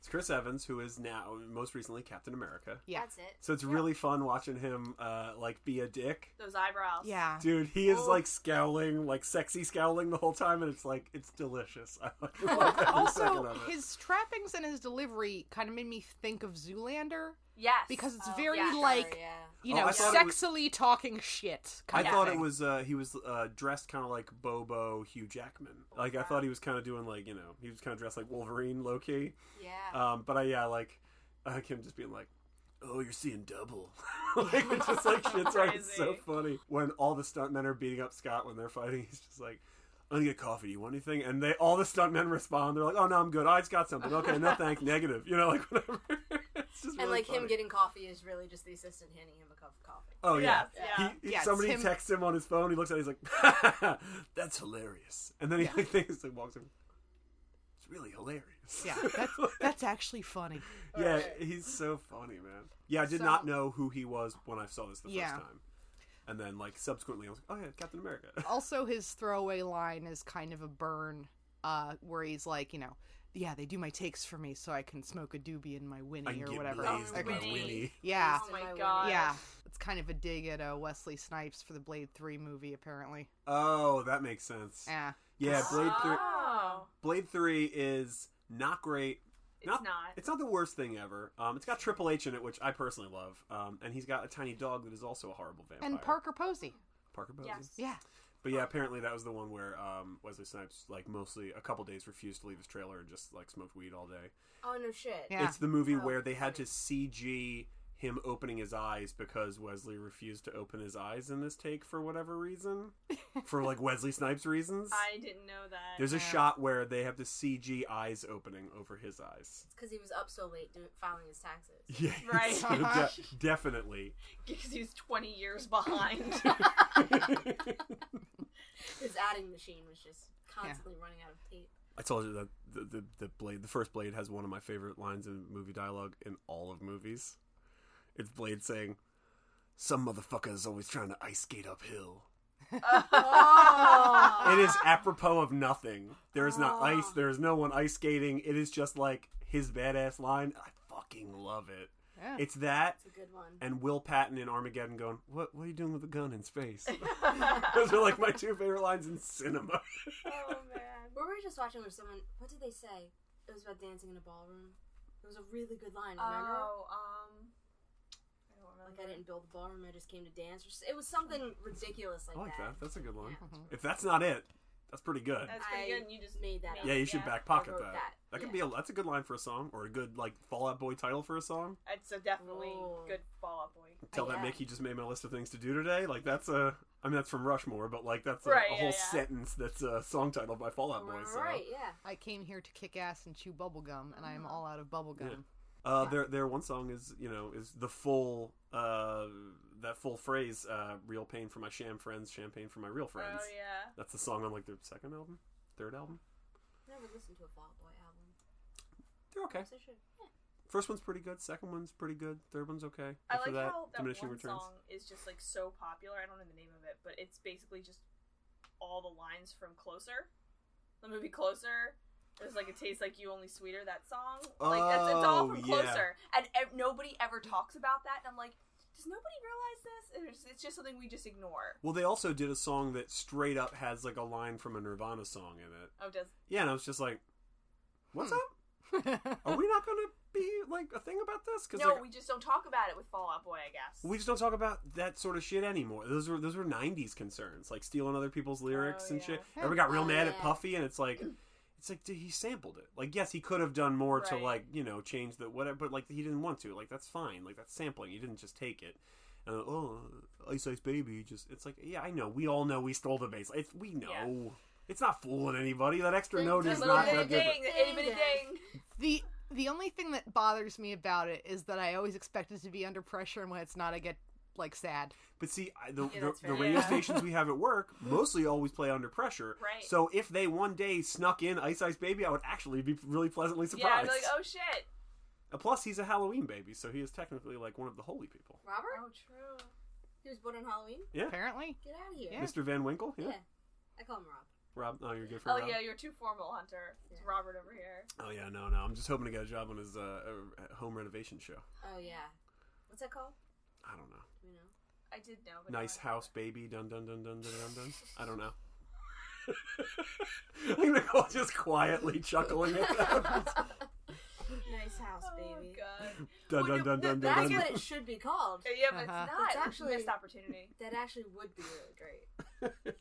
C: It's Chris Evans, who is now most recently Captain America.
E: Yeah.
B: That's it.
C: So it's really fun watching him uh, like be a dick.
A: Those eyebrows.
E: Yeah.
C: Dude, he is
A: Oh.
C: like scowling, like sexy scowling the whole time, and it's like it's delicious. <laughs> I
E: <laughs>
C: love every second
E: also,
C: of it.
E: his trappings and his delivery kind of made me think of Zoolander
A: Yes.
E: because it's
B: Oh,
E: very
A: yeah.
E: like
B: yeah.
E: you
C: Oh,
E: know
C: I thought it was-
E: sexily talking shit.
C: I
E: Kind of
C: thought it
E: thing.
C: was uh, he was uh, dressed kind of like Bobo Hugh Jackman. Like I thought he was kind of doing like you know he was kind of dressed like Wolverine low key.
B: Yeah.
C: Um, but I yeah like I him just being like, oh you're seeing double. <laughs> like it's just
B: <laughs>
C: like shit's like it's so
A: Crazy.
C: funny when all the stuntmen are beating up Scott when they're fighting. <laughs> He's just like. I'm gonna get coffee. You want anything? And they all the stuntmen respond. They're like, "Oh no, I'm good. I just got something. Okay,
B: <laughs>
C: no thanks. Negative. You know, like whatever." <laughs> it's just
B: and
C: really
B: like him
C: funny.
B: getting coffee is really just the assistant handing him a cup of coffee.
C: Oh yeah.
A: Yes, yeah.
C: He,
E: Yeah, it's
C: somebody
E: him-
C: texts him on his phone. He looks at it. He's like, <laughs> "That's hilarious." And then he like <laughs> thinks and walks over. It's really hilarious.
E: yeah.
C: <laughs>
E: That's that's actually funny.
C: yeah,
E: <laughs>
C: he's so funny, man. Yeah, I did
E: So-
C: not know who he was when I saw this the
E: Yeah.
C: first time, and then like subsequently, I was like, "Oh yeah, Captain America."
E: also his throwaway line is kind of a burn uh where he's like you know yeah they do my takes for me so i can smoke a doobie in
C: <laughs>
E: my
C: I
E: winnie
C: can
E: or
C: get
E: whatever
C: blazed
A: Oh,
C: by
A: Winnie.
C: Winnie.
E: yeah
A: Oh my
B: Semi-winning.
A: god.
E: yeah it's kind of a dig at uh, wesley snipes for the blade 3 movie apparently
C: Oh, that makes sense.
E: yeah <laughs>
C: Yeah, Blade Three.
A: Oh.
C: Blade Three is not great.
A: It's not.
C: It's not the worst thing ever. Um, it's got Triple H in it, which I personally love. Um, and he's got a tiny dog that is also a horrible vampire.
E: and parker posey
C: Parker Posey.
A: Yes.
E: yeah
C: But yeah, apparently that was the one where um, Wesley Snipes, like, mostly a couple days refused to leave his trailer and just like smoked weed all day.
B: Oh no shit.
E: Yeah.
C: It's the movie
B: Oh,
C: where they had to CG him opening his eyes because Wesley refused to open his eyes in this take for whatever reason,
A: <laughs>
C: for like Wesley Snipes reasons.
A: I didn't know that.
C: There's a
E: Yeah.
C: shot where they have to CG eyes opening over his eyes. <laughs>
B: Because he was up so late doing, filing his taxes.
C: Yeah,
A: Right.
C: so
A: <laughs>
C: de- definitely.
A: because he's 20 years
C: <laughs>
A: behind.
B: His adding machine was just constantly running out of tape.
C: I told you that the, the the blade, the first blade, has one of my favorite lines in movie dialogue in all of movies. It's Blade saying, "Some motherfucker is always trying to ice skate uphill."
B: Oh.
C: it is apropos of nothing. There is not ice. There is no one ice skating. It is just like his badass line. I fucking love it.
E: Yeah.
C: It's that
B: It's a good
C: <laughs>
B: one.
C: and Will Patton in Armageddon going, "What? What are you doing with a gun in space?" Those are like my two favorite lines in cinema.
A: oh man.
B: Were we just watching where someone? What did they say? It was about dancing in a ballroom. It was a really good line. Remember?
A: Oh, um. I don't remember.
B: Like I didn't build the ballroom. I just came to dance. Or s- It was something ridiculous like,
C: I like that. That's a good one.
B: Yeah.
C: If that's not it, that's pretty good.
A: That's pretty
B: I
A: good. And you just
B: made that up.
C: Yeah, you should
A: Yeah.
C: back pocket
B: I wrote
C: that.
B: that.
C: That could
B: Yeah.
C: be a that's a good line for a song or a good like Fallout Boy title for a song.
A: It's a definitely
B: Ooh.
A: good Fallout Boy.
C: Tell that
B: yeah.
C: Mickey just made my list of things to do today. Like that's a I mean that's from Rushmore, but like that's a,
A: Right,
C: a
A: yeah,
C: whole
A: yeah.
C: sentence that's a song title by Fallout Boy.
B: Right,
C: So
B: right, yeah.
E: i came here to kick ass and chew bubblegum and i am all out of bubblegum
C: Yeah. uh, their their one song is you know is the full uh, that full phrase uh, real pain for my sham friends, champagne for my real friends.
A: Oh yeah.
C: That's the song on like their second album, third album.
B: Never listened to a Fall Out Boy album.
C: They're okay.
B: Perhaps I should. Yeah.
C: First one's pretty good. Second one's pretty good. Third one's okay.
A: I
C: After
A: like
C: that,
A: how that
C: diminishing
A: one
C: returns.
A: song is just like so popular. I don't know the name of it, but it's basically just all the lines from Closer, the movie Closer. There's like a taste like you only sweeter that song. Like that's it's all
C: Oh,
A: from
C: yeah.
A: Closer, and ev- nobody ever talks about that. And I'm like, does nobody realize this? And It's, it's just something we just ignore.
C: Well, they also did a song that straight up has like a line from a Nirvana song in it.
A: Oh, does
C: Yeah, and I was just like, "What's up?
E: <laughs>
C: Are we not going to be like a thing about this?" Because
A: no?
C: like,
A: we just don't talk about it with Fallout Boy, I guess.
C: we just don't talk about that sort of shit anymore. Those were those were '90s concerns, like stealing other people's lyrics
A: Oh,
C: and
A: yeah.
C: shit. Everybody got real
B: Oh,
C: mad at
B: yeah.
C: Puffy, and it's like, it's like dude, he sampled it. Like, yes, he could have done more to
A: Right.
C: like you know change the whatever, but like he didn't want to. Like that's fine. Like that's sampling. You didn't just take it. And oh, Ice Ice Baby, just it's like yeah, I know. We all know we stole the bass. It's we know. It's not fooling anybody. That extra
B: Ding,
C: note
B: ding,
C: is
A: a little
C: not
A: bit
C: that
A: of
C: different.
A: ding, itty bitty ding.
E: the the only thing that bothers me about it is that i always expect it to be under pressure and when it's not i get like sad
C: But see, I, the,
A: Yeah,
C: the,
A: that's
C: the
A: fair.
C: radio
A: Yeah.
C: stations we have
A: <laughs>
C: at work mostly always play under pressure.
A: Right.
C: So if they one day snuck in Ice Ice Baby, I would actually be really pleasantly
A: Yeah, I'd
C: surprised.
A: be like, oh shit.
C: Uh, Plus, he's a Halloween baby, so he is technically like one of the holy people.
B: Robert?
A: Oh, true.
B: He was born on Halloween?
C: Yeah.
E: apparently
B: Get out of here.
E: Yeah.
C: Mr. Van Winkle. Yeah.
B: I call him Rob.
C: Rob, oh, you're good for
A: Oh
C: Rob?
A: yeah, you're too formal, Hunter. It's Robert over here.
C: Oh yeah, no, no. I'm just hoping to get a job on his uh, uh, home renovation show.
B: Oh yeah. What's that called?
C: I don't know.
B: Do we know?
A: I did know. But
C: Nice
A: no.
C: house, baby. Dun dun dun dun dun dun dun. I don't know. <laughs> I'm gonna go just quietly chuckling at
A: <laughs>
C: that.
B: Nice house, baby.
A: Oh <laughs> god.
C: Dun
A: Well,
C: dun dun dun dun
B: That's
C: dun.
B: what it should be called.
A: Yeah, but
E: Uh-huh.
A: it's not.
B: It's
A: It's
B: actually-
A: actually missed opportunity.
B: That actually would be really great.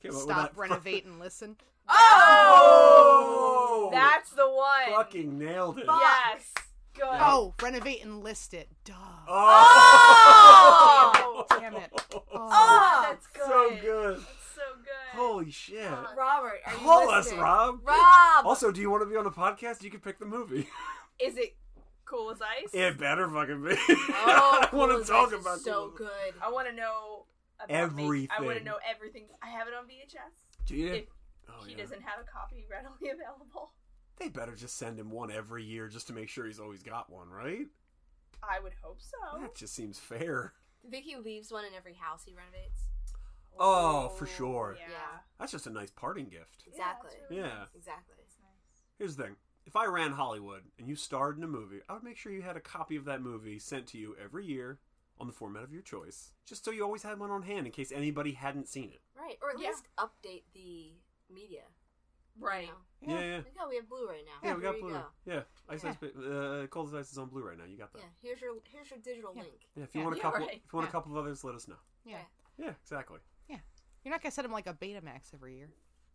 C: Came up with
E: Stop,
C: that
E: renovate, and listen.
C: <laughs> Oh!
A: that's the one.
C: fu- Fucking nailed it.
A: yes. Good.
E: Oh, renovate and list it. Duh.
C: Oh!
A: Oh!
E: Damn it.
A: <laughs> Oh, that's good.
C: so good.
A: So good.
C: Holy shit.
B: Robert, are you
C: Call us,
B: listening?
C: Rob. Oh,
B: Rob.
C: Also, do you want to be on a podcast? You can pick the movie. <laughs>
A: Is it cool as ice?
C: It better fucking be.
B: Oh,
C: <laughs> I want
B: Cool
C: to
B: as
C: talk
B: Ice is
C: about
B: so
C: Cool as Ice.
B: good.
A: I want to know about Me. I want
C: Everything.
A: to know everything. I have it on VHS.
C: Do you?
A: If
C: oh,
A: he
C: yeah.
A: doesn't have a copy readily <laughs> available,
C: They better just send him one every year just to make sure he's always got one, right?
A: I would hope so.
C: That just seems fair.
B: Do you think he leaves one in every house he renovates?
C: Oh, for sure.
A: Yeah.
B: Yeah.
C: That's just a nice parting gift.
B: Exactly.
A: Yeah, that's really
C: Yeah.
B: Exactly.
C: Here's the thing. If I ran Hollywood and you starred in a movie, I would make sure you had a copy of that movie sent to you every year on the format of your choice, just so you always had one on hand in case anybody hadn't seen it.
B: Right. Or at
A: Yeah.
B: least update the media.
A: Right.
B: You know?
C: Yeah, yeah. Yeah,
B: Look how we have Blu-ray now.
C: we
B: Here
C: got Blu-ray.
B: Go.
C: Yeah, Ice
E: Yeah.
C: Ice, uh, Cold as Ice is on Blu-ray now. You got that.
B: Yeah. Here's your here's your digital
E: Yeah.
B: link.
C: Yeah, if you
E: Yeah.
C: want a
A: Yeah,
C: couple,
A: right.
C: if you want
E: Yeah.
C: a couple of others, let us know.
E: Yeah.
C: Yeah, exactly.
E: You're not going to send him like a Betamax every year.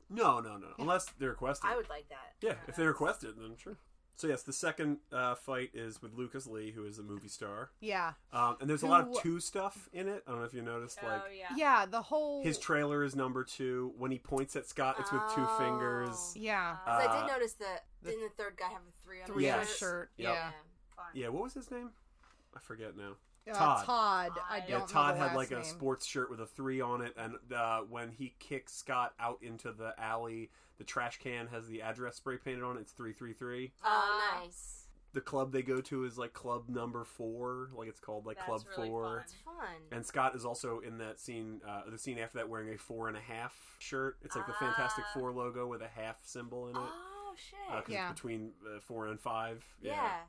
C: No, no, no. Unless they request it.
B: I would like that.
C: Yeah, if they request it, then sure. So yes, the second uh, fight is with Lucas Lee, who is a movie star,
E: Yeah.
C: um, and there's a lot of
E: Who-
C: two stuff in it. I don't know if you noticed, like
A: oh yeah.
E: Yeah, the whole.
C: his trailer is number two. When he points at Scott, it's with two
B: Oh.
C: fingers.
E: yeah.
B: 'Cause I
C: Uh,
B: did notice that
E: the-
B: didn't the third guy have a three on
E: Three
C: Yeah.
E: on
B: his
E: his
C: Yes.
E: shirt.
C: Yep.
E: Yeah.
A: Fun.
C: Yeah, what was his name? I forget now.
E: Uh,
C: Todd.
E: Todd. I
A: Yeah,
E: don't
C: Yeah,
E: know
C: Todd
E: the
C: had
E: last
C: like a
E: name.
C: sports shirt with a three on it, and uh, when he kicks Scott out into the alley, the trash can has the address spray painted on it. It's three three three.
E: Uh,
B: Oh, nice.
C: The club they go to is like club number four, like it's called like
A: That's
C: club
A: really
C: four.
A: fun.
B: It's fun.
C: And Scott is also in that scene, uh, the scene after that, wearing a four and a half shirt. It's like the Fantastic
A: Ah.
C: Four logo with a half symbol in it.
B: oh shit.
C: Uh, 'cause
E: Yeah.
C: it's between uh, four and five.
B: yeah.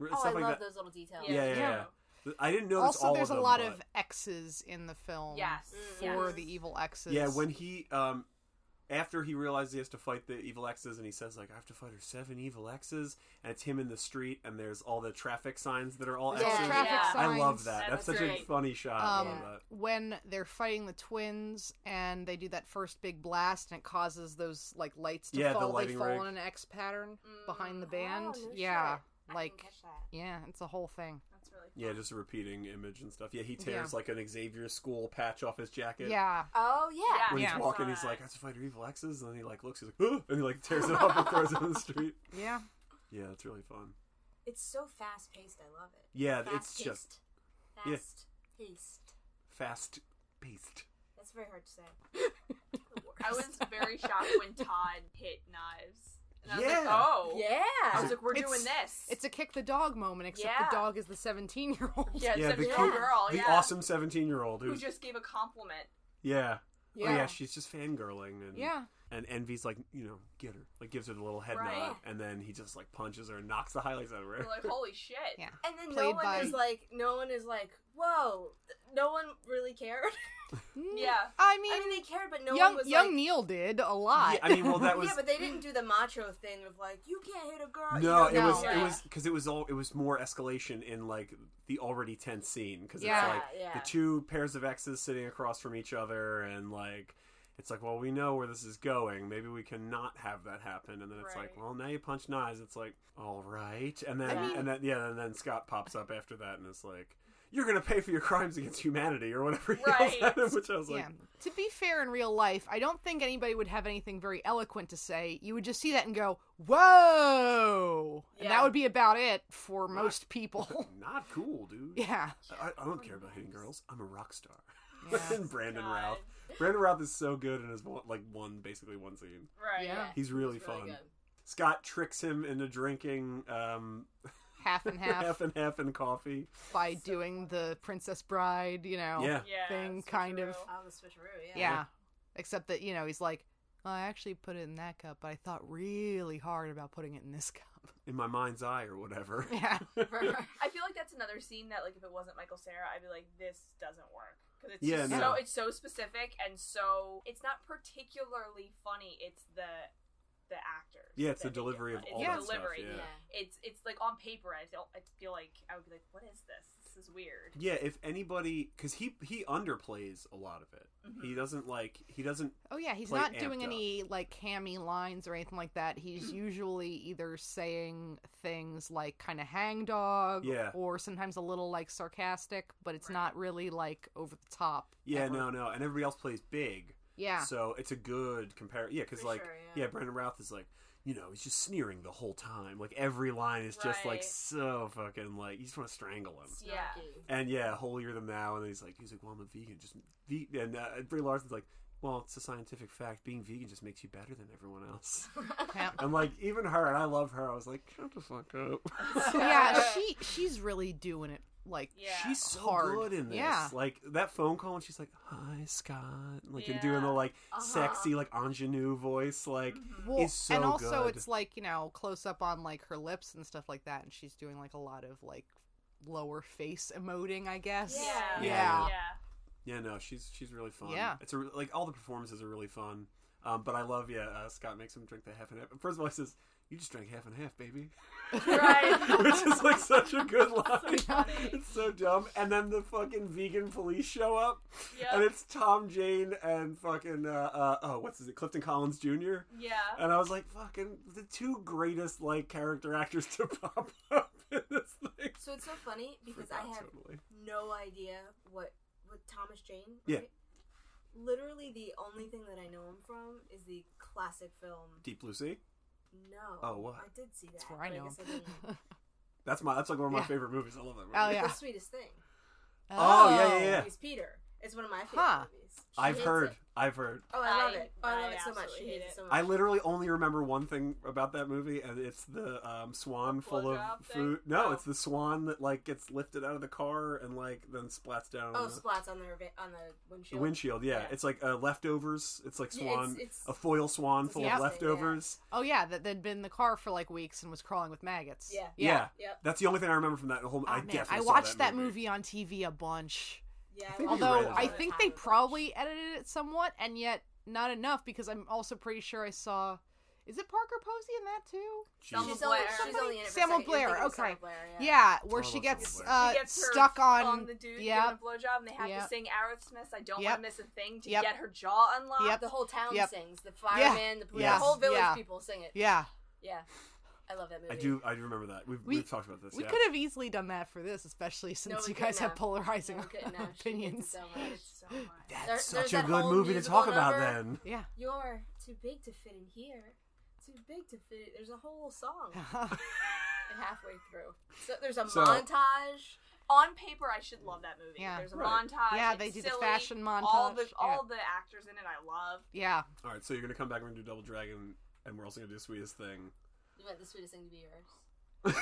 C: R-
B: Oh, I
C: Stuff like
B: love
C: that.
B: those little details.
A: Yeah,
C: Yeah, yeah, yeah.
E: yeah.
C: Th- I didn't notice
E: Also,
C: all
E: there's
C: of them,
E: a lot
C: but-
E: of X's in the film.
A: Yes.
B: Mm,
E: For
B: yes.
E: the evil X's.
C: Yeah, when he. Um, after he realizes he has to fight the evil X's, and he says, like, I have to fight her seven evil X's, and it's him in the street, and there's all the traffic signs that are all
E: There's
B: Yeah.
C: X's.
E: traffic
A: Yeah.
E: signs.
C: I love that.
A: That
C: That's,
A: was
C: such a
A: great.
C: funny shot. I
E: Um,
C: love
B: Yeah.
C: that.
E: when they're fighting the twins and they do that first big blast and it causes those like lights to
C: Yeah, the
E: fall they
C: lighting
E: fall
C: rig.
E: in an x pattern behind the
B: Mm,
E: band
B: oh, no
E: yeah
B: shit. I
E: like
B: didn't catch that.
E: yeah it's a whole thing
A: That's really fun.
C: Yeah, just a repeating image and stuff. Yeah, he
E: Yeah.
C: tears like an Xavier school patch off his jacket.
E: yeah
B: Oh yeah.
C: When
E: Yeah.
C: he's walking, he's <laughs> like, "I have to fight your evil exes," and then he like looks, he's like, <gasps> "Huh," and he like tears it off and throws it in the street. <laughs>
E: yeah
C: Yeah, it's really fun.
B: It's so fast paced. I love it.
C: Yeah,
B: Fast
C: it's just yeah.
B: fast paced.
C: fast paced.
B: That's very hard to say.
A: I was very shocked when Todd hit knives. And I was like,
C: Yeah.
A: oh.
B: Yeah.
A: I was like, we're
E: It's-
A: doing this.
E: it's a kick the dog moment except
A: Yeah.
E: the dog is the 17 year old
A: yeah,
C: Yeah,
A: yeah,
C: the
A: the
B: cute-
A: girl, Oh,
C: The
A: yeah,
C: awesome seventeen-year-old
A: who
C: who's
A: just gave a compliment.
C: yeah.
E: yeah
C: oh yeah,
E: yeah,
C: she's just fangirling and and envy's like you know get her like gives her the little head
A: Right.
C: nod and then he just like punches her and knocks the highlights out of her.
A: We're like, holy shit.
E: Yeah.
B: And then no
E: Played
B: one
E: by-
B: is like, no one is like, whoa. Th- No one really cared.
E: Mm,
A: Yeah.
E: i mean,
B: I mean, they cared, but no
E: young
B: one was
E: young
B: like.
E: neil did a
C: <laughs>
E: lot
C: Yeah, I mean, <laughs> well, that
B: <laughs>
C: was
B: yeah, but they didn't do the macho thing of like, you can't hit a girl.
C: no,
B: you
C: it was
B: know?
C: it
A: Yeah.
C: was because it was all it was more escalation in like the already tense scene because
E: Yeah,
C: it's like
B: yeah.
C: the two pairs of X's sitting across from each other and like it's like well we know where this is going maybe we cannot have that happen and then it's like
A: Right.
C: well now you punch knives it's like all right and then
E: I mean-
C: and then yeah and then Scott pops up after that and it's like you're gonna pay for your crimes against humanity or whatever he yells
A: Right.
C: at him, which I was like
E: yeah. To be fair, in real life, I don't think anybody would have anything very eloquent to say. You would just see that and go, "Whoa!" And that
A: Yeah.
E: would be about it for most <laughs> people.
C: <laughs> not cool dude
E: yeah.
C: I, I don't care about hitting girls I'm a rock star
E: <laughs> Yeah.
C: and <laughs> Brandon
A: God.
C: Routh Brandon Routh is so good in his one, like one basically one scene.
A: Right.
E: Yeah.
C: He's really
B: It's
C: fun.
B: Really good.
C: Scott tricks him into drinking um, <laughs>
E: Half and half,
C: half and half and coffee.
E: by doing the Princess Bride, you know,
C: Yeah.
A: Yeah.
E: thing
A: switcheroo.
E: kind of.
B: Oh, the switcheroo. Yeah.
E: Yeah. Except that you know he's like, Well, I actually put it in that cup, but I thought really hard about putting it in this cup. <laughs>
C: in my mind's eye or whatever. <laughs>
E: Yeah.
A: I feel like that's another scene that, like, if it wasn't Michael Sarah, I'd be like, this doesn't work because it's
C: Yeah,
A: just
C: no.
A: so it's so specific and so it's not particularly funny. It's the the actors.
C: Yeah, it's
A: that make
C: the
A: it
C: delivery of
A: fun.
C: all
A: it's
C: that
A: the delivery.
C: stuff. Yeah.
A: It's it's like on paper. I feel I feel like I would be like, what is this? This is weird.
C: Yeah, if anybody, because he he underplays a lot of it.
A: Mm-hmm.
C: He doesn't like he doesn't.
E: Oh yeah, he's
C: Play
E: not
C: amped
E: doing any like hammy lines or anything like that.
C: <clears throat>
E: He's usually either saying things like kind of hangdog,
C: Yeah.
E: or sometimes a little like sarcastic, but it's
A: Right.
E: not really like over the top.
C: Yeah,
E: ever.
C: no, no, and everybody else plays big. <laughs>
E: yeah,
C: So it's a good compare. Yeah, because
B: For
C: like
B: sure,
C: yeah.
B: yeah.
C: Brandon Routh is like you know he's just sneering the whole time. Like every line is just like
A: Right.
C: so fucking like you just want to strangle him.
A: Yeah.
B: Snarky.
C: And yeah, holier than thou. And then he's like he's like well I'm a vegan, just ve-. and uh, Brie Larson's like well it's a scientific fact being vegan just makes you better than everyone else. <laughs>
E: yeah.
C: and like even her and I love her. I was like shut the fuck up.
E: Yeah,
A: <laughs>
E: She she's really doing it like
A: Yeah.
C: She's so
E: hard.
C: good in this.
E: Yeah.
C: Like that phone call and she's like, Hi Scott like and
A: Yeah. Uh-huh.
C: doing the like sexy, like ingenue voice, like
E: Well,
C: is so
E: and also
C: good.
E: it's like you know close up on like her lips and stuff like that, and she's doing like a lot of like lower face emoting, I guess.
A: Yeah.
E: <laughs> yeah.
A: Yeah.
C: Yeah, no, she's she's really fun.
E: Yeah.
C: it's a, re- like all the performances are really fun. Um, but I love yeah. Uh, Scott makes him drink the half and half. First of all, he says, "You just drank half and half, baby," <laughs>
A: Right.
C: which is like such
A: <laughs>
C: a good line. it's so dumb. And then the fucking vegan police show up,
A: Yep.
C: <laughs> and it's Tom Jane and fucking uh, uh oh what's his it Clifton Collins Jr.
A: Yeah.
C: And I was like, fucking the two greatest like character actors to <laughs> pop up in this thing.
B: So it's so funny because I
C: Forgot
B: have
C: totally.
B: no idea what with Thomas Jane.
C: Yeah.
B: right? Literally, the only thing that I know him from is the classic film.
C: Deep Blue Sea.
B: No.
C: Oh, what?
B: I did see that.
E: That's where I
B: but
E: know
B: guess
E: him.
B: didn't.
C: That's my. That's like one of my
E: Yeah.
C: favorite movies. I love that movie.
E: Oh
B: The
E: <laughs> yeah.
B: sweetest thing.
C: Oh, yeah, yeah, yeah.
B: He's Peter. It's one of my favorite
E: Huh.
B: movies. She
C: I've
B: hates
C: heard.
B: it.
C: I've heard.
B: Oh, I love
A: I-
B: it. Oh, I love
A: I
B: it so much.
A: absolutely
B: She
A: hate
B: hates it
A: it.
B: so much.
C: I literally only remember one thing about that movie, and it's the um, swan full of
A: blowjob
C: food.
A: thing?
C: No,
A: Oh.
C: it's the swan that like gets lifted out of the car and like then splats down
B: Oh,
C: on the,
B: splats on the reva- on the
C: the
B: windshield.
C: windshield. Yeah,
B: Yeah.
C: it's like uh, leftovers. It's like
B: Yeah, it's-
C: swan,
B: it's-
C: a foil swan full of
E: disgusting,
C: leftovers.
E: Oh yeah, that that'd been in the car for like weeks and was crawling with maggots.
B: Yeah.
C: Yeah.
B: Yep.
C: that's the only thing I remember from that whole.
E: Oh,
C: I
E: man,
C: definitely
E: I
C: saw
E: watched that movie. on TV a bunch.
B: Yeah.
C: think
B: watched
C: we
B: it
E: Although
C: ran
B: all
E: I
C: it.
B: the
E: think
B: time
E: they
B: a bunch.
E: probably edited it somewhat, and yet not enough because I'm also pretty sure I saw. Is it Parker Posey in that too?
C: Jesus.
A: She's
B: She's only,
A: Blair.
B: she's only in it for a
E: Samuel
B: second. You're
E: Blair,
B: thinking of
E: okay.
B: Samuel Blair,
E: Yeah, where
C: Oh,
E: she
C: that's
E: gets,
C: hilarious.
E: uh,
A: She gets her
E: stuck on,
A: on the dude
E: Yeah,
A: giving a blowjob, and they have
E: Yep.
A: to sing Aerosmith. I don't
E: Yep.
A: want to miss a thing to
E: Yep.
A: get her jaw unlocked.
E: Yep.
B: The whole town
E: Yep.
B: sings. The fireman, the police,
E: Yeah.
B: the whole village
E: Yeah.
B: people sing it.
E: yeah.
B: Yeah. I love that movie.
C: I
B: <laughs>
C: do. I do remember that. We've,
E: We-
C: we, have talked about this.
E: We
C: yeah.
E: could have easily done that for this, especially since
B: we
E: you guys
B: couldn't
E: have
B: have.
E: polarizing
B: No, we
E: <laughs>
B: couldn't have. She hates it
E: opinions.
B: so
A: I hate
B: much.
A: it so much.
C: That's
B: There-
C: such
B: there's
C: a
B: that
C: good
B: whole
C: movie to
B: musical
C: talk about. <laughs>
B: number.
C: Then
E: Yeah.
B: You're too big to fit in here. Too big to fit. There's a whole song
E: <sighs>
B: <laughs> halfway through. So there's a
C: So-
B: montage.
A: on paper, I should love that movie.
E: Yeah.
A: There's a
C: Right.
A: montage.
E: Yeah,
A: it's
E: they do the
A: silly,
E: fashion
A: All the
E: montage,
A: all the actors in it, I love.
E: yeah.
C: all right. So you're gonna come back and we're gonna do Double Dragon, and we're also gonna do the sweetest thing. <laughs>
B: You want the sweetest thing to be yours.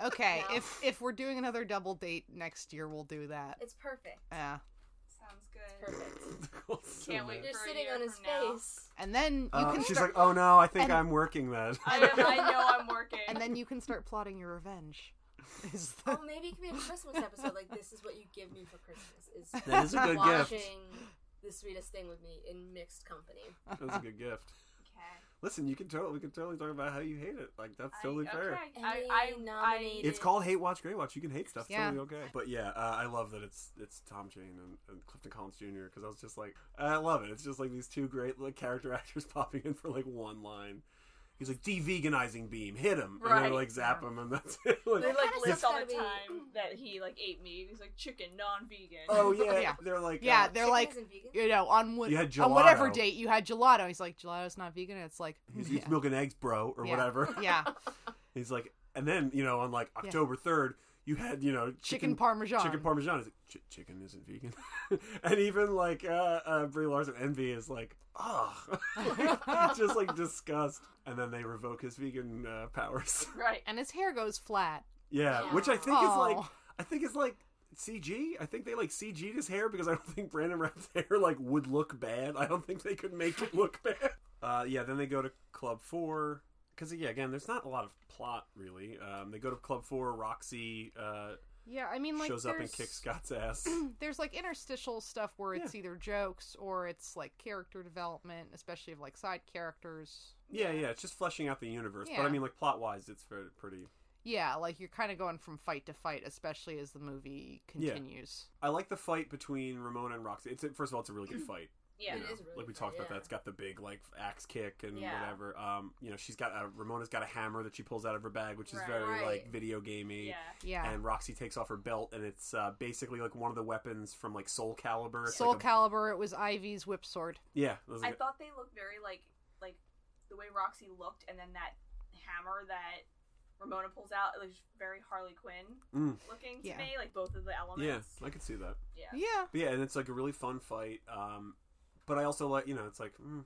E: Okay.
B: No.
E: If if we're doing another double date next year, we'll do that.
B: It's perfect.
E: Yeah.
A: Sounds good.
B: Perfect.
A: Can't wait
B: You're
A: For a
B: sitting
A: year
B: on his
A: from now.
B: face.
E: And then you
C: Uh,
E: can
C: she's
E: start,
C: like, oh no, I think
E: and-
C: I'm working that.
A: I, am, I know I'm working.
E: and then you can start plotting your revenge. <laughs> Is the-
B: Oh, maybe it could be a Christmas episode. Like this is what you give me for Christmas. Is
C: <laughs> That is a good
B: watching
C: gift.
B: the sweetest thing with me in mixed company.
C: That's a good gift.
A: okay.
C: Listen, you can totally we can totally talk about how you hate it. Like that's
A: I-
C: totally fair.
A: Okay.
B: And
A: I,
B: they
A: I,
B: nominated-
A: I,
C: It's called Hate Watch Great Watch. You can hate stuff. It's
E: Yeah.
C: Totally okay. But yeah, uh, I love that it's it's Tom Jane and, and Clifton Collins Jr. Because I was just like, I love it. It's just like these two great like character <laughs> actors popping in for like one line. He's like de-veganizing beam, hit him, and
A: Right.
C: then like zap him, and that's <laughs> it. Like,
A: they like
B: kinda
A: list all
B: gotta
A: the
B: be-
A: time that he like ate meat. He's like chicken, non-vegan.
C: oh yeah,
E: Yeah.
C: they're like,
E: yeah,
C: uh,
E: they're
B: Chicken
E: like,
B: isn't vegan?
E: you know, on what
C: You had
E: on whatever
C: gelato.
E: date you had gelato. He's like, gelato's not vegan. And it's like,
C: <laughs> he's
E: yeah,
C: eats milk and eggs, bro, or
E: yeah,
C: whatever. <laughs>
E: Yeah,
C: He's like, and then you know on like October third, you had you know
E: chicken parmesan.
C: Chicken parmesan is like, "Ch- chicken isn't vegan, <laughs> and even like uh, uh, Brie Larson envy is like,
E: <laughs>
C: ugh, <laughs> Like, just like disgust, and then they revoke his vegan uh, powers.
A: <laughs>
C: <laughs>
A: Right.
E: and his hair goes flat.
C: yeah, which I think is
E: Aw.
C: like, I think is like CG. I think they like CG'd his hair because I don't think Brandon Rath's <laughs> hair like would look bad. I don't think they could make it look bad. <laughs> Uh, yeah, then they go to Club Four because yeah, again, there's not a lot of plot really. Um, they go to Club Four. Roxy uh,
E: Yeah, I mean, like
C: shows up and
E: there's-
C: kicks Scott's ass.
E: <clears throat> There's like interstitial stuff where it's either jokes or it's like character development, especially of like side characters.
C: yeah, yeah, it's just fleshing out the universe. But I
E: Yeah.
C: mean, like plot wise, it's very pretty.
E: Yeah, like you're kind of going from fight to fight, especially as the movie continues.
C: I like the fight between Ramona and Roxy. It's first of all, it's a really good fight.
A: Yeah.
C: you know,
B: is really
C: like we
B: good,
C: talked about
B: yeah.
C: that. It's got the big like axe kick and
A: Yeah.
C: whatever. Um, you know, she's got a, Ramona's got a hammer that she pulls out of her bag, which is
A: Right.
C: very
B: Right.
C: like video gamey.
A: Yeah.
E: Yeah.
C: And Roxy takes off her belt, and it's uh, basically like one of the weapons from like Soul Calibur. It's
E: Soul
C: like a-
E: Calibur, it was Ivy's whip sword.
C: yeah, it was
A: I
C: like a-
A: thought they looked very like like the way Roxy looked, and then that hammer that Ramona pulls out, it was very Harley Quinn
C: Mm.
A: looking to
E: Yeah.
A: me, like both of the
C: yeah,
A: elements.
C: I could see that.
A: Yeah, yeah.
E: Yeah.
C: But yeah, and it's like a really fun fight. Um, but I also like you know it's like mm,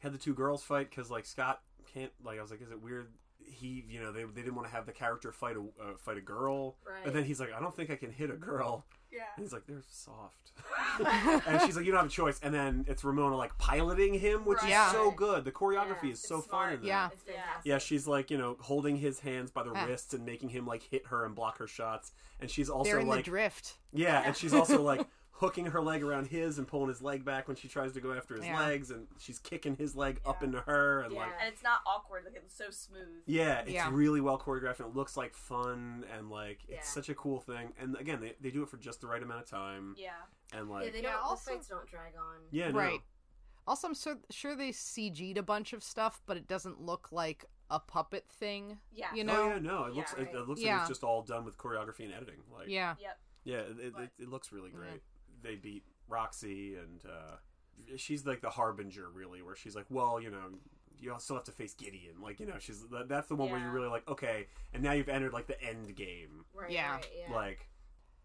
C: had the two girls fight because like Scott can't like I was like is it weird he you know they, they didn't want to have the character fight a uh, fight a girl
B: Right.
C: and then he's like I don't think I can hit a girl
A: <laughs>
C: and he's like they're soft <laughs> and she's like you don't have a choice and then it's Ramona like piloting him which
E: Right.
C: is so good the choreography
B: Yeah,
C: is so
A: it's
C: fun
A: smart.
C: in that.
E: Yeah.
B: It's
A: Yeah.
B: fantastic.
C: Yeah, she's like you know holding his hands by the
E: Ah.
C: wrists and making him like hit her and block her shots, and she's also
E: They're in
C: like
E: the drift.
C: yeah, and she's
E: <laughs>
C: also like hooking her leg around his and pulling his leg back when she tries to go after his
E: Yeah.
C: legs, and she's kicking his leg up
A: Yeah.
C: into her, and like
A: and it's not awkward. Like it's so smooth.
C: yeah, it's
E: Yeah.
C: really well choreographed, and it looks like fun, and like
B: Yeah.
C: it's such a cool thing. And again, they, they do it for just the right amount of time,
A: Yeah,
C: and
B: Yeah,
C: like
B: they
E: Yeah,
B: don't.
E: also-
B: the fights don't drag on.
C: yeah, no.
E: Right. Also, I'm so, sure they CG'd a bunch of stuff, but it doesn't look like a puppet thing.
A: yeah,
E: You
C: oh
E: know?
C: yeah, no. It
A: Yeah,
C: looks it,
B: right.
C: it looks like
E: Yeah.
C: it's just all done with choreography and editing. Like
E: Yeah.
A: yep.
C: Yeah, it, it,
A: But-
C: it looks really great.
E: Yeah.
C: They beat Roxy, and uh, she's like the harbinger, really, where she's like, well, you know, you still have to face Gideon. Like, you know, she's that- that's the one where you're
A: Yeah.
C: really like, okay, and now you've entered like the end game.
B: Right.
E: Yeah.
B: Right, yeah.
C: Like,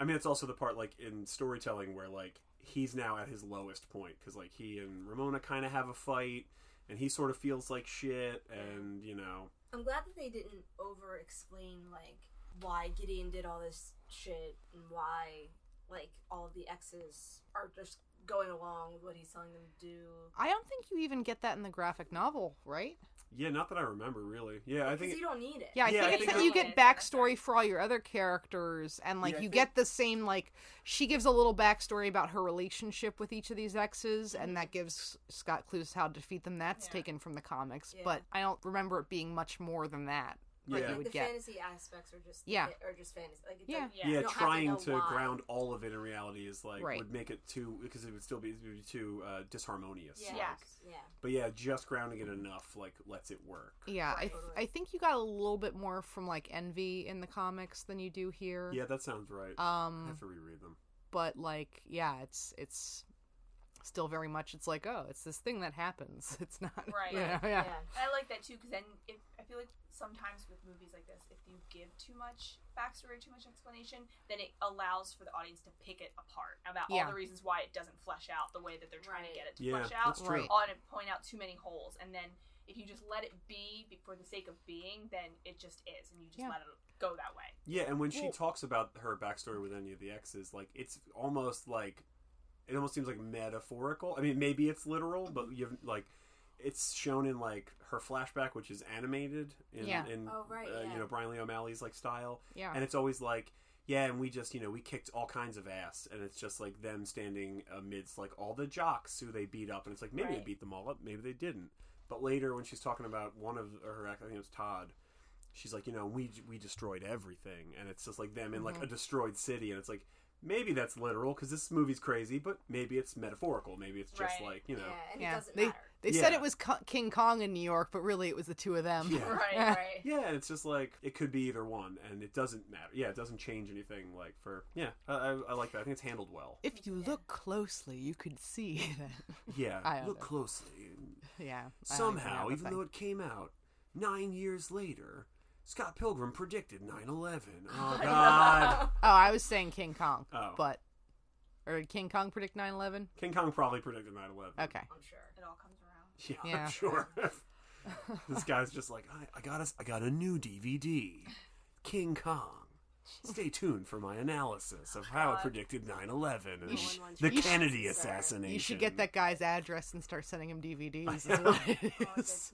C: I mean, it's also the part like in storytelling where like he's now at his lowest point because like he and Ramona kind of have a fight, and he sort of feels like shit, and you know,
B: I'm glad that they didn't over explain like why Gideon did all this shit and why like all of the exes are just going along with what he's telling them to do.
E: I don't think you even get that in the graphic novel, right?
C: yeah, not that I remember really. Yeah, I
B: Because
C: think
B: you don't need it.
E: Yeah, I
C: Yeah, I
E: think it's
C: think
E: that
C: it-
E: you
A: Yeah,
E: get
A: that's
E: backstory for all your other characters, and like
C: Yeah, I
E: you
C: think-
E: get the same like she gives a little backstory about her relationship with each of these exes, and that gives Scott clues how to defeat them. That's
A: Yeah.
E: taken from the comics,
B: Yeah.
E: but I don't remember it being much more than that.
C: yeah.
E: you
B: Like,
E: would
B: the
E: get.
B: fantasy aspects are just
E: Yeah.
B: are just fantasy. Like it's
E: Yeah.
B: like,
A: Yeah.
C: yeah,
B: You don't have to
C: trying
B: know
C: to
B: why.
C: ground all of it in reality is like
E: Right.
C: would make it too because it would still be, it would be too uh, disharmonious.
B: Yeah.
A: Yeah.
C: Like,
B: yeah.
C: but yeah, just grounding it enough like lets it work.
E: Yeah, I,
B: Right,
E: th-
B: totally.
E: I think you got a little bit more from like Envy in the comics than you do here.
C: Yeah, that sounds right. I
E: Um,
C: have to reread them.
E: but like, yeah, it's it's still very much. It's like, oh, it's this thing that happens. <laughs> It's not
A: Right.
E: you know, yeah.
B: Yeah.
A: I like that too because then if, I feel like sometimes with movies like this, if you give too much backstory, too much explanation, then it allows for the audience to pick it apart about
E: Yeah.
A: all the reasons why it doesn't flesh out the way that they're trying
B: Right.
A: to get it to
C: Yeah,
A: flesh out,
C: that's true.
E: Right.
A: on and point out too many holes, and then if you just let it be be- for the sake of being, then it just is, and you just
E: Yeah.
A: let it go that way.
C: Yeah, and when she
E: Well-
C: talks about her backstory with any of the exes, like it's almost like it almost seems like metaphorical. I mean, maybe it's literal, but you've like it's shown in like her flashback, which is animated in,
E: Yeah.
C: in
B: Oh, right,
C: uh,
B: yeah.
C: you know Brian Lee O'Malley's like style,
E: Yeah.
C: and it's always like yeah and we just you know we kicked all kinds of ass and it's just like them standing amidst like all the jocks who they beat up and it's like maybe they
B: Right.
C: beat them all up maybe they didn't but later when she's talking about one of her i think it was todd she's like you know we we destroyed everything and it's just like them in
B: Mm-hmm.
C: like a destroyed city and it's like maybe that's literal because this movie's crazy but maybe it's metaphorical maybe it's just
A: Right.
C: like you know
B: Yeah, and it
E: Yeah.
B: doesn't
E: They
B: matter.
E: they said
C: Yeah.
E: it was Co- King Kong in New York, but really it was the two of them.
C: Yeah.
A: Right,
B: <laughs> Right.
C: Yeah, and it's just like it could be either one, and it doesn't matter. Yeah, it doesn't change anything. Like for yeah, I, I, I like that. I think it's handled well.
E: <laughs> If you look closely, you could see <laughs> that.
C: Yeah,
E: I
C: look
E: don't know.
C: closely.
E: yeah. I like that
C: Somehow,
E: other
C: even
E: thing.
C: though it came out nine years later, Scott Pilgrim predicted 9/11.
E: <laughs>
C: Oh God!
E: oh, I was saying King Kong,
C: Oh.
E: but or did King Kong predict 9/11?
C: King Kong probably predicted 9/11.
E: Okay.
B: I'm sure.
A: It all comes around.
C: <laughs> Yeah,
E: Uh, Yeah.
C: I'm sure.
E: <laughs>
C: this guy's just like, I, I got us. I got a new DVD, King Kong. Stay tuned for my analysis
E: Oh,
C: of how it predicted 9 11 and
B: should- wants
C: the
B: you should-
C: Kennedy
B: Sorry.
C: assassination.
E: You should get that guy's address and start sending him DVDs. is
C: know.
E: what it
F: Oh, I
C: <laughs>
E: is.
F: just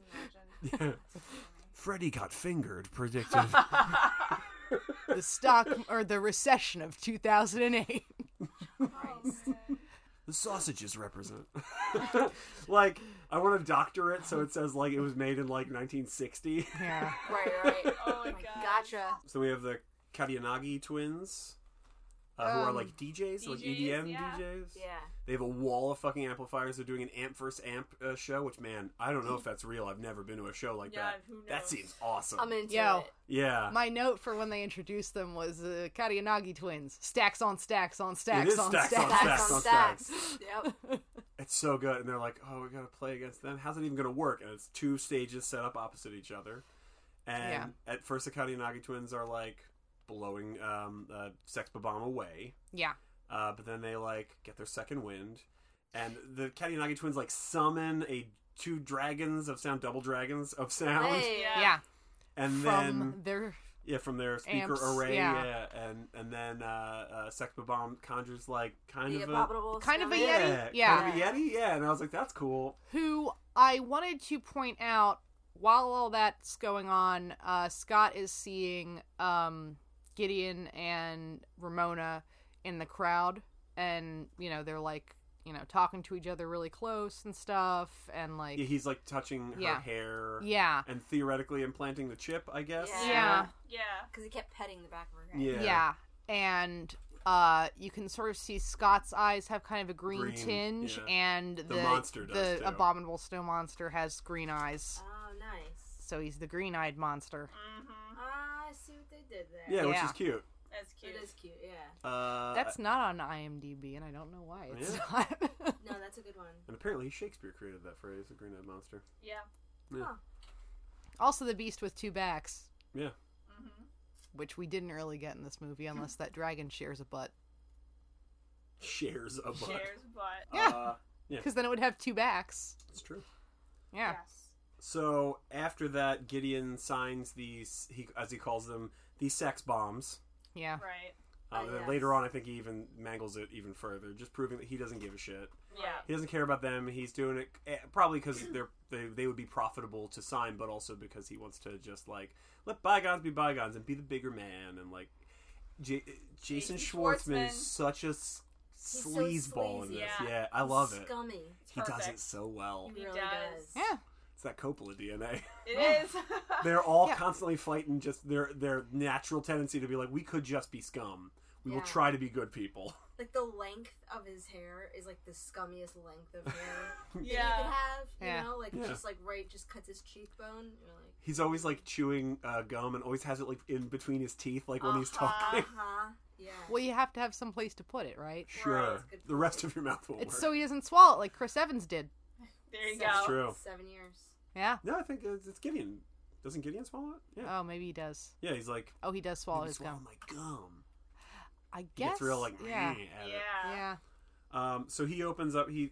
F: imagine.
A: <laughs>
B: <laughs>
E: <laughs>
C: Freddie got fingered, predicted.
E: the stock or the recession of 2008.
C: the sausages represent. <laughs> like, I want a doctorate, so it says, like, it was made in, like, 1960.
E: Yeah.
B: Right,
C: <laughs>
B: right.
F: Oh my
B: Like,
F: gosh.
B: Gotcha.
C: So we have the Kadianagi twins, uh, who are
E: Um,
C: like DJs, like
F: DJs,
C: E EDM
F: yeah.
C: DJs.
B: Yeah.
C: They have a wall of fucking amplifiers. They're doing an amp versus amp uh, show, which man, I don't know if that's real. I've never been to a show like
F: Yeah,
C: that.
F: who knows?
C: That seems awesome.
B: I'm into
E: Yo.
B: it.
C: yeah,
E: <laughs> My note for when they introduced them was uh, Katayanagi twins. Stacks on stacks on
C: it
E: stacks
C: is
E: on
C: stacks,
E: stacks.
C: on
B: Stacks
C: stacks
B: on
C: on stacks.
E: <laughs>
B: Yep.
C: It's so good, and they're like, "Oh, we gotta play against them. How's it even gonna work?" And it's two stages set up opposite each other. And at first, the Kadianagi twins are like blowing um, uh, Sex Bomb away.
E: Yeah.
C: Uh, but then they like get their second wind, and the Katayanagi twins like summon a two dragons of sound, double dragons of sound,
B: Hey.
F: Yeah.
E: Yeah.
C: and
E: From
C: then
E: their
C: yeah, from their speaker
E: amps,
C: array,
E: yeah.
C: yeah. and and then uh, uh, Sekba Bomb conjures like kind
B: The
C: of a
B: abominable.
E: kind of a
B: snowman.
E: yeti.
C: yeah,
E: Yeah.
C: kind of a yeti, yeah, and I was like, that's cool.
E: who I wanted to point out while all that's going on, uh, Scott is seeing um, Gideon and Ramona in the crowd, and you know they're like you know talking to each other really close and stuff, and like
C: Yeah, he's like touching her
E: Yeah.
C: hair,
E: yeah,
C: and theoretically implanting the chip, I guess.
B: Yeah.
E: yeah.
F: Yeah.
B: Because he kept petting the back of her
C: Yeah.
B: head.
E: Yeah. And uh, you can sort of see Scott's eyes have kind of a green,
C: Green,
E: tinge,
C: yeah.
E: and the,
C: monster does,
E: the
C: too.
E: abominable snow monster has green eyes,
B: Oh, nice.
E: so he's the green-eyed monster.
F: Mm-hmm.
B: Ah, I see what they did there.
C: Yeah, which
E: Yeah.
C: is cute.
F: That's cute.
B: It is cute, yeah.
C: Uh,
E: That's not on IMDb, and I don't know why it's
C: Really?
E: <laughs> not.
B: No, that's a good one.
C: and apparently Shakespeare created that phrase, the green-eyed monster.
F: Yeah.
E: also, the beast with two backs,
C: Yeah.
F: Mm-hmm.
E: which we didn't really get in this movie, unless that dragon shares a butt.
C: Shares a butt.
F: Shares butt.
E: Yeah.
C: Uh, Yeah.
E: Because then it would have two backs.
C: it's true.
E: Yeah.
F: Yes.
C: So after that, Gideon signs these, he, as he calls them, these sex bombs.
E: Yeah.
F: Right.
C: Uh,
B: Oh,
C: and then
B: yes.
C: Later on, I think he even mangles it even further, just proving that he doesn't give a shit.
F: Yeah.
C: He doesn't care about them. He's doing it eh, probably because they're they, they would be profitable to sign, but also because he wants to just like let bygones be bygones and be the bigger man and like J-
F: Jason
C: Jason, Schwartzman
F: Schwartzman.
C: is such a s-
B: so
C: sleazeball in
B: sleazy.
C: this.
F: Yeah.
C: Yeah, I love it.
B: Scummy.
C: He does
F: perfect.
C: it so well.
F: He
B: Really
F: does.
B: does.
E: Yeah.
C: It's that Coppola DNA.
F: It
E: Yeah.
F: is.
C: <laughs>
F: <laughs>
C: They're all
E: Yeah.
C: constantly fighting just their their natural tendency to be like, we could just be scum. We will
B: Yeah.
C: try to be good people. <laughs>
B: Like the length of his hair is like the scummiest length
C: <laughs>
B: of hair that you could
F: yeah.
B: have. You
E: Yeah.
B: know, like
C: Yeah.
B: just like right, just cuts his cheekbone. You're like,
C: He's always like chewing uh, gum and always has it like in between his teeth, like when he's
F: Uh-huh.
C: talking.
B: uh huh, yeah.
E: Well, you have to have some place to put it, right?
C: Sure,
B: Right.
C: the rest of your mouth will
E: It's
C: work.
E: so he doesn't swallow it like Chris Evans did.
F: There you
B: That's
F: go.
C: true.
B: Seven years.
E: Yeah.
C: no, I think it's, it's Gideon. Doesn't Gideon swallow it? Yeah,
E: Oh, maybe he does.
C: yeah. He's like
E: Oh, he does swallow
C: "Maybe
E: his gum.
C: my gum.
E: I
C: He
E: guess.
C: gets real like
E: yeah.
C: "Meh" at it.
F: Yeah.
E: Yeah.
C: Um, so he opens up. He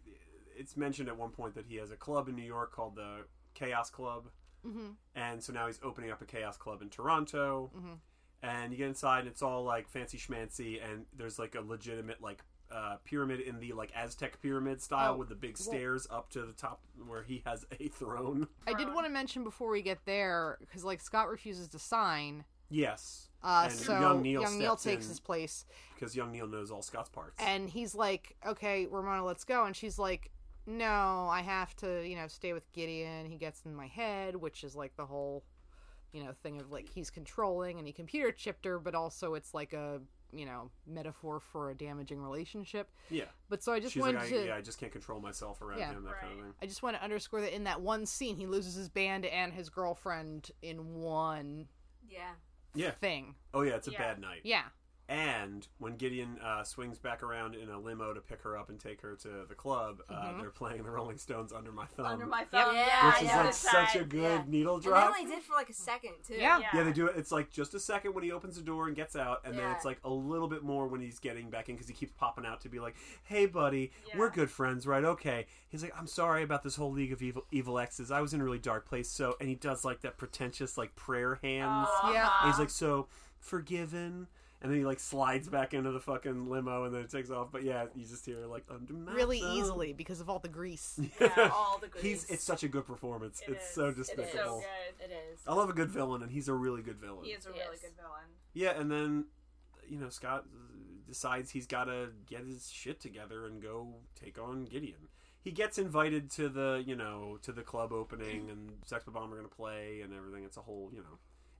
C: it's mentioned at one point that he has a club in New York called the Chaos Club,
E: hmm
C: and so now he's opening up a Chaos Club in Toronto.
E: Mhm.
C: And you get inside, and it's all like fancy schmancy, and there's like a legitimate like uh, pyramid in the like Aztec pyramid style
E: Oh,
C: with the big
E: well-
C: stairs up to the top where he has a throne.
E: I did
F: Prone.
E: want to mention before we get there, because like Scott refuses to sign.
C: Yes,
E: Uh,
C: And
E: so
C: young Neil steps
E: takes
C: in.
E: his place,
C: because young Neil knows all Scott's parts.
E: and he's like, "Okay, Ramona, let's go." And she's like, "No, I have to, you know, stay with Gideon. He gets in my head, which is like the whole, you know, thing of like he's controlling and he computer chipped her, but also it's like a, you know, metaphor for a damaging relationship.
C: yeah,
E: But so I just
C: she's
E: wanted
C: like, I,
E: to,
C: yeah, I just can't control myself around
E: Yeah.
C: him, that kind of thing.
E: I just want to underscore that in that one scene, he loses his band and his girlfriend in one
B: Yeah.
C: Yeah.
E: thing.
C: Oh yeah, it's a
F: Yeah.
C: bad night.
E: Yeah,
C: And when Gideon uh, swings back around in a limo to pick her up and take her to the club,
E: Mm-hmm.
C: uh, they're playing the Rolling Stones "Under My Thumb,"
F: Under my thumb.
B: Yeah,
F: Yeah.
C: Um, which is
B: yeah.
C: like such a
F: Side.
C: good
B: Yeah.
C: needle
B: And they
C: drop.
B: only did for like a second too.
E: Yeah.
F: Yeah.
C: Yeah, they do it. It's like just a second when he opens the door and gets out, and then
B: Yeah.
C: it's like a little bit more when he's getting back in because he keeps popping out to be like, "Hey, buddy,
F: Yeah.
C: we're good friends, right? Okay." He's like, "I'm sorry about this whole League of Evil Evil Exes. I was in a really dark place." So, and he does like that pretentious like prayer hands.
F: Uh-huh.
E: Yeah.
C: And he's like, so forgiven. and then he like slides back into the fucking limo, and then it takes off. But yeah, you just hear like under my
E: really
C: thumb. <laughs>
E: easily because of all the grease.
A: Yeah, all the goodies.
C: He's it's such a good performance.
A: It
C: it's
A: is.
C: so
A: It is. So
C: despicable.
A: good.
B: It is.
C: I love a good villain, and he's a really good villain.
A: He is a
B: He
A: really
B: is.
A: good villain.
C: Yeah, and then you know Scott uh, decides he's got to get his shit together and go take on Gideon. He gets invited to the you know to the club opening, and Sex Bomb are gonna play and everything. It's a whole you know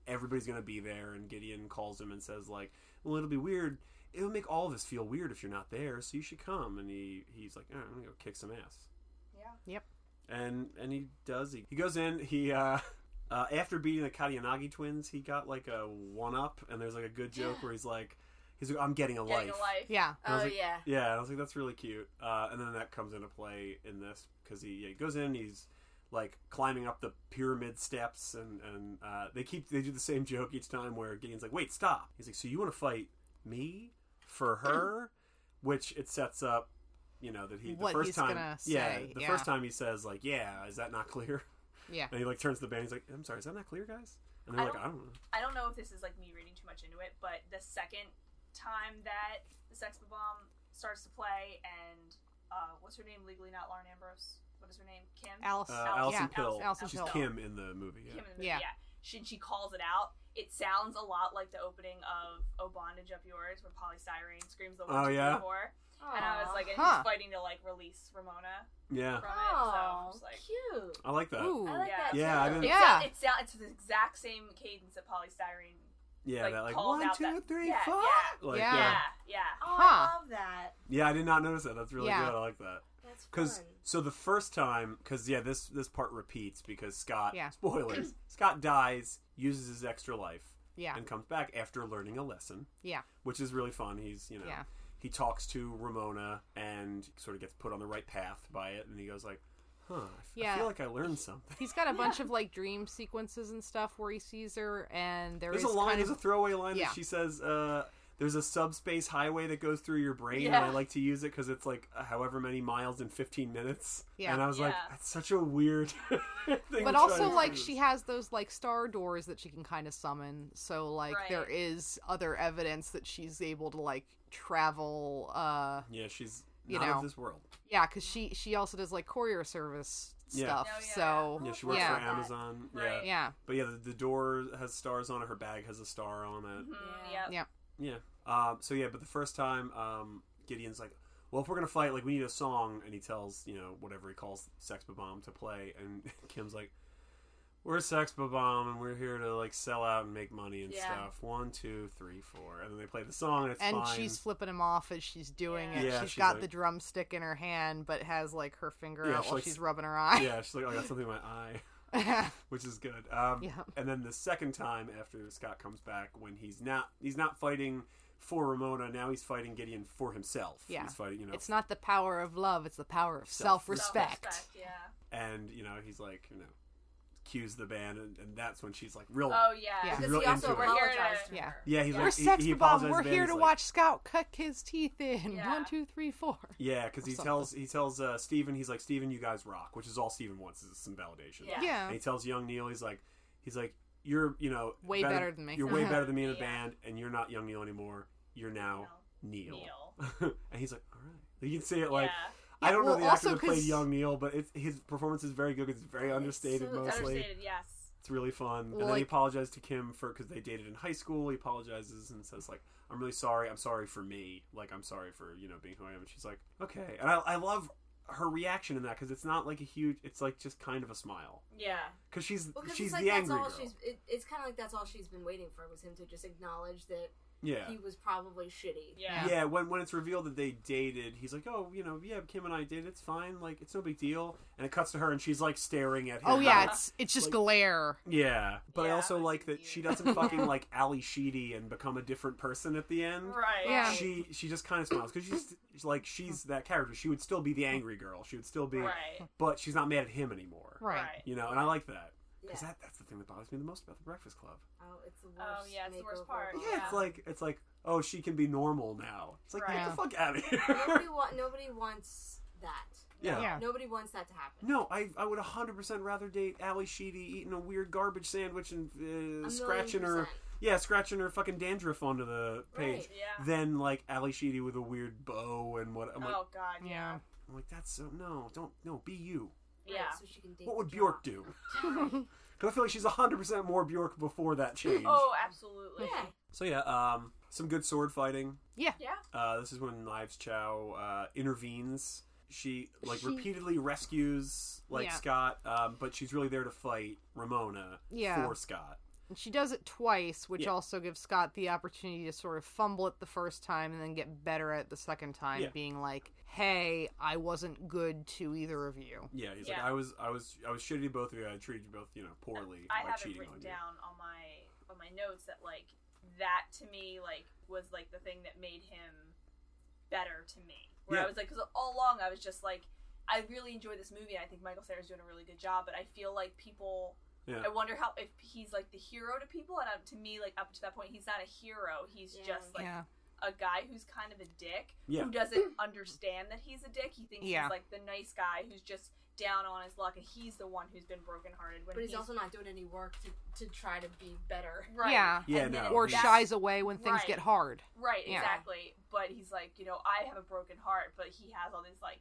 C: everybody's gonna be there, and Gideon calls him and says like, "Well, it'll be weird. It'll make all of us feel weird if you're not there, so you should come." And he he's like, "All right, "I'm gonna go kick some ass."
A: Yeah.
E: Yep.
C: And and he does. He, he goes in. He uh, <laughs> uh, after beating the Katayanagi twins, he got like a one up. And there's like a good joke where he's like, he's like, I'm getting a
A: Getting
C: life.
A: a life.
E: Yeah.
C: I
B: Oh
C: was like-
B: yeah.
C: Yeah, and I was like, that's really cute. Uh, and then that comes into play in this because he, yeah, he goes in. He's like climbing up the pyramid steps, and and uh, they keep they do the same <laughs> joke each time where Gideon's like, wait, stop. He's like, so you want to fight me for her? <clears throat> Which it sets up, you know, that he the
E: What
C: first
E: he's
C: time,
E: gonna
C: yeah,
E: say,
C: the
E: yeah.
C: first time he says like, yeah, is that not clear? <laughs>
E: Yeah.
C: And he like turns to the band. He's like, I'm sorry, is that not clear, guys? And
A: I
C: they're like,
A: don't-
C: I don't know.
A: I don't know if this is like me reading too much into it, but the second time that the Sex Bomb starts to play, and uh, what's her name? Legally not Lauren Ambrose. What is her name? Kim.
E: Alice.
C: Uh,
A: Allison-
C: Alison
E: yeah.
C: Pill.
E: Alison
C: She's
E: Pill.
C: Kim in the movie. Yeah.
A: Kim in the movie.
E: Yeah.
A: Yeah. She she calls it out. It sounds a lot like the opening of "Oh Bondage Up Yours," where polystyrene screams the
C: Oh,
A: one, two, three,
C: yeah.
A: four. and I was like, and he's
E: Huh.
A: fighting to like release Ramona
C: Yeah.
A: from it. So I'm
B: oh,
A: just like,
B: cute.
C: I like that.
E: Ooh.
B: I like
A: Yeah.
B: that.
C: Yeah, I
B: too.
C: didn't-
A: It
E: Yeah.
A: sou- it sound, it's the exact same cadence that polystyrene.
C: Yeah,
A: like,
C: that like
A: calls
C: one,
A: out
C: two,
A: that-
C: three,
A: yeah,
C: four.
A: yeah.
C: Like,
E: Yeah.
C: yeah.
A: Yeah,
C: yeah,
A: yeah.
B: Oh,
E: Huh.
B: I love that.
C: I did not notice that. That's really
E: Yeah.
C: good. I like that.
B: That's
C: Because
B: fun.
C: so the first time, because yeah, this this part repeats because Scott.
A: <clears throat>
E: Yeah.
C: Spoilers. Scott dies, uses his extra life,
E: Yeah.
C: and comes back after learning a lesson,
E: Yeah.
C: which is really fun. He's you know
E: Yeah.
C: he talks to Ramona and sort of gets put on the right path by it, and he goes like, "Huh, I f-
E: Yeah.
C: I feel like I learned something."
E: He's got a bunch of like dream sequences and stuff where he sees her, and there
C: There's
E: is
C: a line.
E: kind
C: There's
E: of
C: a throwaway line
E: Yeah.
C: that she says. Uh, there's a subspace highway that goes through your brain, and I
A: Yeah.
C: like to use it because it's like however many miles in 15 minutes.
E: Yeah.
C: And I was like,
A: Yeah.
C: that's such a weird <laughs> thing. to
E: but
C: try
E: also
C: to
E: like
C: do.
E: she has those like star doors that she can kind of summon so like
A: Right.
E: there is other evidence that she's able to like travel uh
C: Yeah, she's
E: you
C: not
E: know.
C: of this world.
E: yeah because she she also does like courier service
C: Yeah.
E: stuff
A: Oh, yeah.
E: so
C: Yeah, she works
E: Yeah.
C: for Amazon. Yeah.
A: Right.
E: yeah
C: But yeah, the, the door has stars on it. Her bag has a star on it.
A: Mhm,
B: Yeah.
A: yep.
C: Yeah. Um, so yeah, but the first time, um, Gideon's like, "Well, if we're gonna fight, like, we need a song," and he tells you know whatever he calls Sex Bomb to play, and <laughs> Kim's like, "We're Sex Bomb, and we're here to like sell out and make money and
A: Yeah.
C: stuff." One, two, three, four, and then they play the song, and it's
E: and
C: fine. <laughs>
E: she's flipping him off as she's doing
A: Yeah.
E: it
C: Yeah,
E: she's
C: she's
E: got
C: like-
E: the drumstick in her hand but has like her finger
C: Yeah,
E: out
C: she,
E: while
C: like,
E: she's rubbing her eye
C: yeah, she's like, "Oh, "I got something in my eye," <laughs>
E: yeah
C: which is good. Um,
E: yeah
C: And then the second time after Scott comes back, when he's not he's not fighting for Ramona, now he's fighting Gideon for himself.
E: Yeah.
C: he's fighting you know
E: <laughs> it's not the power of love it's the power of self-respect,
C: Self-respect.
A: Self-respect, yeah.
C: and you know he's like you know cues the band and, and that's when she's like real
A: Oh yeah.
E: Yeah.
C: She's
B: Because
C: real
B: he also
C: into it.
A: We're here to-
B: apologized to
E: Yeah.
B: her.
C: yeah he's
A: Yeah.
E: we're
C: like he-
E: sex
C: he,
E: bomb
C: apologizes to
E: we're
C: the band,
E: here
C: he's
E: to
C: like-
E: watch scout cut his teeth in
A: Yeah.
E: one two three four
C: yeah because he
E: something.
C: tells he tells uh steven he's like steven you guys rock which is all steven wants is some validation
A: Yeah.
E: yeah
C: and he tells young neil he's like he's like you're you know
E: Way better than me.
C: you're way
E: Uh-huh.
C: better than me in the
A: Yeah.
C: band and you're not young neil anymore you're now neil,
A: Neil.
C: <laughs> and he's like all right you can see it like
A: yeah.
C: i don't
E: well,
C: know the actor
E: also
C: that played
E: 'cause-
C: young neil but it's, his performance is very good 'cause it's very understated
B: so
C: mostly
A: Understated, yes.
C: It's really fun. and then
E: Like-
C: he apologized to Kim for because they dated in high school. He apologizes and says like, "I'm really sorry. I'm sorry for me. Like, I'm sorry for you know being who I am." And she's like, "Okay." And I, I love her reaction in that because it's not like a huge. It's like just kind of a smile
A: Yeah.
C: because she's
B: Well, 'cause
C: she's
B: it's like
C: the
B: that's
C: angry
B: all
C: girl.
B: she's. It, it's kind of like that's all she's been waiting for was him to just acknowledge that
C: Yeah.
B: he was probably shitty.
A: Yeah.
C: yeah, when when it's revealed that they dated, he's like, "Oh, you know, yeah, Kim and I dated. It's fine. Like, it's no big deal." And it cuts to her, and she's like staring at him.
E: Oh yeah, it's it's just
C: Like-
E: glare.
C: yeah. But I
A: Yeah,
C: also
A: that's
C: like that she
A: weird.
C: doesn't
B: <laughs>
C: fucking like Ali Sheedy and become a different person at the end.
A: Right.
E: Yeah.
C: she she just kind of smiles because she's she's like she's that character. She would still be the angry girl. She would still be,
A: Right.
C: but she's not mad at him anymore.
E: Right.
C: You know, and I like that
B: Yeah.
C: because that that's the thing that bothers me the most about the Breakfast Club.
B: Oh, it's the worst.
A: Oh, yeah, it's the worst
B: makeover
A: part.
B: of
C: Yeah,
B: all.
A: Yeah.
C: it's like it's like oh she can be normal now. It's like
E: Right.
C: get the fuck out of here.
B: Nobody, wa- nobody wants that.
C: <laughs> yeah.
E: Yeah.
B: Nobody wants that to happen.
C: No, I I would hundred percent rather date Ally Sheedy eating a weird garbage sandwich and
B: A
C: uh,
B: million
C: scratching her.
B: percent.
C: yeah, scratching her fucking dandruff onto the page.
B: Right.
A: Yeah.
C: Then like Ali Sheedy with a weird bow and what I'm like,
A: oh god. Yeah.
E: Yeah.
C: I'm like that's so no, don't no, be you.
A: Yeah.
B: Right, so she can date
C: What would
B: the
C: Bjork
B: jock.
C: do? <laughs> Because I feel like she's hundred percent more Bjork before that change.
A: Oh, absolutely.
B: Yeah.
C: So yeah, um, some good sword fighting.
A: Yeah.
C: Uh, this is when Knives Chow uh, intervenes. She like
B: She-
C: repeatedly rescues like
E: Yeah.
C: Scott, um, but she's really there to fight Ramona
E: Yeah.
C: for Scott.
E: And she does it twice, which
C: Yeah.
E: also gives Scott the opportunity to sort of fumble it the first time and then get better at it the second time,
C: Yeah.
E: being like, "Hey, I wasn't good to either of you."
C: Yeah, he's like
A: Yeah.
C: I was, I was, I was shitty to both of you. I treated you both, you know, poorly
A: I
C: by
A: have it
C: cheating
A: written
C: on
A: down on my on my notes that like that to me like was like the thing that made him better to me. Where
C: Yeah.
A: I was like, because all along I was just like, I really enjoy this movie, and I think Michael Cera's doing a really good job. But I feel like people,
C: you. Yeah,
A: I wonder how if he's like the hero to people, and uh, to me, like up to that point, he's not a hero. He's
B: Yeah.
A: just like
E: yeah.
A: a guy who's kind of a dick
C: Yeah.
A: who doesn't <clears throat> understand that he's a dick. He thinks
E: Yeah.
A: he's like the nice guy who's just down on his luck, and he's the one who's been brokenhearted. When
B: But he's also not doing any work to, to try to be better.
A: right.
E: Yeah.
C: Oh, yeah,
A: and
C: no,
A: then-
E: Or
A: That's-
E: shies away when things
A: Right.
E: get hard.
A: Right,
E: Yeah.
A: exactly. But he's like, you know, I have a broken heart, but he has all these like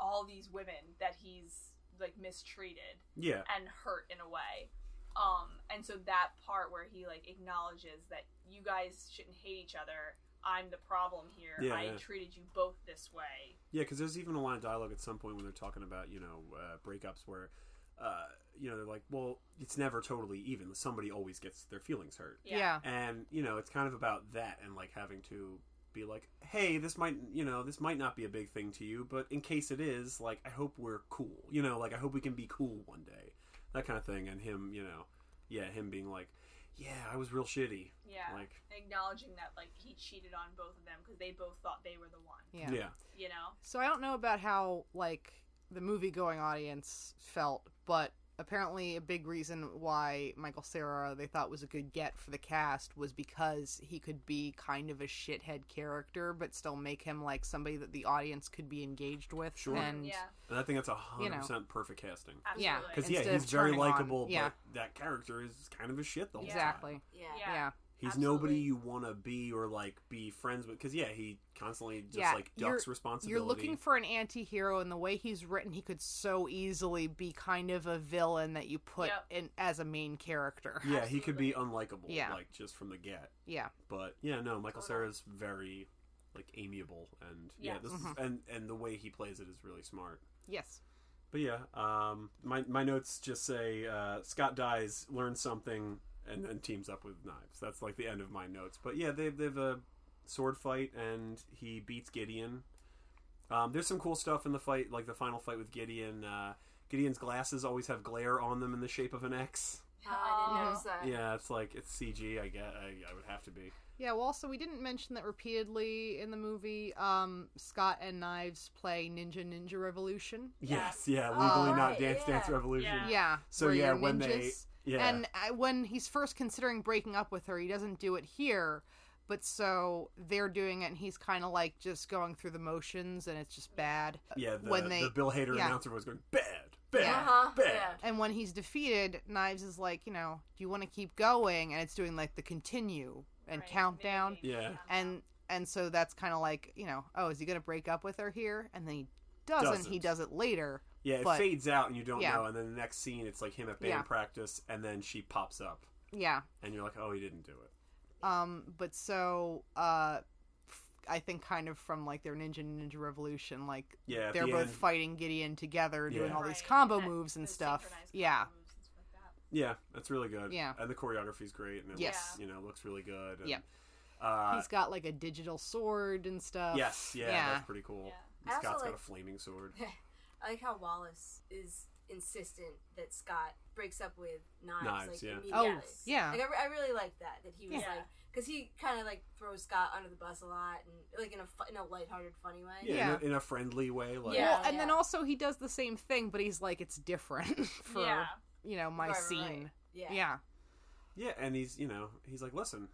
A: all these women that he's like mistreated
C: yeah,
A: and hurt in a way. Um and so that part where he like acknowledges that you guys shouldn't hate each other. I'm the problem here.
C: Yeah,
A: I
C: yeah.
A: treated you both this way.
C: yeah. Because there's even a line of dialogue at some point when they're talking about you know uh, breakups where, uh, you know, they're like, well, it's never totally even. Somebody always gets their feelings hurt.
E: Yeah.
C: and you know it's kind of about that and like having to be like hey this might you know this might not be a big thing to you but in case it is like i hope we're cool you know like i hope we can be cool one day that kind of thing and him you know yeah him being like yeah i was real shitty
A: Yeah.
C: like
A: Acknowledging that like he cheated on both of them because they both thought they were the one.
E: Yeah.
C: yeah
A: You know?
E: So I don't know about how like the movie going audience felt, but apparently a big reason why Michael Sarah they thought was a good get for the cast was because he could be kind of a shithead character but still make him like somebody that the audience could be engaged with
C: Sure.
E: and
A: yeah.
C: and i think that's a hundred
E: You know.
C: percent perfect casting
A: Absolutely.
E: Yeah.
C: because yeah
E: Instead
C: he's
E: of
C: very
E: turning on-
C: likable
E: yeah.
C: but that character is kind of a shit the whole time
E: exactly.
B: Yeah.
A: Yeah.
E: Yeah. Yeah.
C: He's nobody
A: Absolutely.
C: you want to be or like be friends with because yeah, he constantly just
E: Yeah,
C: like
E: you're-
C: ducks responsibility.
E: You're looking for an anti-hero and the way he's written he could so easily be kind of a villain that you put
A: Yep.
E: in as a main character. <laughs>
C: Yeah, he could be unlikable,
E: Yeah.
C: like just from the get.
E: Yeah.
C: But yeah, no, Michael
A: Totally.
C: Sarah's very like amiable and yeah,
A: Yeah.
C: this
E: mm-hmm.
C: is, and and the way he plays it is really smart.
E: Yes.
C: But yeah, um, my my notes just say uh, Scott dies, learns something, and then teams up with knives. That's like the end of my notes. But yeah, they they've a sword fight, and he beats Gideon. Um, there's some cool stuff in the fight, like the final fight with Gideon. Uh, Gideon's glasses always have glare on them in the shape of an X.
B: Oh, I
A: Oh.
B: didn't notice that.
C: Yeah, it's like it's CG. I get. I, I would have to be.
E: Yeah, well, also, we didn't mention that repeatedly in the movie. Um, Scott and Knives play Ninja Ninja Revolution.
C: Yes. Yeah.
B: Oh,
C: Legally not
B: right,
C: dance dance
B: yeah.
C: revolution.
A: Yeah.
E: Yeah.
C: So
E: where
C: yeah,
E: you're
C: when they
E: ninjas.
C: yeah
E: And I, when he's first considering breaking up with her, he doesn't do it here. But so they're doing it, and he's kind of like just going through the motions, and it's just bad.
C: yeah the,
E: when they-
C: the Bill Hader
E: yeah.
C: announcer was going bad bad
E: Yeah.
B: Uh-huh,
C: bad.
B: yeah.
E: And when he's defeated, Knives is like, you know, do you want to keep going? And it's doing like the continue and
A: Right,
E: countdown.
A: maybe,
C: Yeah.
E: and and so that's kind of like you know oh is he gonna break up with her here and then he doesn't, he
C: Doesn't.
E: does it later
C: Yeah, it
E: But-
C: fades out and you don't
E: Yeah.
C: know. And then the next scene, it's like him at band
E: Yeah.
C: practice, and then she pops up,
E: yeah
C: and you're like, oh, he didn't do it.
E: um but so uh f- i think kind of from like their ninja ninja revolution like
C: Yeah, at
E: they're
C: the
E: both
C: end-
E: fighting gideon together doing
C: Yeah.
E: all these
A: Right,
E: combo
A: that-
E: moves and
A: the
E: stuff
A: synchronized combo
E: yeah
A: moves and stuff like that.
C: Yeah, that's really good.
E: Yeah.
C: and the choreography's great, and it
E: Yes.
C: looks, you know, looks really good. And,
E: Yep.
C: Uh,
E: he's got like a digital sword and stuff
C: yes, yeah,
E: yeah
C: that's pretty cool.
A: Yeah.
C: And
B: I also
C: Scott's got
B: like-
C: a flaming sword.
B: I like how Wallace is insistent that Scott breaks up with knives.
C: Knives,
B: like,
C: yeah.
B: immediately.
E: oh
A: Yes.
E: yeah
B: Like I, re- I really like that that he was
A: Yeah.
B: like because he kind of like throws Scott under the bus a lot and like in a fu- in a lighthearted, funny way.
C: Yeah,
E: Yeah.
C: In, a, in a friendly way. Like,
B: Yeah.
E: well, and then also he does the same thing but he's like it's different <laughs> for
A: yeah.
E: you know my
B: Right, right,
E: scene
B: right. Yeah.
E: yeah
C: yeah, and he's, you know, he's like, listen.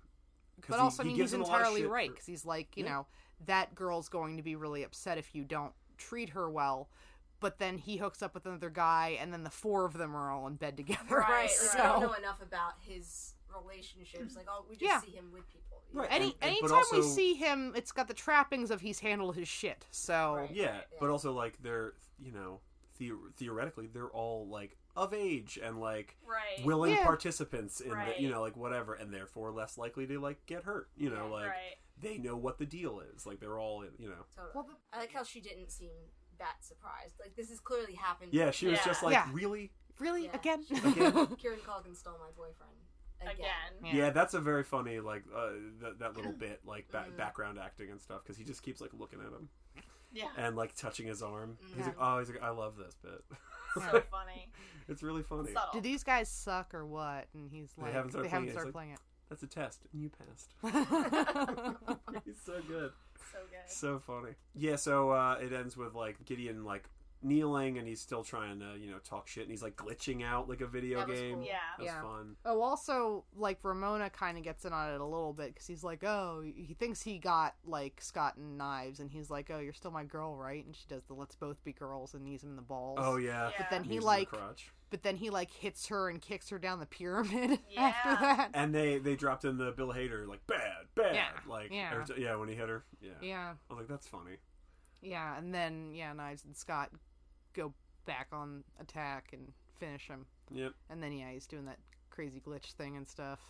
C: 'Cause
E: But
C: he-
E: also,
C: he
E: I mean,
C: gives
E: he's
C: him a lot of
E: entirely
C: shit
E: right
C: for-
E: because he's like, you
C: Yeah.
E: know, that girl's going to be really upset if you don't treat her well. But then he hooks up with another guy, and then the four of them are all in bed together. <laughs>
B: Right.
A: Right,
B: Like,
E: so
B: I don't know enough about his relationships. Like, oh, we just
E: Yeah.
B: see him with people. you
C: Right.
B: know?
E: Any
C: And- and- but
E: anytime we
C: also-
E: see him, it's got the trappings of he's handled his shit. So
B: Right.
C: Yeah, but
B: Yeah.
C: also like they're you know the- theoretically they're all like of age and like
A: Right.
C: willing
E: Yeah.
C: participants in the you
A: Right.
C: know like whatever and therefore less likely to like get hurt. You know
B: Yeah,
C: like
A: right.
C: they know what the deal is. Like they're all in, you know.
B: Totally.
E: Well, the-
B: I like how she didn't seem that surprised. Like, this has clearly happened.
C: Yeah, she was
A: Yeah.
C: just like
E: Yeah.
C: really.
E: really,
B: Yeah.
E: again,
C: Again?
B: Kieran Culkin stole my boyfriend again.
A: Again.
C: Yeah. that's a very funny like uh, that that little bit like ba- background acting and stuff because he just keeps like looking at him
A: Yeah.
C: and like touching his arm. He's
E: Yeah.
C: like, oh, he's like, I love this bit. <laughs>
A: So funny.
C: it's really funny.
A: Subtle.
E: <laughs> do these guys suck or what? And he's like,
C: haven't started
E: they haven't
C: playing
E: started
C: it.
E: playing it.
C: That's a test, and you passed. <laughs>
E: <laughs>
C: he's so good.
A: so
C: <laughs>
A: good.
C: So funny. Yeah, so uh, it ends with like Gideon like kneeling and he's still trying to, you know, talk shit and he's like glitching out like a video
B: That was
C: game.
B: cool.
A: Yeah.
C: That was
E: Yeah.
C: fun.
E: Oh, also, like Ramona kind of gets in on it a little bit because he's like, "Oh, he thinks he got like Scott and knives," and he's like, "Oh, you're still my girl, right?" And she does the "Let's both be girls" and knees him in the balls.
C: Oh yeah.
A: But
E: then
C: Knees
E: he,
C: in the
E: like-
C: crotch.
E: But then he like hits her and kicks her down the pyramid <laughs>
A: Yeah.
E: after that.
C: And they they dropped in the Bill Hader like bad, bad,
E: Yeah,
C: like
E: yeah.
C: every ti- yeah when he hit her. Yeah.
E: yeah,
C: I was like, that's funny.
E: yeah, and then yeah, knives and Scott go back on attack and finish him.
C: Yep.
E: and then yeah he's doing that crazy glitch thing and stuff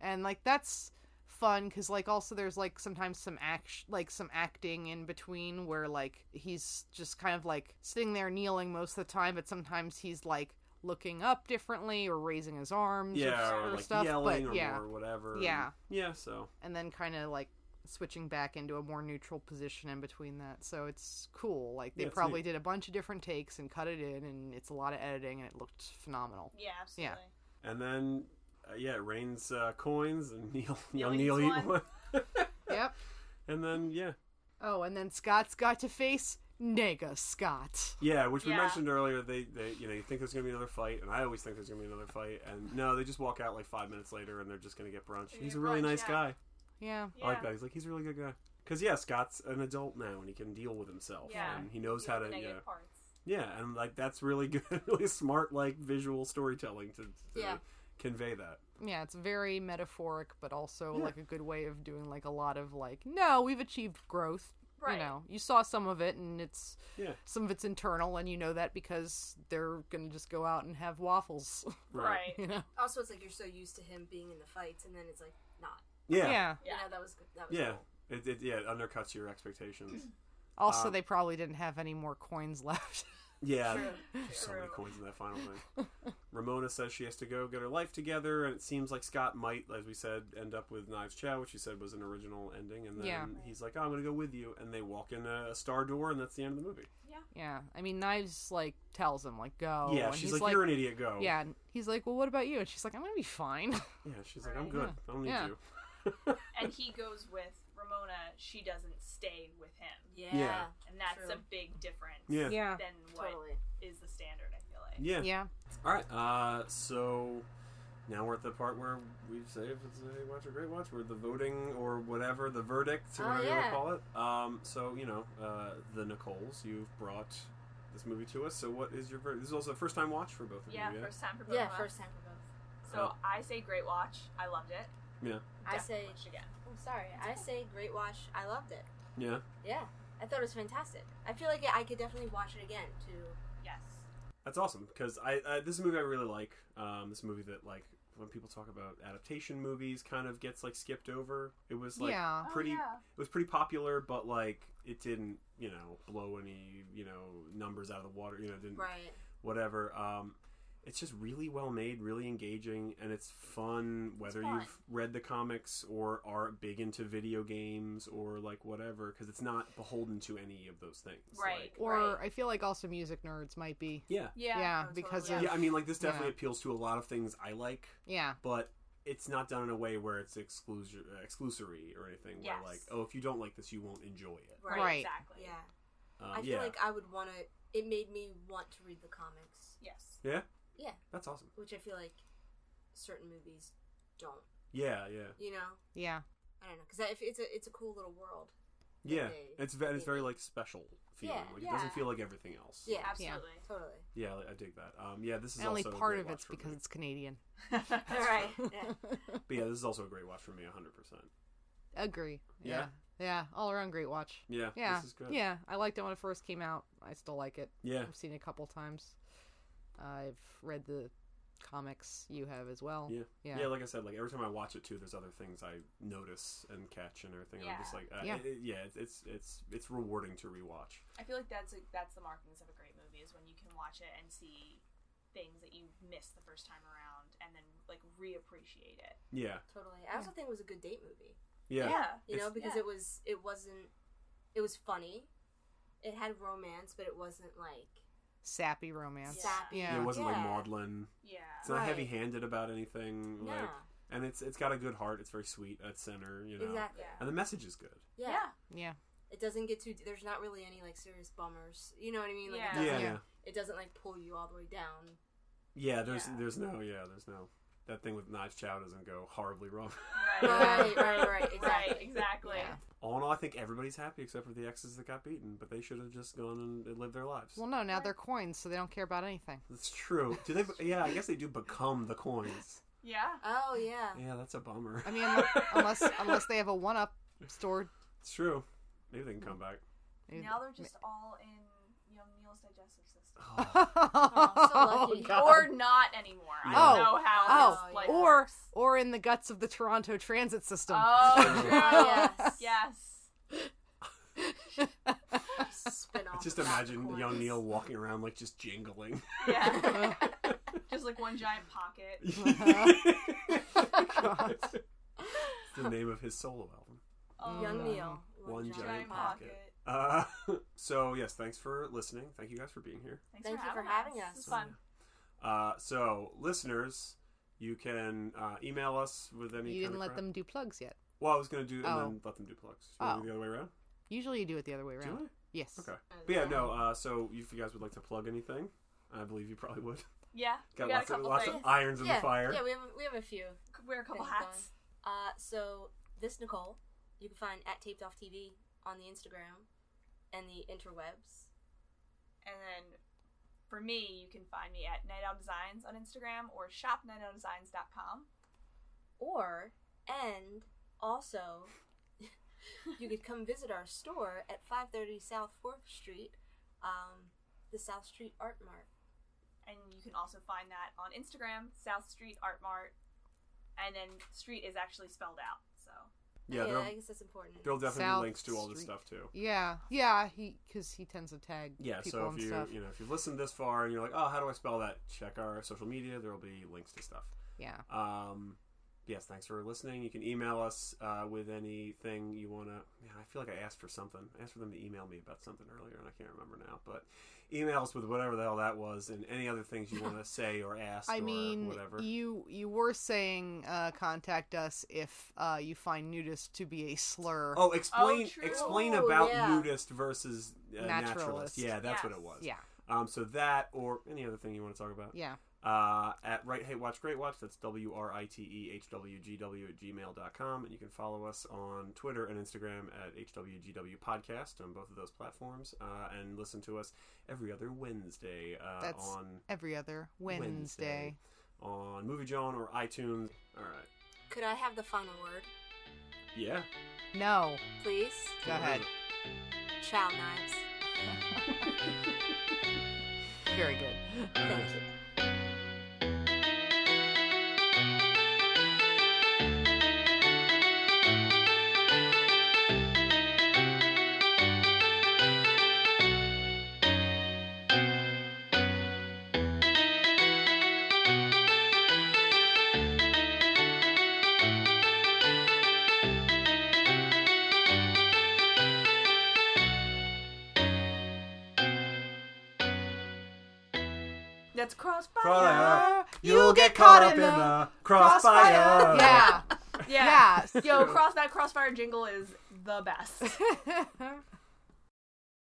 E: and like that's fun because like also there's like sometimes some act like some acting in between where like he's just kind of like sitting there kneeling most of the time but sometimes he's like looking up differently or raising his arms
C: Yeah,
E: or,
C: or,
E: or
C: like
E: stuff
C: yelling
E: but
C: or,
E: yeah
C: or whatever. and-
E: Yeah.
C: yeah, so
E: and then kind of like switching back into a more neutral position in between that so it's cool like they
C: Yeah, it's
E: probably
C: neat.
E: did a bunch of different takes and cut it in and it's a lot of editing and it looked phenomenal
A: Yeah, absolutely.
C: and then uh, yeah, it rains uh, coins and <laughs> Neil young
A: eats
C: Neil eat
A: one.
C: one.
E: yep
C: and then yeah.
E: Oh, and then Scott's got to face Nega Scott.
C: Yeah, which we
A: Yeah.
C: mentioned earlier. They, they, you know, you think there's gonna be another fight, and I always think there's gonna be another fight, and no, they just walk out like five minutes later, and they're just gonna get brunch.
A: They
C: He's a
A: get
C: really
A: brunch,
C: nice
A: yeah.
C: guy.
E: Yeah.
A: Yeah.
C: I like that. He's like he's a really good guy. Cause yeah, Scott's an adult now, and he can deal with himself,
A: Yeah.
C: and he knows
A: You
C: how
A: know,
C: to,
A: the
C: yeah,
A: negative parts.
C: yeah, and like that's really <laughs> good, really smart, like visual storytelling to, to
B: Yeah.
C: convey that.
E: Yeah, it's very metaphoric, but also
C: Yeah.
E: like a good way of doing like a lot of like, no, we've achieved growth.
A: Right.
E: You know, you saw some of it, and it's
C: Yeah,
E: some of it's internal, and you know that because they're gonna just go out and have waffles. <laughs>
A: Right.
E: you know.
B: Also, it's like you're so used to him being in the fights, and then it's like not.
C: Yeah, yeah.
E: yeah.
A: Yeah.
B: You know, that was good. That was
C: yeah.
B: cool.
C: It, it yeah it undercuts your expectations. <clears throat>
E: Also,
C: Um,
E: they probably didn't have any more coins <laughs> left.
C: Yeah,
A: True.
C: there's so many
A: True.
C: coins in that final thing.
E: <laughs>
C: Ramona says she has to go get her life together, and it seems like Scott might, as we said, end up with Knives Chow, which you said was an original ending. And then
E: Yeah.
C: he's like, oh, "I'm going to go with you," and they walk in a, a star door, and that's the end of the movie.
E: yeah, I mean, Knives like tells him like go.
C: yeah,
E: Oh, and
C: she's
E: he's
C: like, "You're an idiot, go."
E: yeah, and he's like, well, what about you? And she's like, I'm gonna be fine. <laughs>
C: yeah, she's like, "I'm
A: Right.
C: good. I don't need
E: Yeah.
C: you."
A: And he goes with Ramona. She doesn't stay with him,
B: Yeah.
C: Yeah.
A: and that's
B: True.
A: a big difference.
C: Yeah.
E: yeah.
A: Than what is
B: Totally.
A: the standard? I feel like.
C: Yeah.
E: Yeah.
C: All right. Uh, so now we're at the part where we say if it's a watch or great watch, we're the voting or whatever, the verdict, or
B: Oh,
C: whatever
B: yeah.
C: you want to call it. Um, so you know, uh, the Nicoles, you've brought this movie to us. So what is your verdict? This is also a first time watch for both of
A: Yeah,
C: you.
A: first time for both
B: Yeah,
A: of us.
B: first time for both.
A: So I say great watch. I loved it.
C: Yeah.
B: I
A: Definitely
B: say-
A: watch it again.
B: I'm sorry. I say great watch. I loved it.
C: Yeah.
B: Yeah. I thought it was fantastic. I feel like I could definitely watch it again too.
A: Yes.
C: That's awesome because I, I this is a movie I really like. Um, this movie that like when people talk about adaptation movies, kind of gets like skipped over. It was like
E: yeah.
C: pretty
A: Oh, yeah.
C: it was pretty popular, but like it didn't, you know, blow any, you know, numbers out of the water. You know, didn't
B: Right.
C: whatever. Um, it's just really well made, really engaging, and it's fun. Whether
A: fun.
C: you've read the comics or are big into video games or like whatever, because it's not beholden to any of those things.
A: Right.
C: Like,
E: Or
B: Right.
E: I feel like also music nerds might be.
C: yeah.
E: Yeah,
B: Oh,
E: because
B: totally.
E: of
C: Yeah. I mean, like this
E: Yeah.
C: definitely appeals to a lot of things I like,
E: yeah,
C: but. It's not done in a way where it's exclusion, exclusory or anything. Where
A: Yes.
C: like, oh, if you don't like this, you won't enjoy it.
A: Right.
E: Right.
A: Exactly.
B: Yeah.
C: Um,
B: I feel
C: yeah,
B: like I would want to. It made me want to read the comics,
A: Yes.
C: that's awesome.
B: which I feel like certain movies don't.
C: Yeah, yeah.
B: You know.
E: yeah,
B: I don't know because if it's a it's a cool little world. that
C: yeah,
B: they-
C: it's ve- it's very like special feeling.
B: Yeah,
C: like it doesn't
A: yeah.
C: feel like everything else.
B: yeah,
A: Absolutely.
B: totally.
C: yeah, I dig that. Um, yeah, this is
E: And only
C: also a
E: part
C: great
E: of
C: watch
E: it's
C: for me.
E: because it's Canadian.
A: <laughs>
B: All right. Yeah.
C: But yeah, this is also a great watch for me, 100. percent
E: Agree. Yeah.
C: Yeah.
E: Yeah. All around great watch.
C: Yeah,
E: Yeah.
C: this is good.
E: Yeah. I liked it when it first came out. I still like it.
C: yeah,
E: I've seen it a couple times. I've read the comics you have as well.
C: yeah,
E: Yeah.
C: yeah. Like I said, like every time I watch it too, there's other things I notice and catch and everything. I'm just
A: Yeah.
C: like, uh,
E: Yeah.
C: yeah, it, yeah. It's, it's it's it's rewarding to rewatch.
A: I feel like that's a, that's the markings of a great movie is when you can watch it and see things that you missed the first time around, and then like reappreciate it.
C: Yeah,
B: Totally. I also think it was a good date movie.
C: yeah,
B: You know,
C: It's-
B: because
A: Yeah.
B: it was it wasn't it was funny. It had romance, but it wasn't like
E: Sappy romance.
B: sappy.
E: Yeah.
C: Yeah, It wasn't like
B: Yeah.
C: maudlin.
A: yeah,
C: It's not
B: Right.
C: heavy-handed about anything.
B: No.
C: Like, and it's it's got a good heart. It's very sweet at center. You know,
B: Exactly.
A: Yeah.
C: and the message is good.
B: Yeah.
E: Yeah.
B: It doesn't get too there's not really any like serious bummers. You know what I mean? Like
A: Yeah.
B: it
C: Yeah,
B: doesn't
C: yeah.
E: Yeah.
B: it doesn't like pull you all the way down.
C: there's
A: Yeah.
C: there's no yeah there's no that thing with Knives Chow doesn't go horribly wrong. <laughs>
B: Right, right, right, exactly.
A: right, exactly.
E: Yeah.
C: all in all, I think everybody's happy except for the exes that got beaten. But they should have just gone and lived their lives.
E: Well, no, now they're coins, so they don't care about anything.
C: That's true. Do they? <laughs> Yeah, I guess they do become the coins.
A: <laughs> Yeah. Ah! oh,
B: Oh yeah.
C: Yeah, that's a bummer.
E: I
A: <laughs>
E: mean, unle- unless unless they have a one up store.
C: It's true. Maybe they can come
B: <laughs>
C: back. <sighs>
A: Now
E: <laughs>
A: they're <laughs> just all in young Neil's digestive
B: <laughs>
A: system.
B: Oh, so lucky.
E: God.
A: Or not anymore. I
E: Oh.
A: don't know how
E: Oh,
A: this like
E: or
A: works.
E: or in the guts of the Toronto transit system. <laughs>
A: Oh, true.
B: Oh,
A: <laughs>
B: yes.
A: Yes.
B: Spin off
C: Just
B: of that
C: imagine
B: course.
C: young Neil walking around like just
B: <laughs>
C: jingling. <laughs>
A: <laughs> Yeah. Just like one giant pocket.
B: Uh-huh.
C: <laughs> the name of his solo album.
A: Oh,
B: Young Neil.
C: One
B: giant
C: giant
A: Giant
C: pocket.
A: pocket.
C: Uh, <laughs> so yes, thanks for listening. Thank you guys for being here.
A: Thanks
B: Thank
A: for
B: you for
A: having
B: having
A: us.
B: us.
A: This is fun.
C: Uh, so listeners, you can uh, email us with any.
E: You
C: kind
E: didn't
C: of
E: let
C: crap.
E: them do plugs yet.
C: Well, I was gonna do and
E: Oh.
C: then let them do plugs. You wanna do
E: Oh.
C: it the other way around.
E: Usually you do it the other way around.
C: Do I?
E: Yes.
C: Okay. But yeah, no. Uh, so if you guys would like to plug anything, I believe you probably would. <laughs>
A: Yeah.
C: Got,
A: we got a
C: lots, of,
A: couple
C: lots
A: things.
C: of irons in
B: yeah,
C: the fire.
B: Yeah, we have we have a few.
A: Wear a couple
B: things
A: hats.
B: going. Uh, so this Nicole, you can find at Taped Off TV on the Instagram and the interwebs.
A: And then for me, you can find me at Night Owl Designs on Instagram or shopnightoutdesigns.com.
B: Or and also <laughs> you could come visit our store at 530 South 4th Street, um, the South Street Art Mart.
A: And you can also find that on Instagram, South Street Art Mart. And then street is actually spelled out. So
C: Yeah,
B: yeah
C: there'll,
B: I guess that's important.
C: there'll definitely
E: uh, South
C: be links to all this
E: Street.
C: stuff too.
E: Yeah. Yeah. He because he tends to tag
C: Yeah,
E: people
C: so
E: and
C: if you
E: stuff.
C: you know if you've listened this far and you're like, oh, how do I spell that? Check our social media. There will be links to stuff.
E: Yeah.
C: Um, yes, thanks for listening. You can email us uh, with anything you want to. Man, I feel like I asked for something. I asked for them to email me about something earlier, and I can't remember now. But email us with whatever the hell that was, and any other things you want to say or ask.
E: <laughs> I
C: or
E: mean, e-
C: whatever.
E: you you were saying uh, contact us if uh, you find nudist to be a slur.
C: Oh, explain
A: Oh, true.
C: explain
B: Oh,
C: about
B: yeah.
C: nudist versus uh, naturalist.
E: Naturalist.
C: Yeah, that's what
A: Yes.
C: it was.
E: Yeah.
C: Um, so that or any other thing you want to talk about.
E: Yeah.
C: Uh, at Right Hate Watch Great Watch, that's W R I T E H W G W at gmail.com. And you can follow us on Twitter and Instagram at HWGW Podcast on both of those platforms. Uh, and listen to us every other Wednesday uh,
E: That's
C: on
E: every other Wednesday.
C: Wednesday. on Movie John or iTunes. All right.
B: Could I have the final word,
C: Yeah.
E: No.
B: please?
E: Go ahead.
B: Chow knives.
E: Very good.
B: Thank you.
A: that's crossfire.
C: Crossfire.
E: You'll get caught up in
C: the
E: crossfire.
C: <laughs>
E: Yeah.
A: Yeah.
E: Yeah.
A: <laughs> Yo, cross that crossfire jingle is the best.
E: <laughs> yeah.